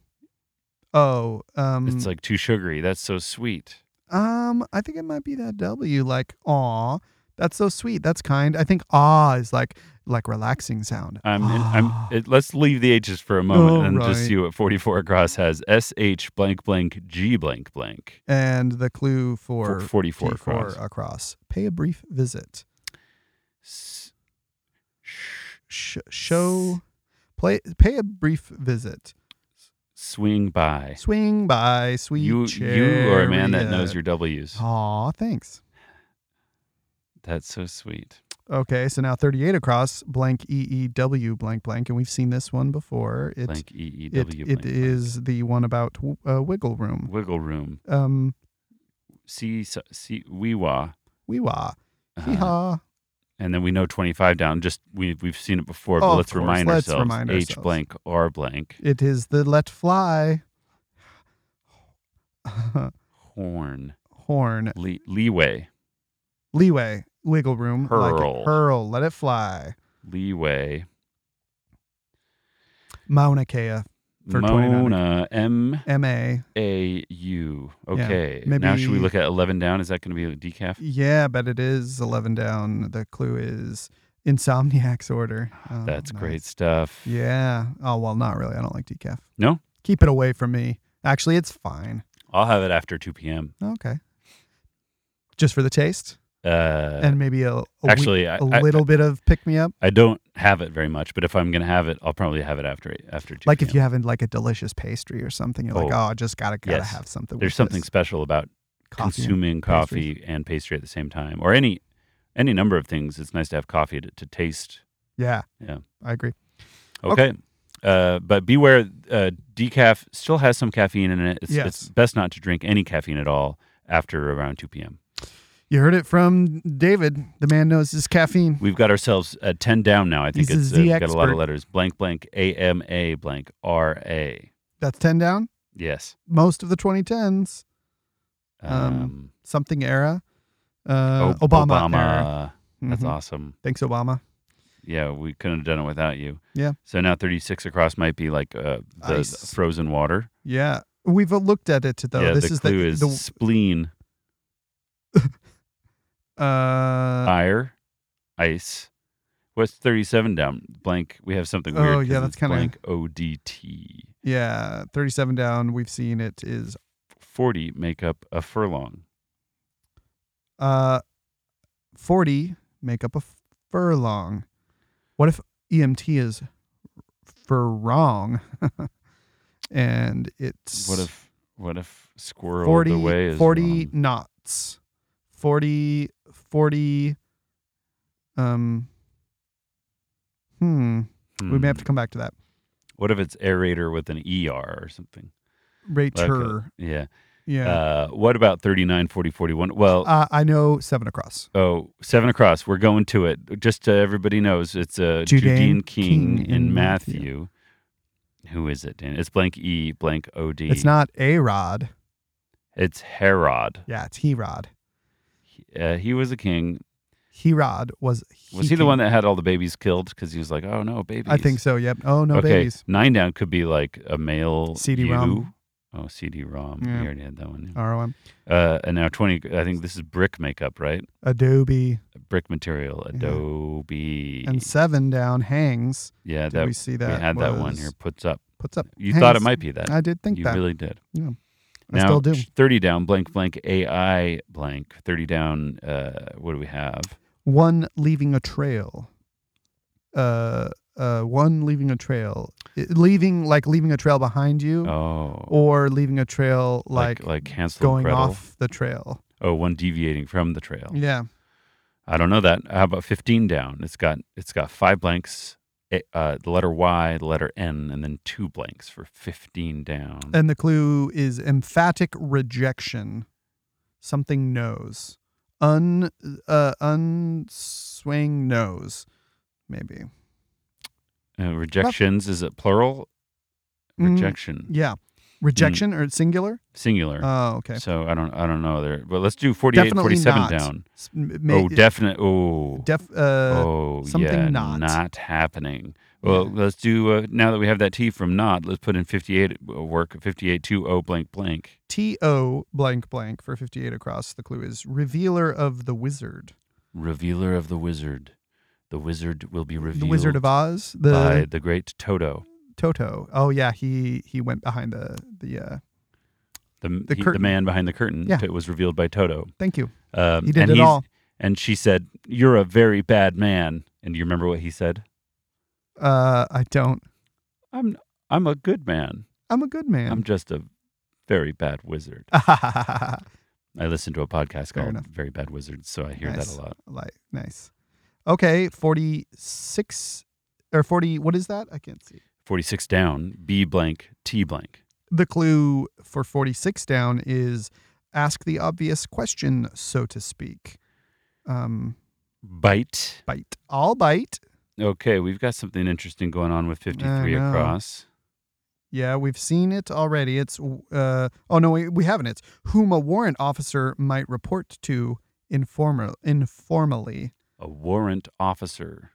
S2: Oh, um,
S1: It's like too sugary. That's so sweet.
S2: Um, I think it might be that W. Like, aw, that's so sweet. That's kind. I think ah is like like relaxing sound.
S1: I'm. In,
S2: Ah.
S1: I'm. It, let's leave the H's for a moment
S2: Oh,
S1: and just
S2: right.
S1: see what 44 across has. S H blank blank G blank blank.
S2: and the clue for
S1: For 44
S2: P4
S1: across.
S2: across. Pay a brief visit.
S1: S-
S2: Sh- show Play, pay a brief visit.
S1: Swing by.
S2: Swing by, sweet
S1: you you are a man that knows your W's.
S2: Aw, thanks.
S1: That's so sweet.
S2: Okay, so now 38 across, blank EEW, blank, blank. And we've seen this one before. It,
S1: Blank E E
S2: it,
S1: W.
S2: it is the one about uh, Wiggle Room.
S1: Wiggle room.
S2: Um,
S1: See see weewa.
S2: wee-wah,
S1: Uh-huh.
S2: hee-haw.
S1: and then we know 25 down just we we've seen it before
S2: Oh,
S1: but
S2: of
S1: let's
S2: course.
S1: remind
S2: Let's
S1: ourselves
S2: remind
S1: h
S2: ourselves.
S1: blank r blank
S2: It is the let fly <laughs>
S1: horn
S2: horn
S1: le- leeway
S2: leeway wiggle room like it.
S1: Hurl.
S2: hurl let it fly
S1: leeway
S2: Mauna Kea For 29.
S1: mona m
S2: M A
S1: a u okay
S2: maybe-
S1: now should we look at 11 down is that going to be a decaf
S2: yeah but it is eleven down the clue is Insomniac's order Oh,
S1: that's
S2: nice.
S1: great stuff
S2: yeah oh well not really I don't like decaf
S1: No?
S2: keep it away from me actually it's fine
S1: i'll have it after 2 p.m
S2: okay just for the taste
S1: uh
S2: and maybe a, a wee-
S1: actually I
S2: a
S1: I,
S2: little bit of pick me up
S1: I don't have it very much but if i'm going to have it i'll probably have it after after 2
S2: like
S1: p.m.
S2: if you have like a delicious pastry or something you're like
S1: Oh.
S2: oh I just gotta gotta
S1: Yes.
S2: have something
S1: there's
S2: with
S1: something
S2: this.
S1: special about
S2: Coffee and
S1: consuming coffee and pastry at the same time, or any any number of things. It's nice to have coffee to, to taste.
S2: Yeah.
S1: Yeah.
S2: I agree.
S1: Okay,
S2: Okay.
S1: Uh, but beware, uh, decaf still has some caffeine in it. It's, it's
S2: Yes.
S1: best not to drink any caffeine at all after around 2 p.m.
S2: You heard it from David. The man knows his caffeine.
S1: We've got ourselves uh, 10 down now. I think
S2: He's
S1: it's
S2: a Z
S1: uh, got a lot of
S2: expert.
S1: letters. Blank blank A M A blank R A.
S2: That's 10 down.
S1: Yes.
S2: Most of the 2010s,
S1: Um,
S2: Um, something era. Uh,
S1: O-
S2: Obama, era.
S1: Um, That's
S2: Mhm.
S1: awesome.
S2: Thanks, Obama.
S1: Yeah, we couldn't have done it without you.
S2: Yeah.
S1: So now 36 across might be like uh, the the
S2: Ice.
S1: frozen water.
S2: Yeah. We've uh, looked at it though.
S1: yeah,
S2: this
S1: the
S2: is
S1: clue
S2: the,
S1: is
S2: the
S1: spleen,
S2: uh,
S1: ire, ice. What's 37 down? Blank. We have something weird.
S2: Oh, yeah,
S1: 'cause
S2: that's
S1: it's
S2: kinda-
S1: blank ODT.
S2: yeah, 37 down. We've seen it is
S1: 40 make up a furlong.
S2: uh 40 make up a furlong. What if EMT is furlong? <laughs> and it's
S1: What if what if squirrel
S2: 40,
S1: the way is
S2: 40
S1: wrong?
S2: knots 40 40 um hmm, we may have
S1: Hmm.
S2: to come back to that
S1: What if it's aerator with an ER or something? Like a-
S2: rater
S1: yeah.
S2: yeah
S1: Uh, what about 39, 40, 41? Well,
S2: uh, i know seven across
S1: Oh, seven across. We're going to it. Just so everybody knows, it's uh, Judean,
S2: Judean
S1: King,
S2: King
S1: in
S2: in
S1: Matthew. Who is it, Dan? It's blank E, blank O D.
S2: it's not a rod
S1: It's Herod.
S2: yeah it's he rod
S1: He- Uh, he was a king.
S2: he rod was
S1: Was he, the
S2: king.
S1: one that had all the babies killed? Because he was like, oh no, babies.
S2: i think so yep oh no
S1: okay,
S2: babies
S1: nine down could be like a male
S2: cd-rom
S1: you. Oh, CD-ROM.
S2: Yeah.
S1: We already had that one.
S2: rom
S1: Uh, and now twenty. I think this is brick makeup, right?
S2: adobe
S1: Brick material, Adobe.
S2: and seven down hangs
S1: yeah,
S2: did
S1: that
S2: we see that
S1: we had that one
S2: was-
S1: here. Puts up.
S2: puts up
S1: You thought it
S2: Hangs.
S1: might be that.
S2: i did think
S1: you
S2: that
S1: really did.
S2: Yeah. I
S1: Now,
S2: still do.
S1: 30 down, blank, blank, AI, blank. 30 down, uh, what do we have?
S2: one leaving a trail uh uh one leaving a trail I- leaving like leaving a trail behind you
S1: Oh.
S2: or leaving a trail like,
S1: like, like Hansel and
S2: going
S1: Gretel.
S2: off the trail
S1: Oh, one deviating from the trail.
S2: yeah
S1: I don't know that. How about 15 down? It's got it's got five blanks, eh, uh, the letter Y, the letter N, and then two blanks for 15 down.
S2: and the clue is emphatic rejection something knows un uh unswing knows maybe
S1: Uh, rejections, is it plural?
S2: Mm,
S1: Rejection.
S2: yeah rejection or singular
S1: Singular.
S2: oh okay
S1: So I don't I don't know there. But let's do 48,
S2: Definitely
S1: 47
S2: not.
S1: down.
S2: S- m-
S1: Oh,
S2: may-
S1: definite. Oh,
S2: def uh
S1: oh,
S2: something
S1: yeah,
S2: not.
S1: happening. Well,
S2: Yeah.
S1: let's do uh, now that we have that T from not. Let's put in fifty-eight uh, work fifty-eight two O blank blank.
S2: T O blank blank for 58 across. The clue is Revealer of the Wizard.
S1: Revealer of the wizard, the wizard will be revealed.
S2: The Wizard of Oz, the
S1: by the great Toto.
S2: Toto. Oh yeah, he he went behind the the uh
S1: The
S2: The
S1: he-
S2: curtain.
S1: man behind the curtain.
S2: Yeah.
S1: It was revealed by Toto.
S2: thank you.
S1: Um,
S2: He did
S1: and
S2: it
S1: he's-
S2: all.
S1: And she said, "You're a very bad man." And do you remember what he said?
S2: Uh I don't.
S1: I'm I'm a good man.
S2: I'm a good man.
S1: I'm just a very bad wizard.
S2: <laughs>
S1: I listen to a podcast
S2: Fair
S1: called
S2: enough.
S1: Very Bad Wizards, so I hear
S2: Nice.
S1: that a lot.
S2: like nice. Okay, forty six or forty. What is that? I can't see.
S1: Forty six down, B blank, T blank.
S2: The clue for forty six down is ask the obvious question, so to speak. Um,
S1: Bite.
S2: bite. I'll bite.
S1: Okay, we've got something interesting going on with fifty three
S2: I know.
S1: across.
S2: Yeah, we've seen it already. It's uh oh no, we, we haven't. It's whom a warrant officer might report to informal informally.
S1: A warrant officer.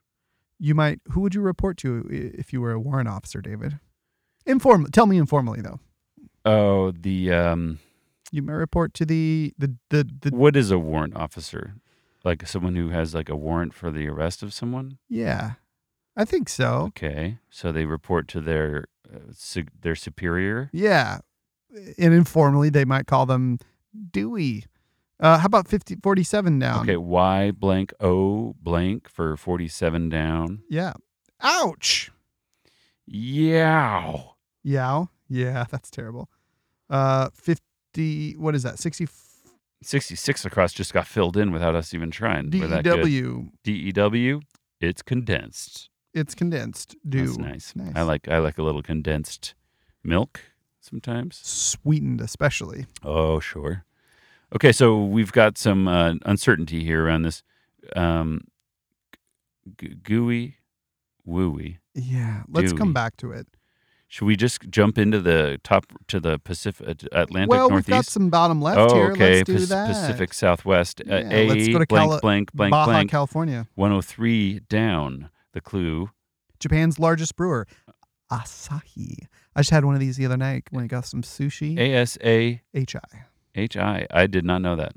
S2: You might who would you report to i- if you were a warrant officer, David? Inform tell me informally though.
S1: Oh, the um
S2: You may report to the the the, the
S1: what is a warrant officer? Like someone who has like a warrant for the arrest of someone?
S2: yeah. I think so.
S1: Okay. So they report to their uh, su- their superior.
S2: Yeah. And informally they might call them Dewey. Uh how about 50 47 down?
S1: Okay, Y blank O blank for 47 down.
S2: Yeah. Ouch.
S1: Yeah.
S2: Yow. Yeah, <laughs> that's terrible. Uh, 50, what is that? 60
S1: 66 across just got filled in without us even trying. We're that
S2: E
S1: good.
S2: DEW.
S1: DEW, it's condensed.
S2: It's condensed. Do.
S1: That's nice. I like I like a little condensed milk sometimes.
S2: Sweetened, especially.
S1: Oh, sure. Okay, so we've got some uh, uncertainty here around this um g- gooey wooey.
S2: Yeah. Let's come
S1: Dewey.
S2: back to it.
S1: Should we just jump into the top to the Pacific Atlantic
S2: well,
S1: Northeast?
S2: we've got some bottom left
S1: oh,
S2: here.
S1: okay.
S2: Let's do
S1: Pac-
S2: that.
S1: Pacific Southwest. Uh,
S2: Yeah,
S1: A
S2: let's go to
S1: blank,
S2: Cali-
S1: blank, blank,
S2: Baja,
S1: blank.
S2: California.
S1: 103 down. The clue.
S2: Japan's largest brewer, Asahi. I just had one of these the other night when I got some sushi.
S1: A S A
S2: HI.
S1: H I. I did not know that.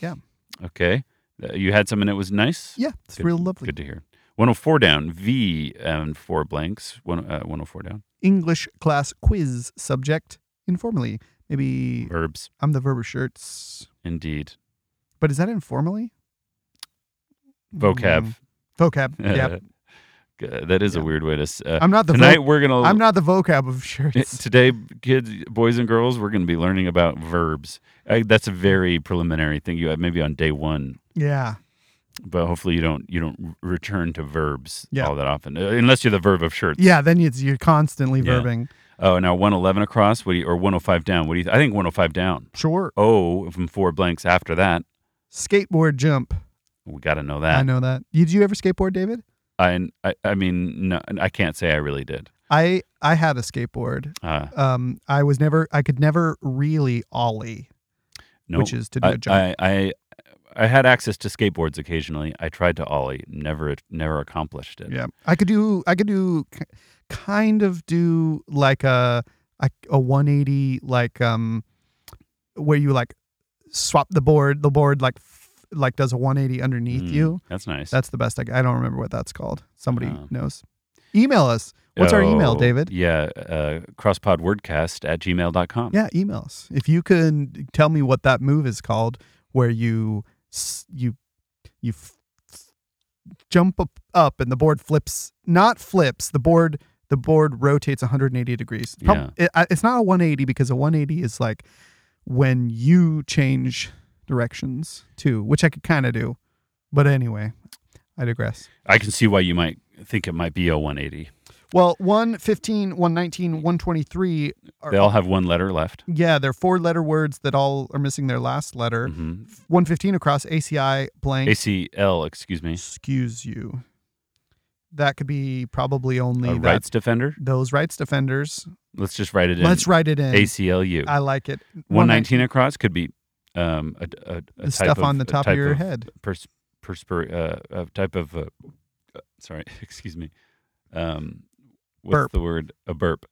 S2: Yeah.
S1: Okay. Uh, You had some and it was nice?
S2: Yeah, it's
S1: Good-
S2: real lovely.
S1: Good to hear. 104 down. V and four blanks. One, uh, 104 down.
S2: English class quiz subject, informally. Maybe
S1: Verbs.
S2: I'm the Verber shirts.
S1: Indeed.
S2: But is that informally?
S1: Vocab.
S2: Mm, vocab.
S1: <laughs>
S2: Yeah.
S1: G- that is
S2: Yeah.
S1: a weird way to. s- Uh,
S2: I'm not the
S1: tonight
S2: vo-
S1: we're going to. <laughs>
S2: I'm not the vocab of shirts.
S1: Today, kids, boys and girls, we're going to be learning about verbs. I, that's a very preliminary thing. You have maybe on day one,
S2: yeah.
S1: but hopefully you don't you don't r- return to verbs
S2: Yeah.
S1: all that often, uh, unless you're the verb of shirts.
S2: Yeah, then it's you're constantly
S1: Yeah.
S2: verbing.
S1: Oh, now 111 across, what do you, or 105 down? What do you? I think 105 down.
S2: Sure.
S1: Oh, from four blanks after that,
S2: Skateboard jump.
S1: we got to know
S2: I
S1: that.
S2: know that. Did you ever skateboard, David?
S1: I, I I mean, no, I can't say I really did.
S2: I I had a skateboard.
S1: Uh,
S2: Um I was never I could never really ollie,
S1: no,
S2: which is to do
S1: I,
S2: a jump.
S1: I I I had access to skateboards occasionally. I tried to ollie, never never accomplished it.
S2: Yeah, I could do. I could do, k- kind of do like a a, a one eighty like um, where you like swap the board. The board like f- like does a one eighty underneath
S1: Mm,
S2: you.
S1: That's nice.
S2: That's the best. I, I don't remember what that's called. Somebody
S1: Uh-huh.
S2: knows. Email us. What's our email,
S1: Oh,
S2: David?
S1: Yeah, uh, crosspodwordcast at gmail.com.
S2: Yeah, email us if you can tell me what that move is called where you s- you you f- f- jump up, up and the board flips not flips the board the board rotates 180 degrees Prob-
S1: Yeah.
S2: it- I- it's not a 180 because a 180 is like when you change directions too which i could kind of do but anyway i digress
S1: I can see why you might think it might be a 180.
S2: well 115 119 123 are,
S1: They all have one letter left.
S2: yeah they're four letter words that all are missing their last letter
S1: hmm
S2: 115 across ACI blank
S1: ACL, excuse me.
S2: skews you. That could be probably only
S1: A
S2: that,
S1: rights defender.
S2: those rights defenders.
S1: Let's just write it in.
S2: Let's write it in.
S1: ACLU.
S2: I like it.
S1: 119 across could be um, a, a, a
S2: The
S1: type
S2: stuff
S1: of,
S2: on the
S1: a
S2: top of
S1: type
S2: your head.
S1: Pers- perspir- uh, a type of, uh, uh, sorry, <laughs> excuse me. Um, what's
S2: Burp.
S1: the word? A burp.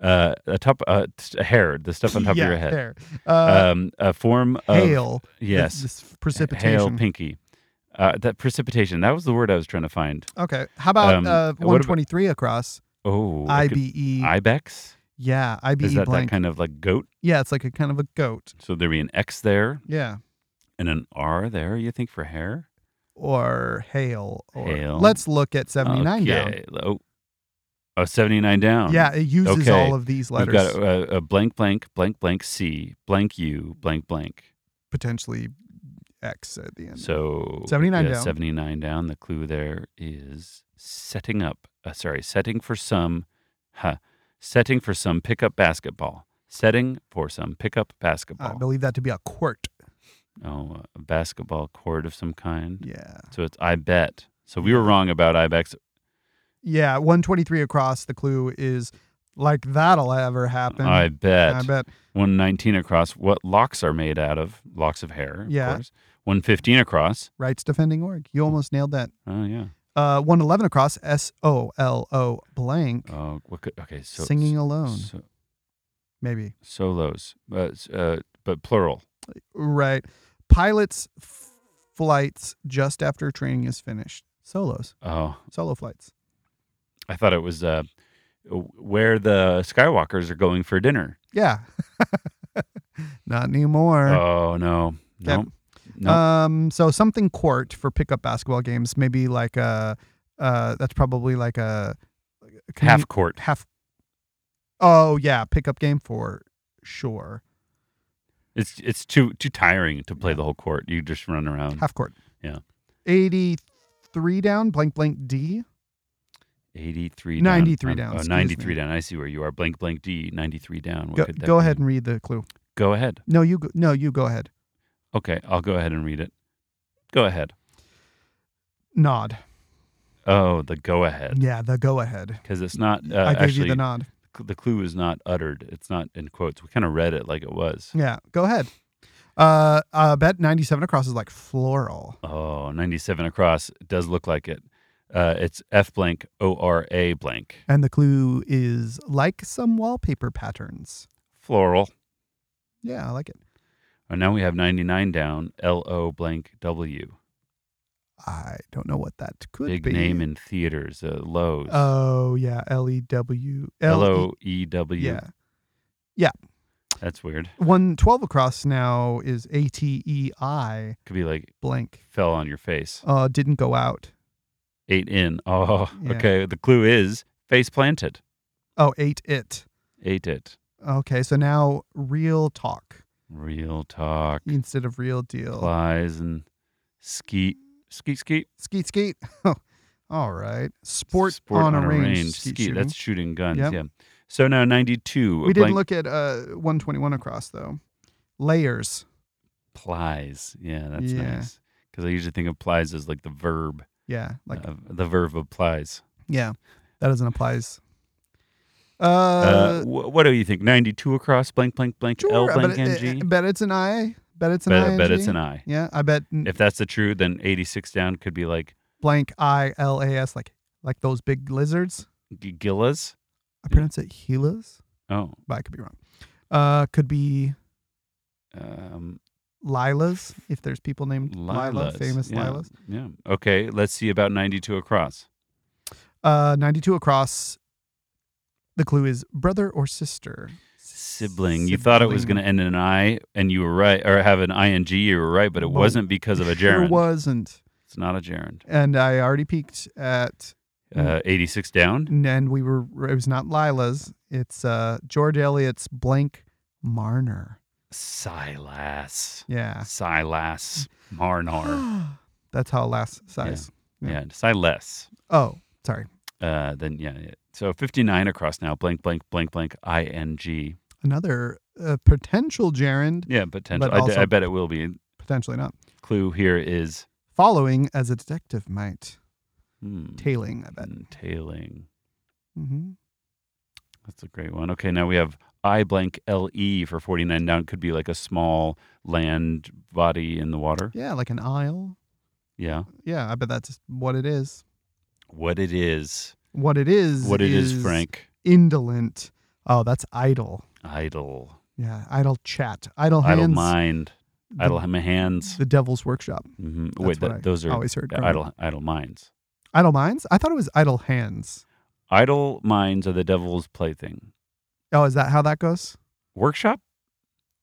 S1: Uh, a top, uh, t- a hair, the stuff on top
S2: Yeah,
S1: of your head.
S2: there. Uh,
S1: um, a form of
S2: hail. th-
S1: yes,
S2: This
S1: hail
S2: precipitation.
S1: pinky. Uh, that precipitation. That was the word I was trying to find.
S2: okay. How about
S1: Um,
S2: uh,
S1: what about-
S2: 123 across?
S1: Oh, it could-
S2: IBE.
S1: ibex.
S2: yeah,
S1: Is
S2: IBE
S1: that
S2: blank.
S1: that kind of like goat?
S2: yeah, it's like a kind of a goat.
S1: So there'd be an X there
S2: Yeah.
S1: and an R there. You think for hair?
S2: Or hail. Or
S1: Hail.
S2: Let's look at 79 down.
S1: Okay. Oh, Oh, 79 down.
S2: Yeah, it uses
S1: Okay.
S2: all of these
S1: We've
S2: letters.
S1: got a, a blank, blank, blank, blank C, blank U, blank, blank.
S2: potentially X at the end.
S1: So
S2: 79
S1: yeah,
S2: down.
S1: 79 down. The clue there is setting up. Uh, sorry, setting for some. Huh, setting for some pickup basketball. Setting for some pickup
S2: Uh, I
S1: basketball.
S2: believe that to be a quart.
S1: oh, a basketball court of some kind.
S2: Yeah.
S1: So it's I bet. So we were wrong about Ibex.
S2: Yeah, 123 across. The clue is like that'll ever happen.
S1: I bet.
S2: I bet.
S1: 119 across. What locks are made out of? Locks of hair. Of
S2: Yeah.
S1: Course. 115 across.
S2: Rights defending org. You almost nailed that.
S1: Oh yeah.
S2: Uh, 111 across. S O L O blank.
S1: Oh, what could, okay. So
S2: Singing alone.
S1: So,
S2: Maybe.
S1: solos, but s- uh, but plural.
S2: Right. Pilots f- flights just after training is finished. Solos.
S1: Oh,
S2: Solo flights.
S1: I thought it was uh, where the Skywalkers are going for dinner.
S2: Yeah. <laughs> Not anymore.
S1: Oh no, no,
S2: Yep.
S1: no.
S2: Um, so something quart for pickup basketball games, maybe like a, uh, that's probably like a commu-
S1: half court.
S2: half. Oh yeah, pickup game for sure.
S1: It's it's too too tiring to play the whole court. You just run around.
S2: Half court.
S1: Hmm. Yeah.
S2: Eighty-three down. Blank blank D.
S1: 83
S2: 93
S1: down.
S2: down,
S1: Oh,
S2: excuse
S1: 93
S2: me.
S1: down. I see where you are. Blank, blank, D, 93 down. What
S2: Go,
S1: could that
S2: go
S1: be?
S2: ahead and read the clue.
S1: Go ahead.
S2: No, you go, no, you go ahead.
S1: Okay, I'll go ahead and read it. Go ahead.
S2: Nod.
S1: Oh, the go ahead.
S2: Yeah, the go ahead.
S1: Because it's not uh,
S2: I gave
S1: actually,
S2: you the nod.
S1: the clue is not uttered. It's not in quotes. We kind of read it like it was.
S2: Yeah, go ahead. Uh, I bet ninety-seven across is like floral.
S1: Oh, 97 across It does look like it. Uh, it's F blank O R A blank.
S2: And the clue is like some wallpaper patterns.
S1: Floral.
S2: Yeah, I like it.
S1: And now we have 99 down L O blank W.
S2: I don't know what that could
S1: Big
S2: be.
S1: name in theaters, uh, Lowe's.
S2: Oh yeah, L E W
S1: L
S2: E-
S1: O E W.
S2: Yeah,
S1: That's weird.
S2: one twelve across now is A T E I
S1: Could be like
S2: blank.
S1: fell on your face.
S2: Uh, didn't go out.
S1: Eight in. <laughs> Oh,
S2: Yeah.
S1: okay. The clue is face planted.
S2: Oh, ate it.
S1: Ate it.
S2: Okay, so now real talk
S1: Real talk.
S2: instead of real deal.
S1: Flies and skeet. Skeet, skeet.
S2: Skeet skeet. <laughs> All right, sport, on, a range.
S1: Skeet. That's
S2: shooting.
S1: shooting guns.
S2: Yep.
S1: Yeah. So now 92.
S2: we
S1: blank
S2: didn't look at uh one twenty one across though. Layers.
S1: plies. Yeah, that's
S2: Yeah.
S1: nice. Because I usually think of plies as like the verb,
S2: Yeah, like
S1: uh, the verb of plies.
S2: yeah, that doesn't applies.
S1: Uh,
S2: Uh,
S1: wh- what do you think? 92 across blank, blank, blank,
S2: Sure,
S1: L
S2: I
S1: blank,
S2: bet, it-
S1: NG?
S2: I bet it's an I. Bet it's an
S1: Bet,
S2: I.
S1: bet it's an I.
S2: Yeah, I bet n-
S1: If that's the true, then 86 down could be like
S2: blank I L A S like like those big lizards.
S1: g- gillas.
S2: I
S1: Yeah.
S2: pronounce it Gilas,
S1: Oh,
S2: but I could be wrong. Uh, could be
S1: um,
S2: Lilas if there's people named Lila,
S1: Lilas.
S2: famous
S1: yeah.
S2: Lilas.
S1: Yeah. Okay, let's see about 92 across.
S2: Uh, ninety-two across. The clue is brother or sister.
S1: Sibling. You thought it was going
S2: Sibling.
S1: to end in an I, and you were right, or have an ing. You were right, but it
S2: But
S1: wasn't because of a
S2: Sure
S1: gerund.
S2: wasn't,
S1: It's not a gerund.
S2: and I already peeked at Mm.
S1: Uh, 86 down.
S2: N- and we were it was not Lila's. It's uh George Eliot's blank Marner.
S1: Silas.
S2: Yeah.
S1: Silas
S2: <gasps>
S1: Marnar.
S2: That's how last size. Yeah.
S1: yeah, Silas.
S2: Oh, sorry.
S1: Uh, then yeah, yeah. So 59 across now. Blank, blank, blank, blank. I N G.
S2: Another uh, potential gerund,
S1: Yeah, potential.
S2: But
S1: I d-
S2: also-
S1: I bet it will be.
S2: potentially not.
S1: Clue here is
S2: Following as a detective might.
S1: hmm,
S2: Tailing, I bet.
S1: and tailing.
S2: hmm
S1: That's a great one. Okay, now we have I blank L E for 49 down. Could be like a small land body in the water.
S2: Yeah, like an isle.
S1: Yeah.
S2: Yeah, I bet that's what it is.
S1: What it is.
S2: What it is.
S1: What it is, Frank.
S2: Indolent. Oh, that's idle.
S1: Idle.
S2: Yeah, idle chat. Idle hands.
S1: Idle mind.
S2: the-
S1: Idle my hands.
S2: The devil's workshop.
S1: hmm
S2: That's
S1: Wait,
S2: what
S1: that,
S2: I
S1: those are
S2: always heard
S1: the
S2: from
S1: idle, idle minds.
S2: Idle minds? I thought it was idle hands.
S1: Idle minds are the devil's plaything.
S2: Oh, is that how that goes? <laughs>
S1: Workshop?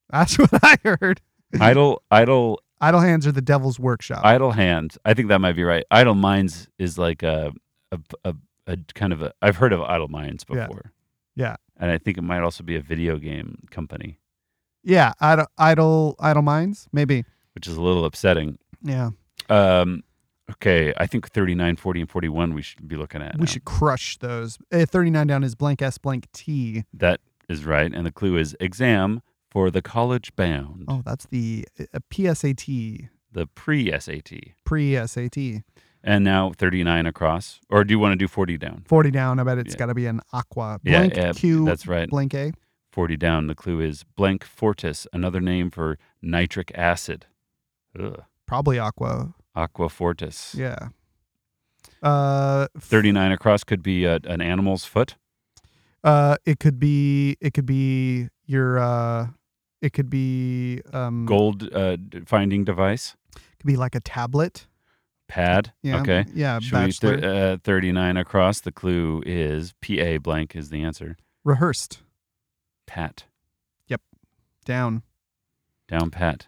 S2: That's what I heard.
S1: Idle, idle,
S2: Idle hands are the devil's workshop.
S1: idle hands. I think that might be right. Idle minds is like a, a, a, a kind of a. I've heard of Idle Minds
S2: Yeah.
S1: before.
S2: Yeah.
S1: And I think it might also be a video game company,
S2: Yeah, idle idle idle minds, maybe.
S1: which is a little upsetting.
S2: Yeah,
S1: Um, okay, I think 39, 40, and 41 we should be looking at. now.
S2: we should crush those. Uh, Thirty nine down is blank s blank t.
S1: That is right. And the clue is exam for the college bound,
S2: Oh, that's the uh, psat
S1: the pre SAT.
S2: pre sat
S1: And now 39 across. Or do you want to do 40 down?
S2: forty down. I bet it's
S1: Yeah.
S2: got to be an aqua blank
S1: yeah,
S2: q
S1: that's right.
S2: blank a.
S1: 40 down. The clue is blank fortis, another name for nitric acid. Ugh.
S2: Probably aqua.
S1: Aqua fortis.
S2: Yeah. Uh, f-
S1: 39 across could be a, an animal's foot.
S2: Uh, it could be it could be your uh, it could be um,
S1: Gold uh, d- finding device.
S2: could be like a tablet.
S1: Pad.
S2: Yeah.
S1: Okay.
S2: Yeah.
S1: Should we
S2: bachelor
S1: th- uh, 39 across? The clue is PA blank is the answer.
S2: rehearsed
S1: Pat.
S2: down.
S1: Down pat.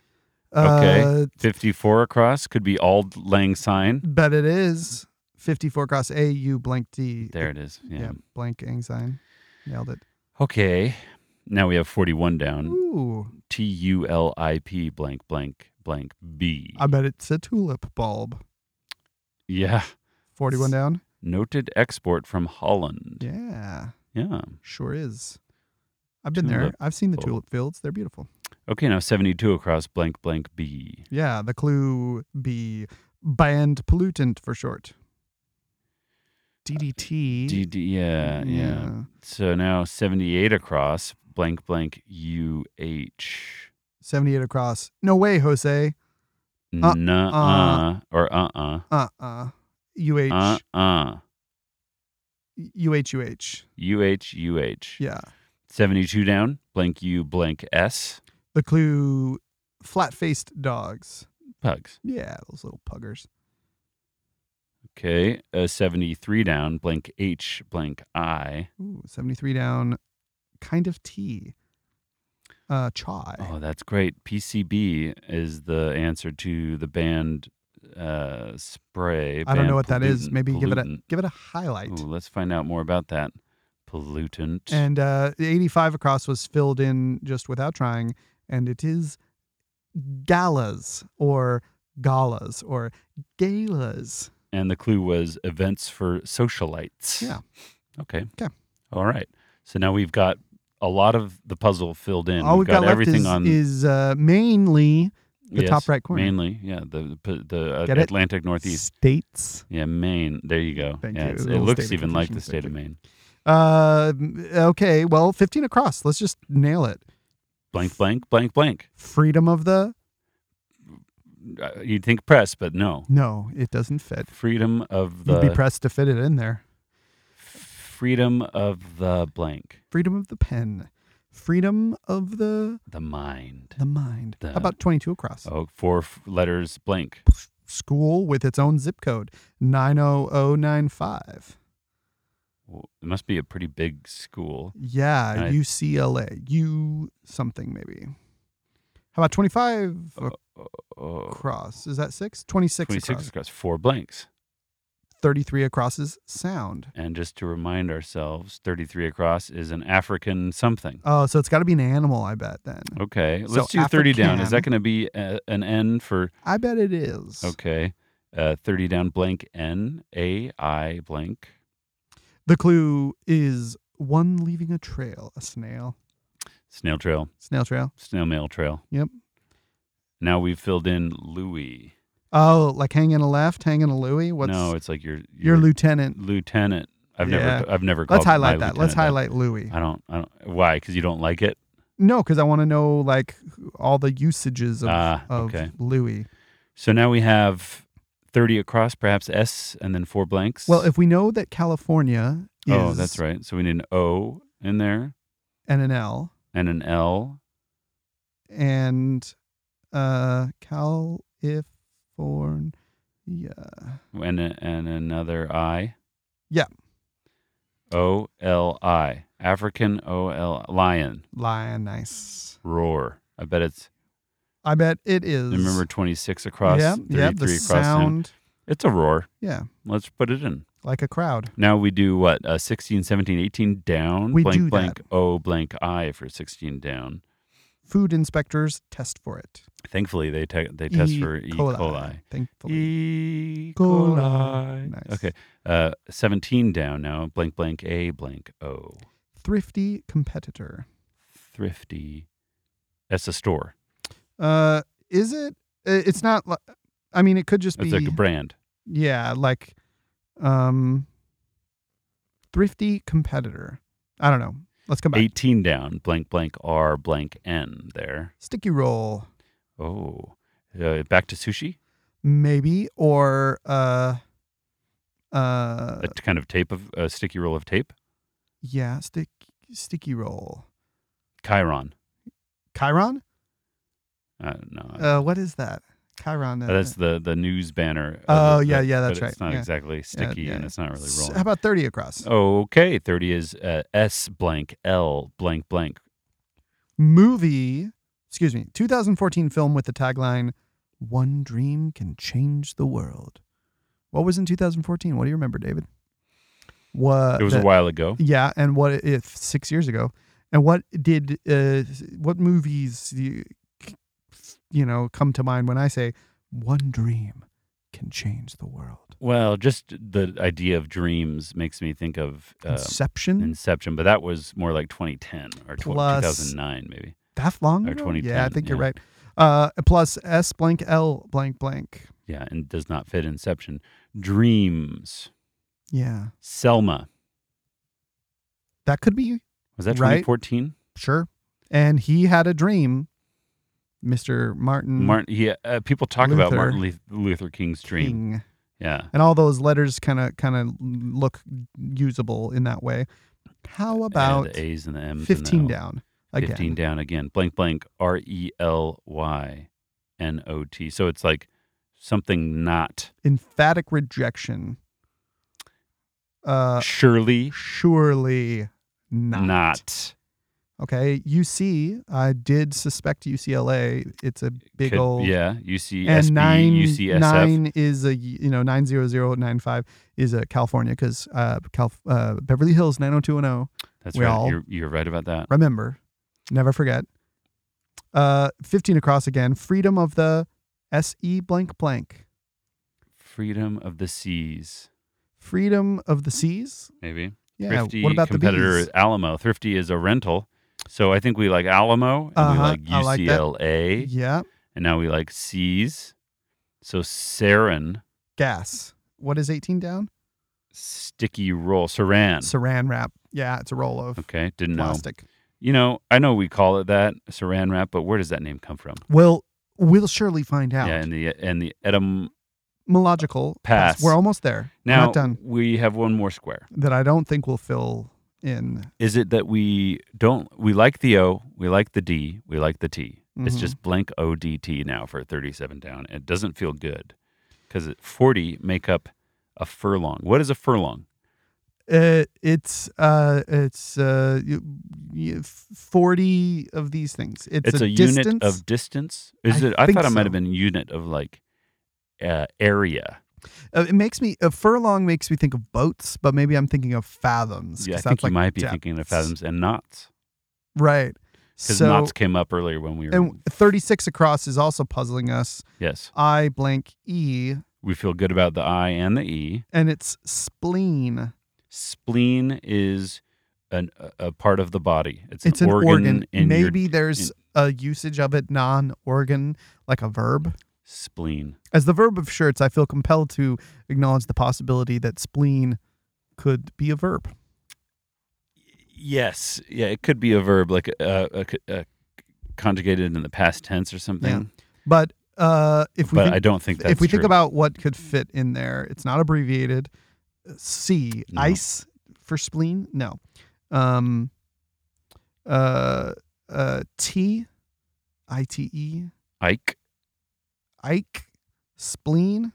S1: Okay.
S2: Uh,
S1: 54 across could be Auld Lang Syne.
S2: but it is 54 cross A U blank D.
S1: There it is. Yeah.
S2: Yeah, blank ang sign. Nailed it.
S1: Okay. Now we have 41 down.
S2: Ooh,
S1: T U L I P blank blank blank B.
S2: I bet it's a tulip bulb.
S1: Yeah.
S2: 41 down.
S1: Noted export from Holland.
S2: Yeah,
S1: Yeah.
S2: sure is. I've been there.
S1: Tulip
S2: I've seen the
S1: bulb.
S2: tulip fields. They're beautiful.
S1: Okay. Now 72 across blank blank B.
S2: Yeah, the clue be banned pollutant for short. DDT.
S1: D D. Yeah. Yeah. So now 78 across blank blank U H.
S2: 78 across. No way, Jose. Uh,
S1: Nuh-uh. Or uh-uh.
S2: Uh uh. UH.
S1: Uh-uh.
S2: UHUH.
S1: U H U H.
S2: Yeah.
S1: 72 down, blank U, blank S.
S2: The clue flat faced dogs.
S1: Pugs.
S2: Yeah, those little puggers.
S1: Okay. Uh, 73 down, blank H, blank I.
S2: Ooh, 73 down. Kind of tea. Uh, chai.
S1: Oh, that's great. PCB is the answer to the band uh, spray.
S2: I don't
S1: band
S2: know what that is.
S1: pollutant-
S2: Maybe give it a
S1: pollutant.
S2: give it a highlight.
S1: Ooh, let's find out more about that. Pollutant.
S2: And uh, the 85 across was filled in just without trying, and it is galas or galas or galas.
S1: And the clue was events for socialites.
S2: Yeah.
S1: Okay.
S2: Okay.
S1: All right. So now we've got a lot of the puzzle filled in.
S2: All we've got, left
S1: everything
S2: is,
S1: on
S2: is uh, mainly the
S1: Yes,
S2: top right corner.
S1: Mainly, yeah, the the, the uh,
S2: Get it?
S1: Atlantic Northeast.
S2: states.
S1: Yeah, Maine. There you go.
S2: Thank
S1: yeah,
S2: you.
S1: it's-
S2: A
S1: It
S2: little
S1: looks
S2: state of
S1: even like the
S2: confusion.
S1: state of
S2: Thank
S1: Maine.
S2: Uh, okay. Well, 15 across. Let's just nail it.
S1: Blank, blank, blank, blank.
S2: Freedom of the.
S1: Uh, You'd think press, but no.
S2: No, it doesn't fit.
S1: Freedom of
S2: You'd be
S1: the
S2: pressed to fit it in there.
S1: freedom of the blank,
S2: Freedom of the pen. Freedom of the
S1: the mind.
S2: the mind.
S1: The-
S2: How about 22 across?
S1: Oh, four f- letters blank.
S2: School with its own zip code 90095.
S1: Well, It must be a pretty big school.
S2: Yeah,
S1: I-
S2: UCLA. U something maybe. How about 25
S1: Oh,
S2: across? Is that 6? 26,
S1: 26
S2: across.
S1: across four blanks.
S2: 33 across is sound.
S1: And just to remind ourselves, 33 across is an African something.
S2: Oh, so it's got to be an animal, I bet then.
S1: Okay,
S2: So
S1: let's do 30 down. Is that
S2: African-
S1: going to be a, an N for,
S2: I bet it is.
S1: okay, uh, 30 down blank N, A, I blank.
S2: The clue is one leaving a trail, a snail,
S1: Snail trail,
S2: snail trail.
S1: snail mail trail.
S2: Yep.
S1: Now we've filled in Louis.
S2: Oh, like hanging a left, hanging a Louis. What's
S1: no, it's like your,
S2: your lieutenant?
S1: lieutenant. I've
S2: Yeah.
S1: never, I've never called
S2: Let's highlight
S1: my
S2: that. Let's
S1: lieutenant
S2: highlight Louis.
S1: that. I don't, I don't, why? Because you don't like it?
S2: No, because I want to know like who- all the usages of,
S1: Ah,
S2: of
S1: okay.
S2: Louis.
S1: So now we have 30 across, perhaps S, and then four blanks.
S2: Well, if we know that California is
S1: oh, that's right. So we need an O in there
S2: and an L
S1: and an L.
S2: and uh, California.
S1: and a, and another I.
S2: Yeah.
S1: O L I African O L lion
S2: Lion, nice.
S1: roar. I bet it's
S2: I bet it is.
S1: remember twenty six across,
S2: yeah,
S1: thirty three
S2: yeah, the
S1: across.
S2: sound.
S1: It's a roar.
S2: Yeah.
S1: Let's put it in.
S2: like a crowd.
S1: Now we do what? Uh, 16, 17, 18 down.
S2: We
S1: blank,
S2: do that.
S1: blank, O, blank, I for 16 down.
S2: Food inspectors test for it.
S1: Thankfully, they, te- they test
S2: E.
S1: for E. coli.
S2: Thankfully.
S1: E.
S2: coli.
S1: coli.
S2: Nice.
S1: Okay. Uh, 17 down now. Blank, blank, A, blank, O.
S2: Thrifty competitor.
S1: Thrifty. That's a store.
S2: Uh, is it? i- It's not. li- I mean, it could just
S1: That's
S2: be.
S1: like a brand.
S2: yeah, like, um, thrifty competitor. I don't know. Let's come back.
S1: 18 down. Blank, blank, R, blank, N there.
S2: Sticky roll,
S1: Oh. Uh, back to sushi?
S2: maybe, or uh, uh,
S1: A t- kind of tape of a sticky roll of tape?
S2: yeah, stick, sticky roll.
S1: Chiron.
S2: Chiron?
S1: Uh, no. I-
S2: Uh, what is that? Chiron.
S1: Uh,
S2: uh,
S1: that's the the news banner.
S2: Oh,
S1: the-
S2: yeah,
S1: the-
S2: yeah, that's
S1: but It's
S2: right,
S1: not
S2: yeah.
S1: exactly sticky,
S2: yeah.
S1: and it's not really
S2: s-
S1: rolling. Oh.
S2: How about thirty across?
S1: okay, thirty is uh, S blank L blank blank.
S2: movie, excuse me, 2014 film with the tagline "One dream can change the world." What was in 2014? What do you remember, David? What
S1: It was a
S2: the-
S1: while ago.
S2: Yeah, and what if 6 years ago? And what did uh, what movies you, you know come to mind when I say "One dream can change the world"?
S1: Well, just the idea of dreams makes me think of uh,
S2: Inception.
S1: Inception, but that was more like 2010 or tw-
S2: Plus-
S1: 2009, maybe.
S2: that long
S1: or
S2: ago?
S1: 2010,
S2: Yeah, I think you're
S1: yeah.
S2: right. Uh, plus S blank L blank blank.
S1: Yeah, and does not fit Inception. Dreams.
S2: Yeah,
S1: Selma.
S2: that could be
S1: Was that
S2: Right.
S1: 2014?
S2: Sure. And he had a dream, Mr. Martin,
S1: Martin. Yeah, uh, people talk about
S2: Mm. Luther
S1: Martin Luther, Luther King's dream.
S2: King.
S1: Yeah.
S2: And all those letters kind of kind of look usable in that way. How
S1: uh,
S2: about
S1: the A's and the M's. and the
S2: 15
S1: L.
S2: down again?
S1: 15 down again. Blank, blank, R E L Y N O T. So it's like something not
S2: Emphatic rejection. Uh
S1: surely
S2: surely not.
S1: not.
S2: Okay, UC, I did suspect UCLA. It's a big
S1: Could-
S2: old
S1: Yeah, UCSB,
S2: and nine
S1: UCSF.
S2: nine is a you know nine zero zero nine five is a California because uh, Cal uh, Beverly Hills nine hundred two one zero.
S1: That's
S2: we
S1: right.
S2: all-
S1: You're, you're right about that.
S2: Remember, never forget. Uh, fifteen across again. Freedom of the S E blank blank.
S1: Freedom of the seas,
S2: Freedom of the seas.
S1: maybe.
S2: Yeah.
S1: Thrifty
S2: what about
S1: competitor
S2: the bees?
S1: Alamo. Thrifty is a rental. So I think we like Alamo and
S2: Uh-huh,
S1: we
S2: I
S1: like
S2: like that.
S1: UCLA.
S2: Yeah.
S1: and now we like seas. So sarin,
S2: Gas. What is eighteen down?
S1: sticky roll, saran.
S2: Saran wrap. Yeah, it's a roll of
S1: okay, didn't know.
S2: plastic.
S1: You know, I know we call it that saran wrap, but where does that name come from?
S2: Well, we'll surely find out.
S1: Yeah, and the and the etym.
S2: Mological
S1: Pass.
S2: We're almost there.
S1: Now
S2: Not done.
S1: we have one more square.
S2: that I don't think will fill in.
S1: Is it that we don't we like the O, we like the D, we like the T? It's
S2: Mhm.
S1: just blank O D T now for thirty-seven down. It doesn't feel good because forty make up a furlong. What is a furlong?
S2: Uh, it's uh, it's uh, you- you- forty of these things. It's,
S1: It's, a,
S2: distance.
S1: unit of distance. Is
S2: I
S1: it? I
S2: think
S1: thought it might
S2: so.
S1: have been unit of like uh, area.
S2: Uh, it makes me a furlong makes me think of boats, but maybe I'm thinking of fathoms.
S1: Yeah, I
S2: 'cause
S1: think
S2: that's
S1: you
S2: like
S1: might be
S2: depth.
S1: thinking of fathoms and knots
S2: Right.
S1: because
S2: So
S1: knots came up earlier when we were
S2: and thirty six across is also puzzling us.
S1: yes.
S2: I blank e
S1: We feel good about the I and the E.
S2: and it's spleen.
S1: Spleen is an, a a part of the body. It's,
S2: It's
S1: an,
S2: an organ.
S1: in your
S2: Maybe there's a usage of it non organ like a verb.
S1: spleen.
S2: As the verb of shirts, I feel compelled to acknowledge the possibility that spleen could be a verb.
S1: Yes, yeah, it could be a verb like uh, a, a, conjugated in the past tense or something.
S2: But uh, if we
S1: but
S2: think,
S1: I don't think that's
S2: if we think
S1: true.
S2: about what could fit in there, it's not abbreviated. C
S1: No.
S2: ice for spleen. No. Um. Uh. Uh. T. I T E.
S1: Ike,
S2: Ike. Spleen.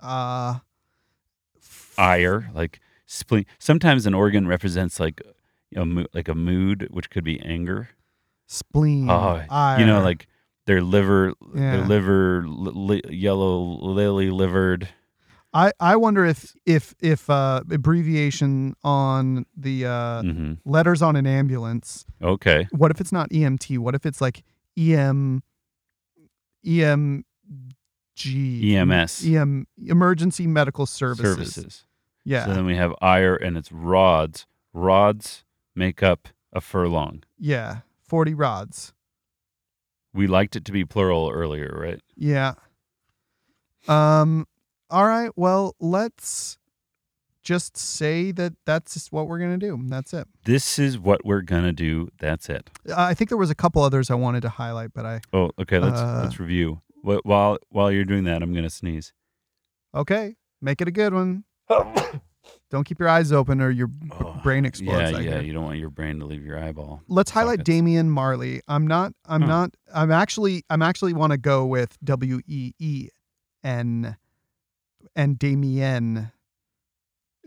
S2: Uh. f-
S1: ire, like spleen. Sometimes an organ represents like a mo- like a mood, which could be anger.
S2: Spleen.
S1: Oh, You know,
S2: ire.
S1: like their liver,
S2: Yeah.
S1: their liver, li- li- yellow lily livered.
S2: I, I wonder if if if uh, abbreviation on the uh,
S1: hmm
S2: letters on an ambulance.
S1: Okay.
S2: What if it's not EMT? What if it's like E EM EMG
S1: EMS.
S2: EM E emergency medical services.
S1: E Services.
S2: Yeah.
S1: So then we have ire and it's rods. Rods make up a furlong.
S2: yeah. 40 rods.
S1: We liked it to be plural earlier, right?
S2: Yeah. Um all right, well, let's just say that that's just what we're going to do. That's it.
S1: This is what we're gonna do. That's it.
S2: I think there was a couple others I wanted to highlight, but I
S1: Oh, okay. Let's
S2: Uh,
S1: let's review. Wh- While while you're doing that, I'm gonna sneeze.
S2: okay, make it a good one. Don't keep your eyes open or your b-
S1: Oh,
S2: brain explodes.
S1: yeah,
S2: I
S1: yeah.
S2: hear.
S1: You don't want your brain to leave your eyeball.
S2: Let's highlight
S1: Sockets.
S2: Damian Marley. I'm not. I'm
S1: Huh.
S2: not. I'm actually. I'm actually want to go with W E E N and Damien.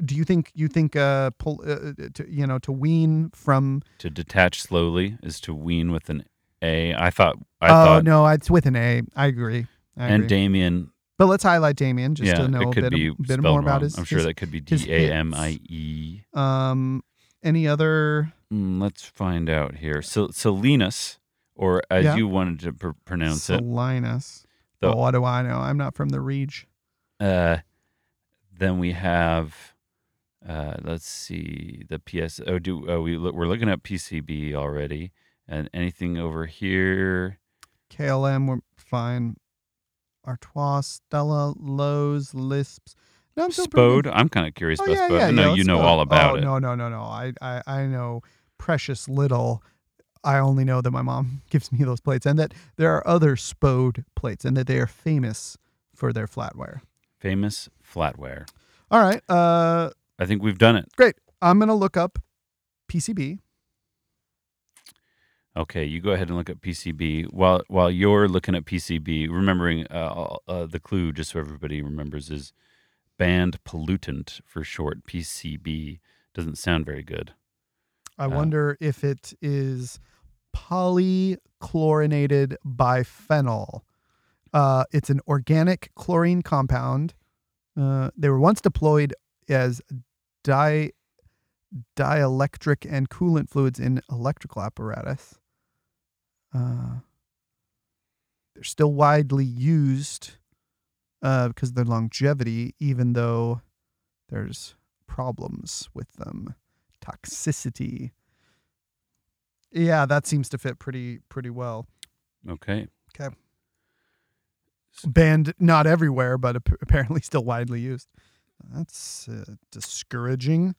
S2: Do you think you think uh, pull, uh, uh, to, you know to wean from?
S1: To detach slowly is to wean with an A. I thought. I
S2: oh
S1: thought.
S2: no, it's with an A. I agree. I
S1: and
S2: agree.
S1: Damien.
S2: but let's highlight Damien just
S1: yeah,
S2: to know
S1: it
S2: a
S1: could
S2: bit,
S1: be
S2: bit
S1: spelled
S2: more
S1: wrong.
S2: about his.
S1: I'm sure
S2: his-
S1: that could be
S2: his
S1: D A M I E.
S2: um, any other?
S1: Mm, Let's find out here. Sel- Salinas, or as
S2: Yeah.
S1: you wanted to pr- pronounce it,
S2: Salinas.
S1: The-
S2: oh, what do I know? I'm not from the Reach.
S1: Uh, then we have, uh, let's see, the PS. Oh, do oh, we look, we're looking at PCB already, and anything over here?
S2: KLM, we're fine. Artois, Stella, Lowe's, Lisps. No, I'm still pretty-
S1: Spode. I'm kind of curious
S2: Oh,
S1: about
S2: yeah,
S1: Spode.
S2: yeah,
S1: I know
S2: yeah,
S1: you
S2: let's
S1: know
S2: go.
S1: all about
S2: oh,
S1: it.
S2: No, no, no, no. I, I, I know precious little. I only know that my mom <laughs> gives me those plates and that there are other Spode plates and that they are famous for their flatware.
S1: Famous flatware.
S2: All right. Uh,
S1: I think we've done it.
S2: I'm going to look up PCB.
S1: Okay, you go ahead and look at PCB. While while you're looking at PCB, remembering uh, uh, the clue, just so everybody remembers, is band pollutant for short. PCB doesn't sound very good.
S2: I
S1: Uh,
S2: wonder if it is polychlorinated biphenyl. Uh, it's an organic chlorine compound. Uh, they were once deployed as di- dielectric and coolant fluids in electrical apparatus. Uh, they're still widely used uh, because of their longevity, even though there's problems with them toxicity. Yeah, that seems to fit pretty pretty well.
S1: Okay,
S2: Banned not everywhere, but ap- apparently still widely used. That's uh, discouraging.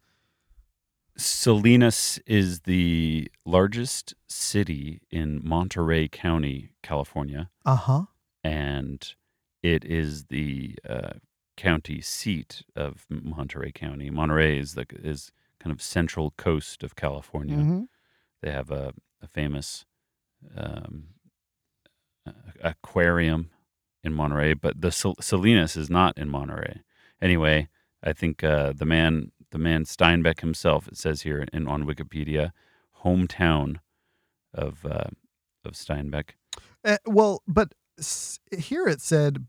S1: Salinas is the largest city in Monterey County, California,
S2: Uh huh.
S1: and it is the uh, county seat of Monterey County. Monterey is the is kind of central coast of California.
S2: hmm
S1: They have a, a famous um, a- aquarium in Monterey, but the Sal- Salinas is not in Monterey. Anyway, I think uh, the man, the man Steinbeck himself, it says here in on Wikipedia, hometown of uh, of Steinbeck.
S2: Uh, well, but s- here it said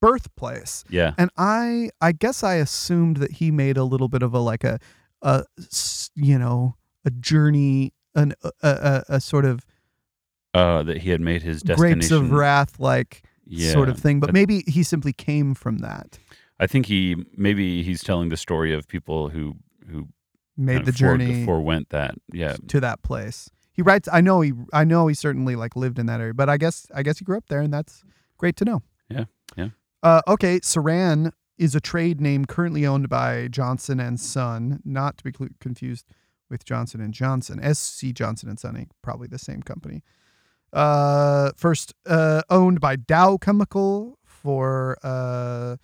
S2: birthplace,
S1: Yeah,
S2: and I I guess I assumed that he made a little bit of a like a a s- you know a journey an a, a, a sort of
S1: uh, that he had made his destination.
S2: grapes of wrath like
S1: yeah.
S2: sort of thing, but
S1: That-
S2: maybe he simply came from that.
S1: I think he maybe he's telling the story of people who who
S2: made
S1: kind
S2: the
S1: of fore-
S2: journey
S1: forewent that. Yeah,
S2: to that place. He writes, I know he, I know he certainly like lived in that area, but I guess, I guess he grew up there, and that's great to know.
S1: Yeah, yeah.
S2: Uh, okay, Saran is a trade name currently owned by Johnson and Son, not to be clu- confused with Johnson and Johnson. SC Johnson and Son, Inc., probably the same company. Uh, first uh, owned by Dow Chemical for uh,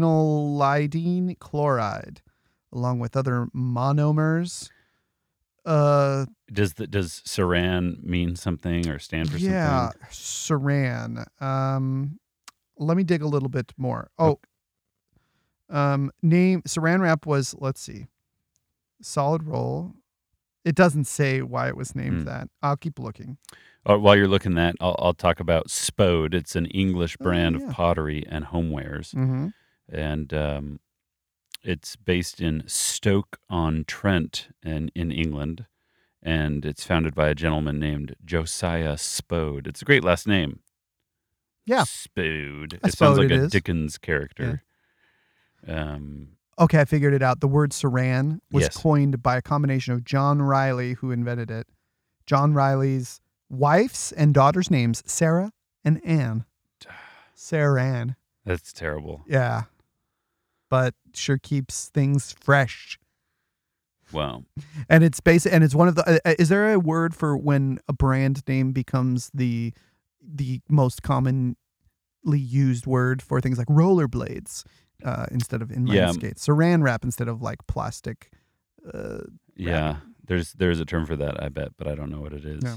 S2: polyvinylidene chloride along with other monomers. Uh,
S1: Does the, does Saran mean something or stand for
S2: yeah,
S1: something?
S2: Saran. Um, let me dig a little bit more. Oh, um, name Saran wrap was let's see, solid roll, It doesn't say why it was named
S1: Hmm.
S2: that. I'll keep looking.
S1: Uh, while you're looking that, I'll, I'll talk about Spode. It's an English
S2: Oh,
S1: brand
S2: yeah.
S1: of pottery and homewares,
S2: Mm-hmm.
S1: and um, it's based in Stoke on Trent, and in England. And it's founded by a gentleman named Josiah Spode. It's a great last name.
S2: Yeah.
S1: Spode.
S2: I
S1: It sounds
S2: suppose
S1: like
S2: it
S1: a
S2: is.
S1: Dickens character. Um,
S2: Okay, I figured it out. The word saran was
S1: Yes.
S2: coined by a combination of John Riley, who invented it, John Riley's wife's and daughter's names, Sarah and Anne. Saran.
S1: that's terrible.
S2: Yeah. But sure keeps things fresh.
S1: Wow.
S2: And it's basic and it's one of the uh, is there a word for when a brand name becomes the the most commonly used word for things like rollerblades uh, instead of inline
S1: Yeah.
S2: skates, saran wrap instead of like plastic uh,
S1: Yeah. There's there's a term for that, I bet, but I don't know what it is.
S2: Yeah.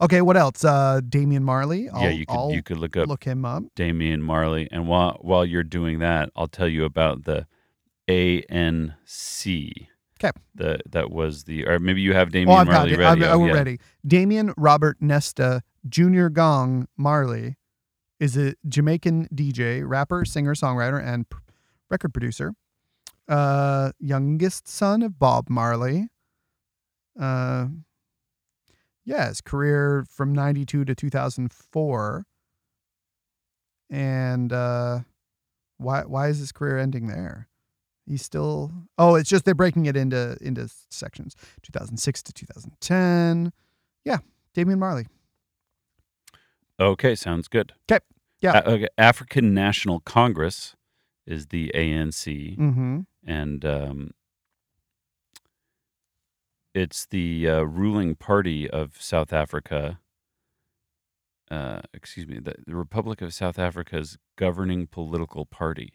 S2: Okay, what else? Uh, Damian Marley. I'll,
S1: yeah, you could
S2: I'll
S1: you could look up
S2: look him up.
S1: Damian Marley. And while while you're doing that, I'll tell you about the ANC.
S2: 'Kay.
S1: That that was the or maybe you have Damian
S2: Oh, I've got
S1: Marley
S2: it.
S1: ready.
S2: I'm,
S1: Oh,
S2: oh, we're
S1: yeah.
S2: ready. Damian Robert Nesta Junior Gong Marley is a Jamaican DJ, rapper, singer, songwriter, and p- record producer. Uh, youngest son of Bob Marley. Uh, yeah, his career from '92 to 2004. And uh, why why is his career ending there? He's still oh, it's just they're breaking it into into sections. 2006 to 2010. Yeah, Damian Marley.
S1: Okay, sounds good.
S2: 'Kay. Yeah.
S1: A- okay. African National Congress is the ANC
S2: Mm-hmm.
S1: and um it's the uh, ruling party of South Africa. Uh, excuse me, the, the Republic of South Africa's governing political party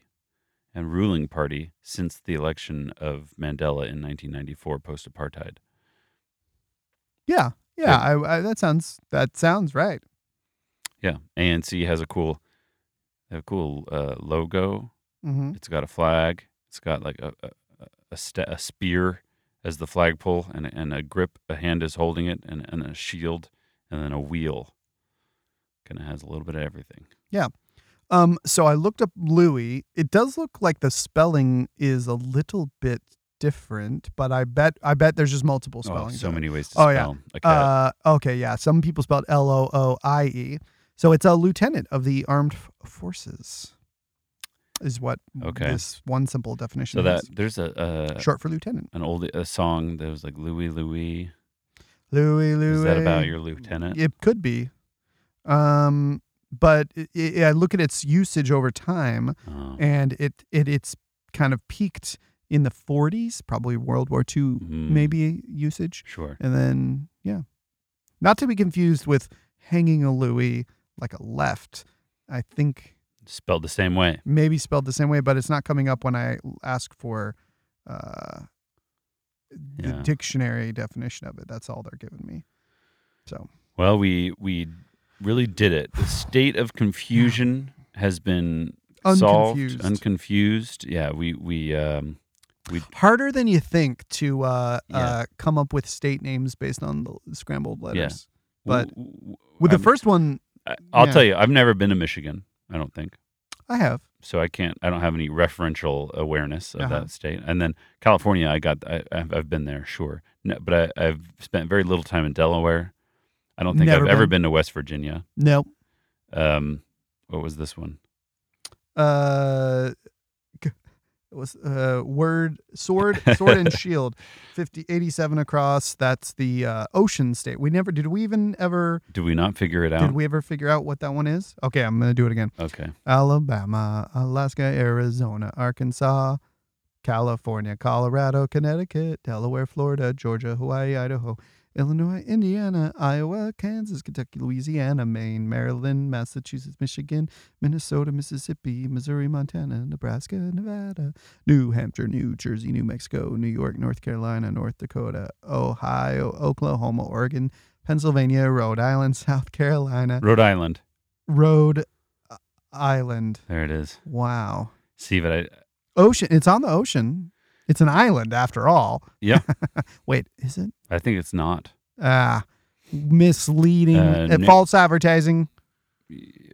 S1: and ruling party since the election of Mandela in 1994 post apartheid.
S2: Yeah, yeah. I, I, that sounds that sounds right.
S1: Yeah, ANC has a cool, a cool uh, logo.
S2: Mm-hmm.
S1: It's got a flag. It's got like a a, a, sta a spear as the flagpole, and and a grip. A hand is holding it, and, and a shield, and then a wheel. Kind of has a little bit of everything.
S2: Um, so I looked up Louis. It does look like the spelling is a little bit different, but I bet I bet there's just multiple
S1: Oh,
S2: spellings.
S1: so
S2: of it.
S1: many ways to
S2: Oh, yeah.
S1: spell a cat.
S2: Uh, okay, yeah. Some people spell it L O O I E. So it's a lieutenant of the armed f- forces, is what
S1: Okay.
S2: this one simple definition
S1: so that uh,
S2: is.
S1: there's a, a
S2: Short for lieutenant.
S1: an old a song that was like Louie Louie.
S2: Louis, Louis.
S1: Is that about your lieutenant?
S2: It could be. Um, but i i I look at its usage over time,
S1: Oh.
S2: and it, it it's kind of peaked in the 40s, probably World War II,
S1: Mm.
S2: maybe usage.
S1: Sure.
S2: And then, yeah. Not to be confused with hanging a Louis like a left. I think
S1: Spelled the same way.
S2: maybe spelled the same way, but it's not coming up when I ask for uh, the
S1: Yeah.
S2: dictionary definition of it. That's all they're giving me. So,
S1: Well, we we really did it. The state of confusion has been solved,
S2: unconfused.
S1: unconfused. Yeah, we we um, we
S2: Harder than you think to uh,
S1: Yeah.
S2: uh, come up with state names based on the scrambled letters. But
S1: w- w-
S2: With the
S1: I'm-
S2: first one,
S1: I- I'll
S2: yeah.
S1: tell you, I've never been to Michigan. I don't think
S2: I have.
S1: so. I can't. I don't have any referential awareness of
S2: Uh-huh.
S1: that state. And then California, I got. I, I've, I've been there, sure, no, but I, I've spent very little time in Delaware. I don't think
S2: Never
S1: I've ever
S2: been.
S1: been to West Virginia.
S2: No.
S1: Um, what was this one?
S2: Uh, g- it was uh, word sword sword and shield, 50, 87 across. That's the uh, ocean state. We never did. We even ever
S1: Did we not figure it out?
S2: did we ever figure out what that one is? Okay, I'm gonna do it again.
S1: okay.
S2: Alabama, Alaska, Arizona, Arkansas, California, Colorado, Connecticut, Delaware, Florida, Georgia, Hawaii, Idaho, Illinois, Indiana, Iowa, Kansas, Kentucky, Louisiana, Maine, Maryland, Massachusetts, Michigan, Minnesota, Mississippi, Missouri, Montana, Nebraska, Nevada, New Hampshire, New Jersey, New Mexico, New York, North Carolina, North Dakota, Ohio, Oklahoma, Oregon, Pennsylvania, Rhode Island, <laughs> South Carolina,
S1: Rhode Island.
S2: Rhode Island.
S1: There it is.
S2: Wow.
S1: See, but I
S2: Ocean. It's on the ocean. It's an island after all.
S1: Yeah.
S2: <laughs> Wait, is it?
S1: I think it's not.
S2: Ah, misleading,
S1: Uh,
S2: uh,
S1: no.
S2: false advertising.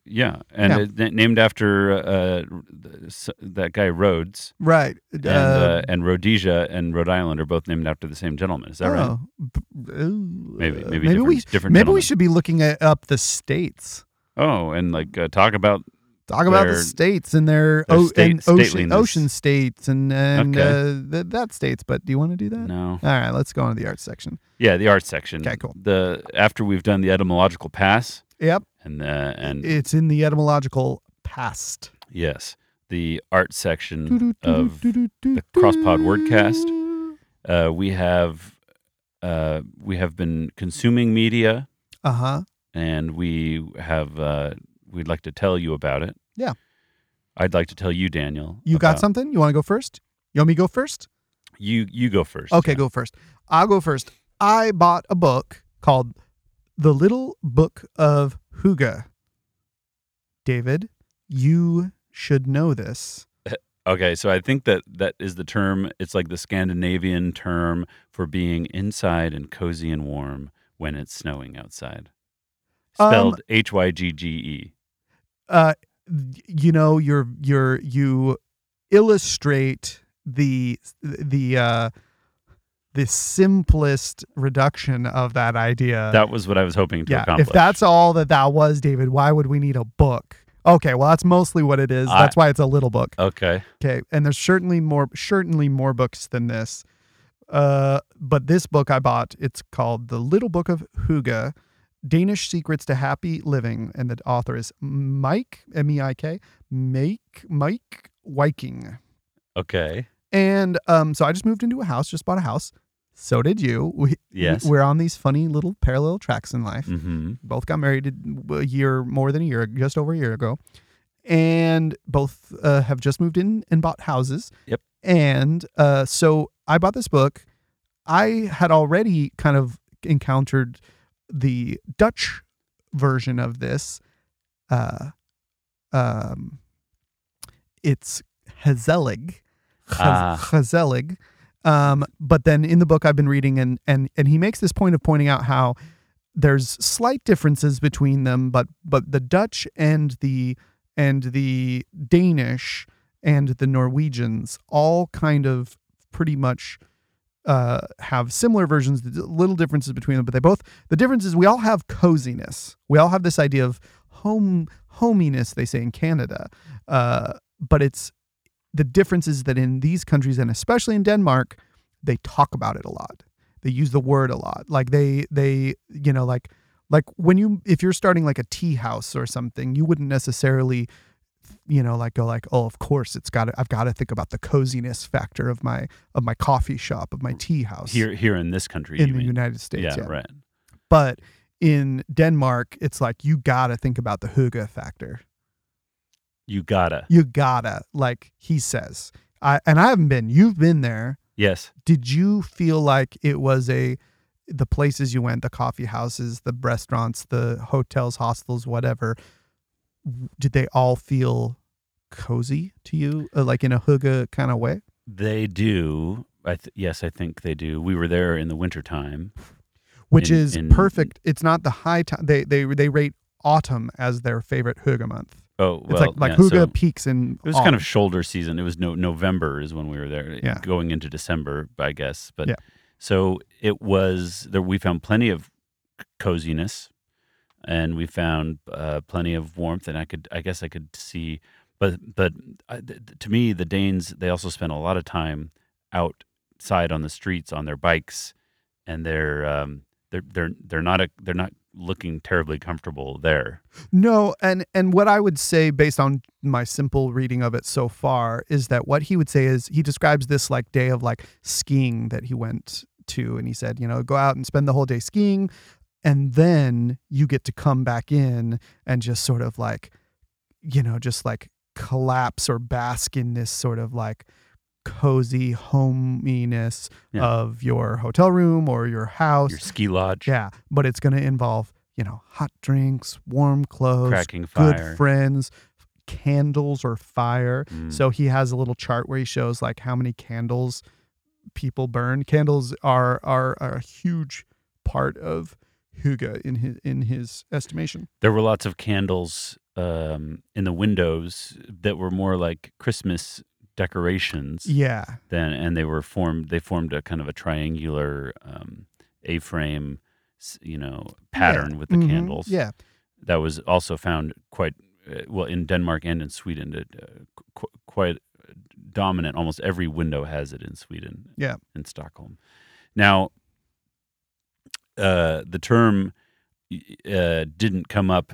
S1: Yeah, and
S2: Yeah.
S1: It's na- named after uh, the- s- that guy Rhodes
S2: Right.
S1: and uh, and Rhodesia and Rhode Island are both named after the same gentleman. Is that right?
S2: oh, b- ooh,
S1: Maybe
S2: uh,
S1: maybe, different,
S2: we
S1: different
S2: maybe we
S1: gentlemen.
S2: should be looking at, up the states.
S1: Oh, and like uh, talk about
S2: Talk about the
S1: Their-
S2: states and their,
S1: their
S2: o-
S1: state-
S2: and ocean,
S1: stateliness.
S2: ocean states and and
S1: Okay.
S2: uh, th- that states. But do you want to do that?
S1: no.
S2: All right, let's go on to the arts section.
S1: Yeah, the art section.
S2: Uh, Okay, cool.
S1: The after we've done the etymological pass
S2: Yep,
S1: and uh, and
S2: it's in the etymological past
S1: yes, the art section of the Crosspod Wordcast. uh, we have uh, we have been consuming media
S2: Uh huh.
S1: and we have uh, we'd like to tell you about it.
S2: Yeah.
S1: I'd like to tell you, Daniel.
S2: You got
S1: about-
S2: something? You want to go first? You want me to go first?
S1: You you go first.
S2: Okay,
S1: yeah.
S2: go first. I'll go first. I bought a book called The Little Book of Huga. David, you should know this.
S1: Okay, so I think that that is the term. It's like the Scandinavian term for being inside and cozy and warm when it's snowing outside.
S2: Um,
S1: Spelled H Y G G E.
S2: Uh you know you're you're you illustrate the the uh the simplest reduction of that idea.
S1: That was what I was hoping to accomplish.
S2: uh, If that's all that that was, David, why would we need a book? Okay, well that's mostly what it is.
S1: I-
S2: that's why it's a little book.
S1: okay,
S2: Okay, and there's certainly more certainly more books than this. Uh, but this book I bought, it's called The Little Book of Huga, Danish Secrets to Happy Living, and the author is Mike M E I K, Mike Mike Wiking.
S1: okay,
S2: And um, so I just moved into a house, just bought a house. So did you. We,
S1: yes.
S2: We're on these funny little parallel tracks in life
S1: Mm-hmm.
S2: both got married a year more than a year just over a year ago and both uh, have just moved in and bought houses
S1: Yep.
S2: and uh, so i bought this book i had already kind of encountered the dutch version of this uh, um, it's hazelig
S1: Ah.
S2: hazelig um, but then in the book i've been reading and and and he makes this point of pointing out how there's slight differences between them, but but the Dutch and the and the Danish and the Norwegians all kind of pretty much uh, have similar versions, little differences between them, but they both the difference is we all have coziness. We all have this idea of home hominess, they say in Canada, uh, but it's the difference is that in these countries and especially in Denmark, they talk about it a lot. They use the word a lot. Like they they you know like like when you if you're starting like a tea house or something, you wouldn't necessarily you know like go like oh of course it's got to I've got to think about the coziness factor of my of my coffee shop of my tea house
S1: Here, here in this country,
S2: in
S1: you
S2: the
S1: mean?
S2: United States.
S1: yeah,
S2: Yeah,
S1: right.
S2: But in Denmark, it's like you gotta think about the huga factor.
S1: You gotta.
S2: You gotta, like he says. I and I haven't been. You've been there.
S1: Yes.
S2: Did you feel like it was a the places you went, the coffee houses, the restaurants, the hotels, hostels, whatever? Did they all feel cozy to you, uh, like in a huga kind of way?
S1: They do. I th- yes, I think they do. We were there in the wintertime.
S2: which
S1: in-
S2: is
S1: in-
S2: perfect. It's not the high time. They they they rate autumn as their favorite huga month.
S1: Oh,
S2: It's
S1: well,
S2: like like
S1: yeah,
S2: huga
S1: so-
S2: peaks in.
S1: It was kind of shoulder season. It was no November is when we were there,
S2: Yeah.
S1: going into December, I guess. But
S2: Yeah.
S1: so it was there. We found plenty of c- coziness, and we found uh, plenty of warmth. And I could, I guess, I could see. But but I, th- th- to me, the Danes they also spent a lot of time outside on the streets on their bikes, and they're um, they're they're they're not a, they're not looking terribly comfortable there.
S2: no, and and what I would say based on my simple reading of it so far is that what he would say is he describes this like day of like skiing that he went to, and he said you know go out and spend the whole day skiing, and then you get to come back in and just sort of like, you know, just like collapse or bask in this sort of like cozy hominess
S1: Yeah.
S2: of your hotel room or your house.
S1: Your ski lodge,
S2: yeah, but it's going to involve, you know, hot drinks, warm clothes,
S1: cracking
S2: good
S1: fire.
S2: friends, candles or fire.
S1: Mm.
S2: So he has a little chart where he shows like how many candles people burn. Candles are are, are a huge part of huga in his in his estimation.
S1: There were lots of candles um, in the windows that were more like Christmas decorations.
S2: Yeah,
S1: Then and they were formed. They formed a kind of a triangular um, A-frame, s- you know, pattern with the
S2: Mhm.
S1: candles.
S2: Yeah,
S1: that was also found quite uh, well in Denmark and in Sweden. It, uh, qu- quite dominant. Almost every window has it in Sweden.
S2: Yeah.
S1: in Stockholm. Now, uh, the term uh, didn't come up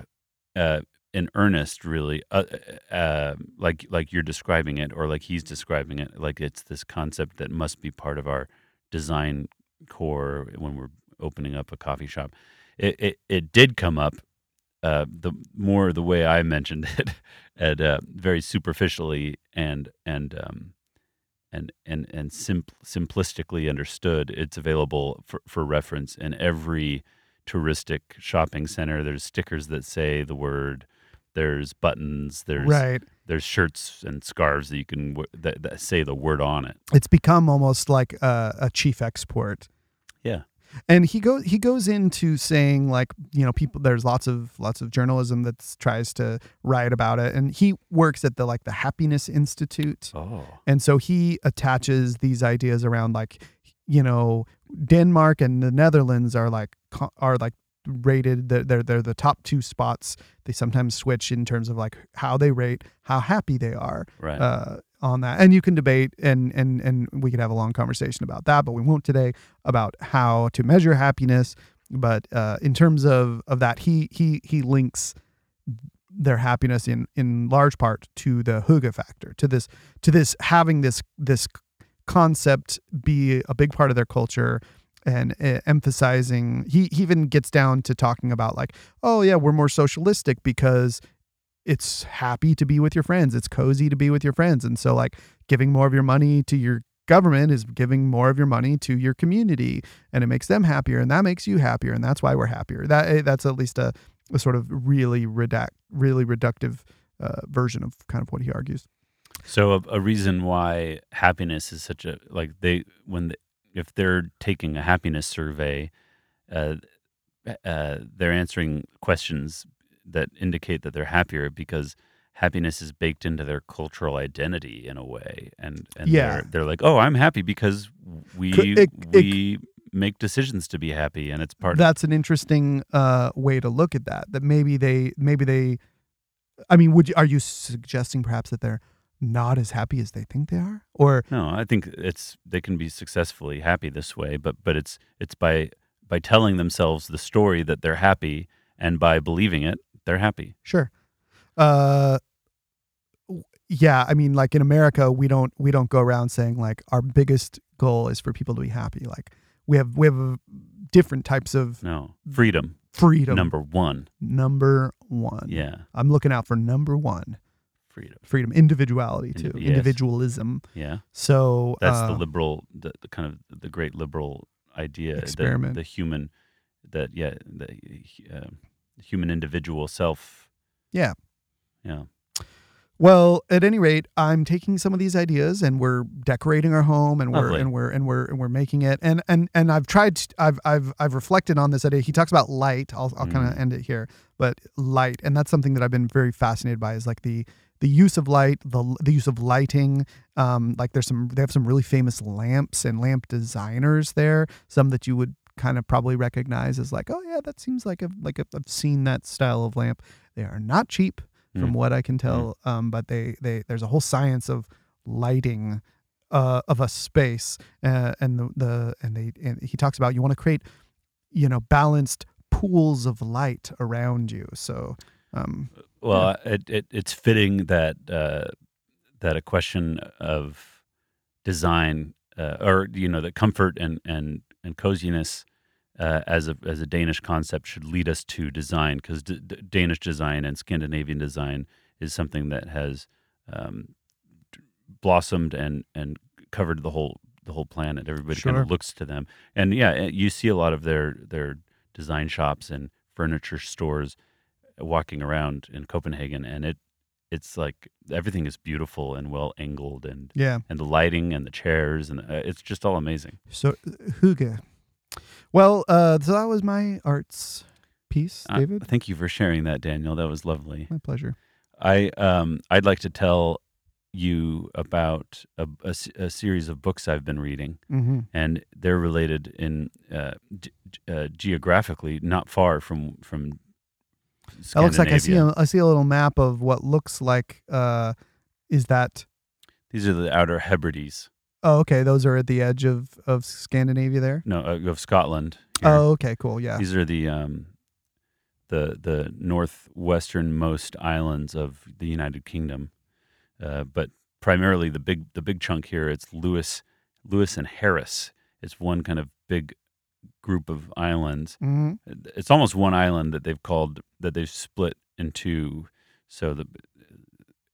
S1: uh, in earnest, really, uh, uh, like like you're describing it, or like he's describing it. Like it's this concept that must be part of our design core when we're opening up a coffee shop. It it, it did come up. Uh, the more the way I mentioned <laughs> it, and uh, very superficially and and um, and and and simp- simplistically understood. It's available for, for reference in every touristic shopping center. There's stickers that say the word. There's buttons. There's
S2: right.
S1: there's shirts and scarves that you can w- that, that say the word on it.
S2: It's become almost like a, a chief export.
S1: Yeah.
S2: And he goes he goes into saying like you know people there's lots of lots of journalism that tries to write about it and he works at the like the Happiness Institute
S1: Oh,
S2: And so he attaches these ideas around like, you know, Denmark and the Netherlands are like co- are like rated they're, they're they're the top two spots. They sometimes switch in terms of like how they rate, how happy they are
S1: right.
S2: uh, on that. And you can debate and and and we could have a long conversation about that, but we won't today about how to measure happiness. But uh, in terms of of that, he he he links their happiness in in large part to the huga factor, to this to this having this this concept be a big part of their culture and uh, emphasizing he, he even gets down to talking about like oh yeah we're more socialistic because it's happy to be with your friends. It's cozy to be with your friends. And so like giving more of your money to your government is giving more of your money to your community and it makes them happier and that makes you happier and that's why we're happier. That eh, that's at least a, a sort of really redact really reductive uh, version of kind of what he argues.
S1: So a, a reason why happiness is such a like they when the, if they're taking a happiness survey, uh, uh, they're answering questions that indicate that they're happier because happiness is baked into their cultural identity in a way, and and
S2: Yeah.
S1: they're, they're like, oh, I'm happy because we
S2: Could- it- it-
S1: we make decisions to be happy, and it's part. of
S2: That's an interesting uh, way to look at that. That maybe they maybe they I mean would you, are you suggesting perhaps that they're not as happy as they think they are or
S1: No, I think it's they can be successfully happy this way, but but it's it's by by telling themselves the story that they're happy and by believing it, they're happy.
S2: Sure. Uh, w- yeah, I mean, like in America, we don't we don't go around saying like our biggest goal is for people to be happy. Like we have we have uh, different types of
S1: No. Freedom,
S2: freedom.
S1: number 1.
S2: Number one.
S1: Yeah,
S2: I'm looking out for number one
S1: freedom.
S2: freedom, individuality too,
S1: Indi- yes.
S2: individualism.
S1: Yeah.
S2: So
S1: That's
S2: uh,
S1: the liberal the, the kind of the great liberal idea that
S2: Experiment.
S1: the human that yeah, the uh, human individual self.
S2: Yeah.
S1: Yeah.
S2: Well, at any rate, I'm taking some of these ideas and we're decorating our home and we're
S1: Lovely.
S2: and we're and we're and we're making it. And and and I've tried to, I've I've I've reflected on this idea. He talks about light. I'll I'll kind of
S1: Mm.
S2: end it here. But light and that's something that I've been very fascinated by is like the the use of light, the the use of lighting. Um like there's some they have some really famous lamps and lamp designers there, some that you would kind of probably recognize as like, "Oh yeah, that seems like a like a, I've seen that style of lamp." They are not cheap from
S1: Mm.
S2: what I can tell. Um, but they they there's a whole science of lighting uh, of a space, uh, and the, the and they and he talks about you want to create you know balanced pools of light around you. So um,
S1: Well, it, it it's fitting that uh, that a question of design uh, or you know that comfort and and and coziness uh, as a as a Danish concept should lead us to design because d- d- Danish design and Scandinavian design is something that has um, d- blossomed and and covered the whole the whole planet. Everybody kind
S2: Sure.
S1: of looks to them, and yeah, eh, you see a lot of their their design shops and furniture stores walking around in Copenhagen, and it it's like everything is beautiful and well angled and
S2: Yeah.
S1: and the lighting and the chairs and uh, it's just all amazing.
S2: So Huga. Well, uh, so that was my arts piece,
S1: Uh,
S2: David.
S1: thank you for sharing that, Daniel. That was lovely.
S2: my pleasure.
S1: I um I'd like to tell you about a, a s- a series of books I've been reading,
S2: Mm-hmm.
S1: and they're related in uh, g- uh, geographically, not far from from.
S2: That looks like I see
S1: Scandinavia.
S2: a, I see a little map of what looks like uh, is that
S1: These are the Outer Hebrides,
S2: oh okay those are at the edge of of Scandinavia there.
S1: no, uh, of Scotland. here.
S2: Oh okay cool yeah
S1: These are the um, the the northwesternmost islands of the United Kingdom, uh, but primarily the big the big chunk here. It's Lewis Lewis and Harris. It's one kind of big group of islands.
S2: hmm
S1: It's almost one island that they've called that they've split into. So the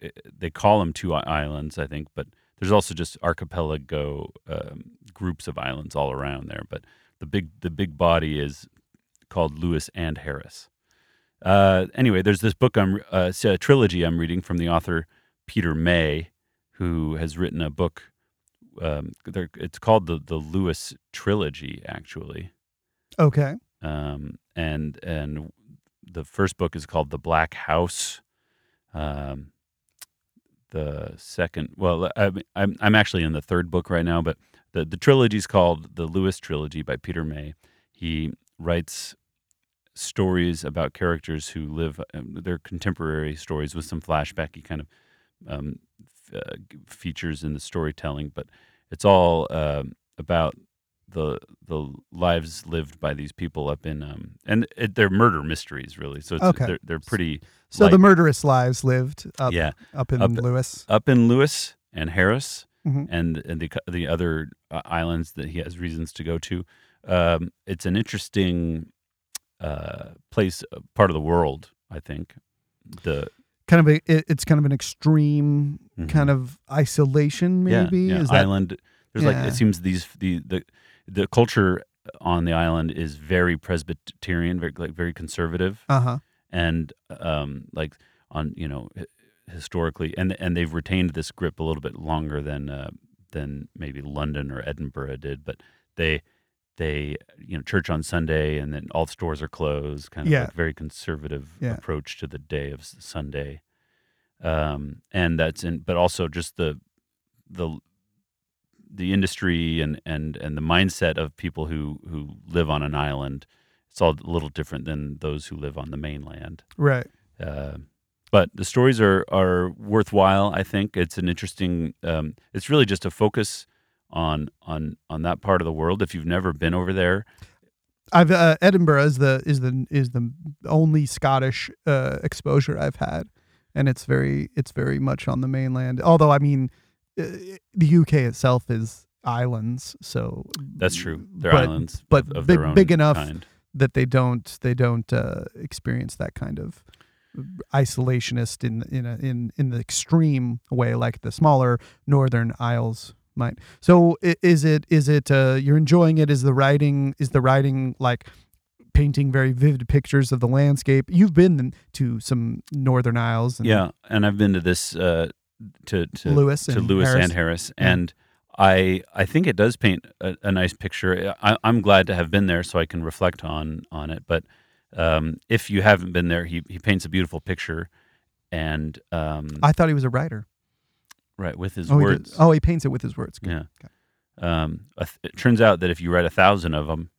S1: eh, they call them two i- islands, I think, but there's also just archipelago um, groups of islands all around there. But the big the big body is called Lewis and Harris. Uh, anyway, there's this book I'm uh, it's a trilogy I'm reading from the author Peter May, who has written a book. Um, they're- it's called the the Lewis trilogy, actually,
S2: okay
S1: um, and and the first book is called The Black House. Um, the second, well, I, I'm I'm actually in the third book right now, but the the trilogy is called the Lewis trilogy by Peter May. He writes stories about characters who live um, their contemporary stories with some flashbacky kind of um, f- uh, g- features in the storytelling, but it's all um about the the lives lived by these people up in um and it, they're murder mysteries really so it's,
S2: Okay.
S1: they're, they're pretty
S2: so the
S1: Like-
S2: murderous lives lived up
S1: yeah
S2: up in
S1: up-
S2: Lewis
S1: up in Lewis and Harris
S2: Mhm.
S1: and, and the the other uh, islands that he has reasons to go to. Um, it's an interesting uh, place, uh, part of the world, I think. The
S2: kind of a, it, it's kind of an extreme kind of isolation maybe
S1: Mm-hmm. yeah, yeah.
S2: is that
S1: island. There's like
S2: Yeah.
S1: it seems these the the the culture on the island is very Presbyterian, very like very conservative.
S2: uh huh
S1: and um, like on you know hi- historically and and they've retained this grip a little bit longer than uh, than maybe London or Edinburgh did but they they you know church on Sunday and then all stores are closed kind of
S2: Yeah.
S1: like very conservative
S2: Yeah.
S1: approach to the day of S- Sunday um, and that's in but also just the the the industry and and and the mindset of people who who live on an island it's all a little different than those who live on the mainland
S2: right
S1: uh, but the stories are are worthwhile. I think it's an interesting. Um, it's really just a focus on on on that part of the world. If you've never been over there,
S2: I've uh, Edinburgh is the is the is the only Scottish uh, exposure I've had, and it's very it's very much on the mainland. Although I mean, uh, the UK itself is islands, so
S1: that's true. They're
S2: But-
S1: islands,
S2: but
S1: of, of
S2: big-
S1: their own
S2: big enough Mm-hmm.
S1: kind.
S2: that they don't they don't uh, experience that kind of isolationist in in a, in in the extreme way like the smaller northern isles might. So i- is it is it uh, you're enjoying it? Is the writing is the writing like painting very vivid pictures of the landscape? You've been to some northern isles, and
S1: Yeah, and I've been to this uh, to to
S2: Lewis
S1: to
S2: and
S1: Lewis
S2: Harris.
S1: and Harris,
S2: Yeah.
S1: and I I think it does paint a, a nice picture. I, I'm glad to have been there, so I can reflect on on it. But um, if you haven't been there, he he paints a beautiful picture, and um,
S2: I thought he was a writer.
S1: right with his
S2: oh, he did-
S1: words.
S2: oh, he paints it with his words.
S1: Yeah. Um, a th- it turns out that if you write a thousand of them,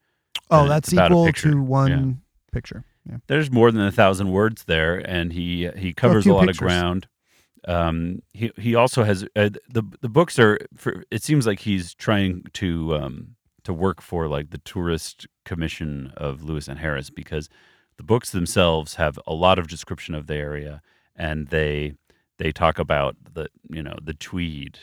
S2: Oh,
S1: And
S2: that's
S1: it's about a
S2: equal
S1: picture.
S2: to one picture. Yeah.
S1: there's more than a thousand words there, and he he covers a
S2: Oh, few
S1: lot
S2: pictures.
S1: of ground. Um, he he also has uh, the the books are. For, it seems like he's trying to um, to work for like the tourist commission of Lewis and Harris because the books themselves have a lot of description of the area, and they they talk about the you know the Tweed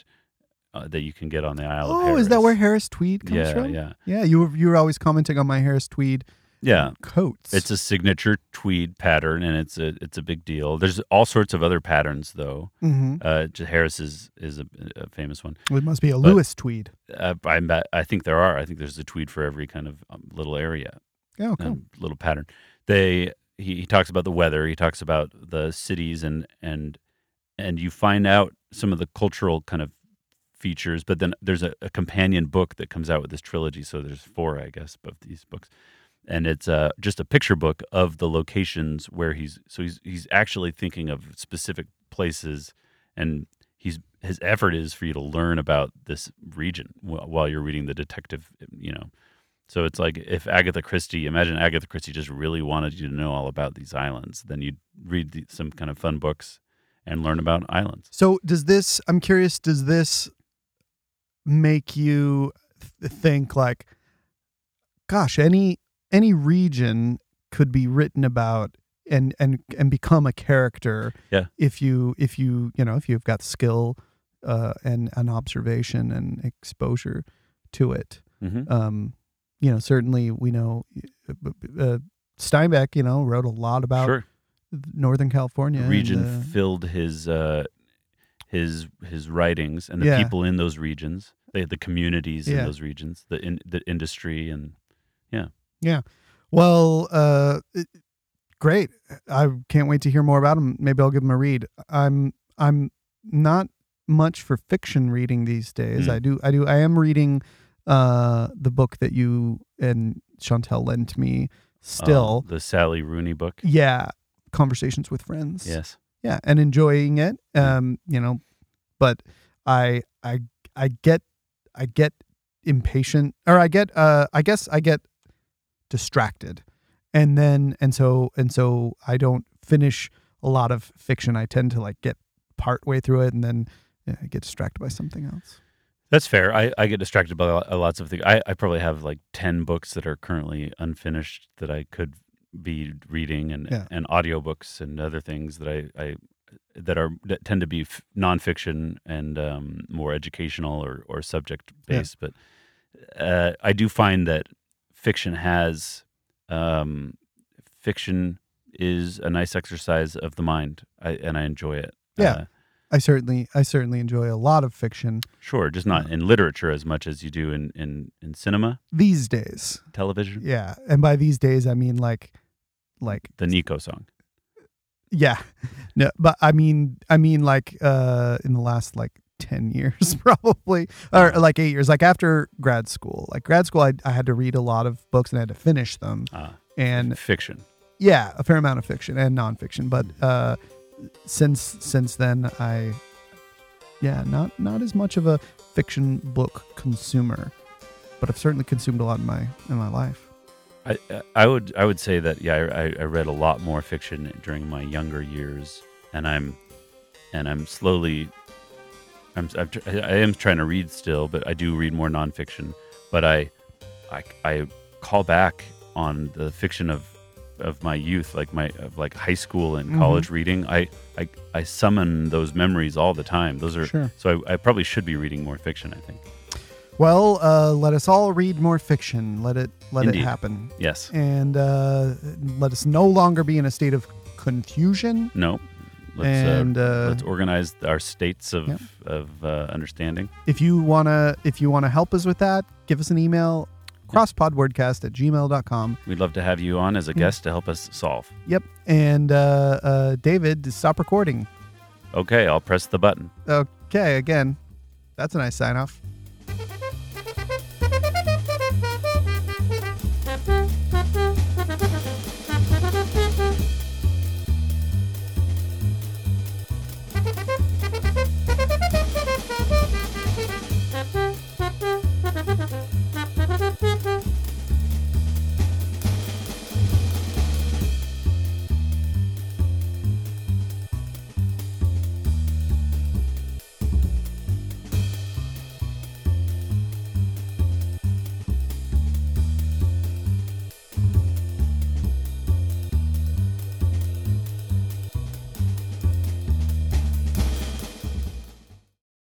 S1: uh, that you can get on the Isle of
S2: Oh,
S1: Harris.
S2: is that where Harris Tweed comes
S1: Yeah,
S2: from?
S1: yeah,
S2: Yeah, you were, you were always commenting on my Harris Tweed
S1: yeah.
S2: coats.
S1: It's a signature tweed pattern, and it's a it's a big deal. There's all sorts of other patterns, though.
S2: Mhm.
S1: Uh, j- Harris is is a, a famous one.
S2: it must be a
S1: but-
S2: Lewis Tweed.
S1: Uh, I I think there are. I think there's a tweed for every kind of um, little area,
S2: Oh, cool.
S1: um, little pattern. They he, he talks about the weather. He talks about the cities and and and you find out some of the cultural kind of features. But then there's a, a companion book that comes out with this trilogy. So there's four, I guess, of these books, and it's uh, just a picture book of the locations where he's. So he's he's actually thinking of specific places, and he's his effort is for you to learn about this region wh- while you're reading the detective. You know. So it's like if Agatha Christie, imagine Agatha Christie just really wanted you to know all about these islands, then you'd read the, some kind of fun books and learn about islands.
S2: So does this? I'm curious. Does this make you th- think like, gosh, any any region could be written about and and and become a character.
S1: Yeah.
S2: If you if you you know if you've got skill, uh, and and observation and exposure to it.
S1: Mm-hmm.
S2: Um, you know, certainly we know uh, Steinbeck. You know, wrote a lot about
S1: sure.
S2: Northern California and,
S1: region
S2: uh,
S1: filled his uh, his his writings and the
S2: Yeah.
S1: people in those regions, the, the communities in
S2: Yeah.
S1: those regions, the in, the industry, and um,
S2: Well, uh, it- great. I can't wait to hear more about them. Maybe I'll give them a read. I'm I'm not much for fiction reading these days.
S1: Hmm.
S2: I do I do I am reading uh, the book that you and Chantel lent me.
S1: uh,
S2: Still,
S1: the Sally Rooney book.
S2: yeah, conversations with friends.
S1: Yes,
S2: yeah, and enjoying it.
S1: Yeah.
S2: Um, you know, but I I I get I get impatient or I get uh I guess I get distracted. And then and so and so I don't finish a lot of fiction. I tend to like get part way through it and then yeah, I get distracted by something else.
S1: that's fair. I, I get distracted by lo- lots of things. I, I probably have like ten books that are currently unfinished that I could be reading, and
S2: Yeah.
S1: and audiobooks and other things that I. I that are that tend to be f- nonfiction and um, more educational or, or subject
S2: Yeah.
S1: based, but uh, I do find that fiction has um, fiction is a nice exercise of the mind, I, and I enjoy it.
S2: Yeah.
S1: Uh,
S2: I certainly I certainly enjoy a lot of fiction
S1: sure, just not in literature as much as you do in in, in cinema,
S2: these days.
S1: television.
S2: Yeah. And by these days I mean like like
S1: The Nico song.
S2: Yeah. No, but I mean I mean like uh in the last like 10 <laughs> years probably or like 8 years like after grad school. Like grad school I I had to read a lot of books and I had to finish them
S1: Uh,
S2: and
S1: fiction.
S2: yeah, a fair amount of fiction and nonfiction, but uh since since then I yeah, not not as much of a fiction book consumer, but I've certainly consumed a lot in my in my life.
S1: I, I would I would say that yeah I, I read a lot more fiction during my younger years and I'm and I'm slowly I'm, I'm tr- I am trying to read still but I do read more nonfiction but I I, I call back on the fiction of of my youth like my of like high school and
S2: Mhm.
S1: college reading I, I I summon those memories all the time those are
S2: Sure.
S1: so I, I probably should be reading more fiction I think
S2: Well, uh let us all read more fiction. Let it let
S1: Indeed.
S2: it happen.
S1: yes
S2: and uh, let us no longer be in a state of confusion.
S1: no let's
S2: and
S1: uh,
S2: uh,
S1: let's organize our states of
S2: Yep.
S1: of uh, understanding.
S2: if you wanna if you wanna help us with that, give us an email crosspodwordcast at gmail.com.
S1: We'd love to have you on
S2: Mm.
S1: as a guest to help us solve.
S2: Yep. And uh, uh, David, stop recording.
S1: Okay, I'll press the button.
S2: Okay, again, that's a nice sign off.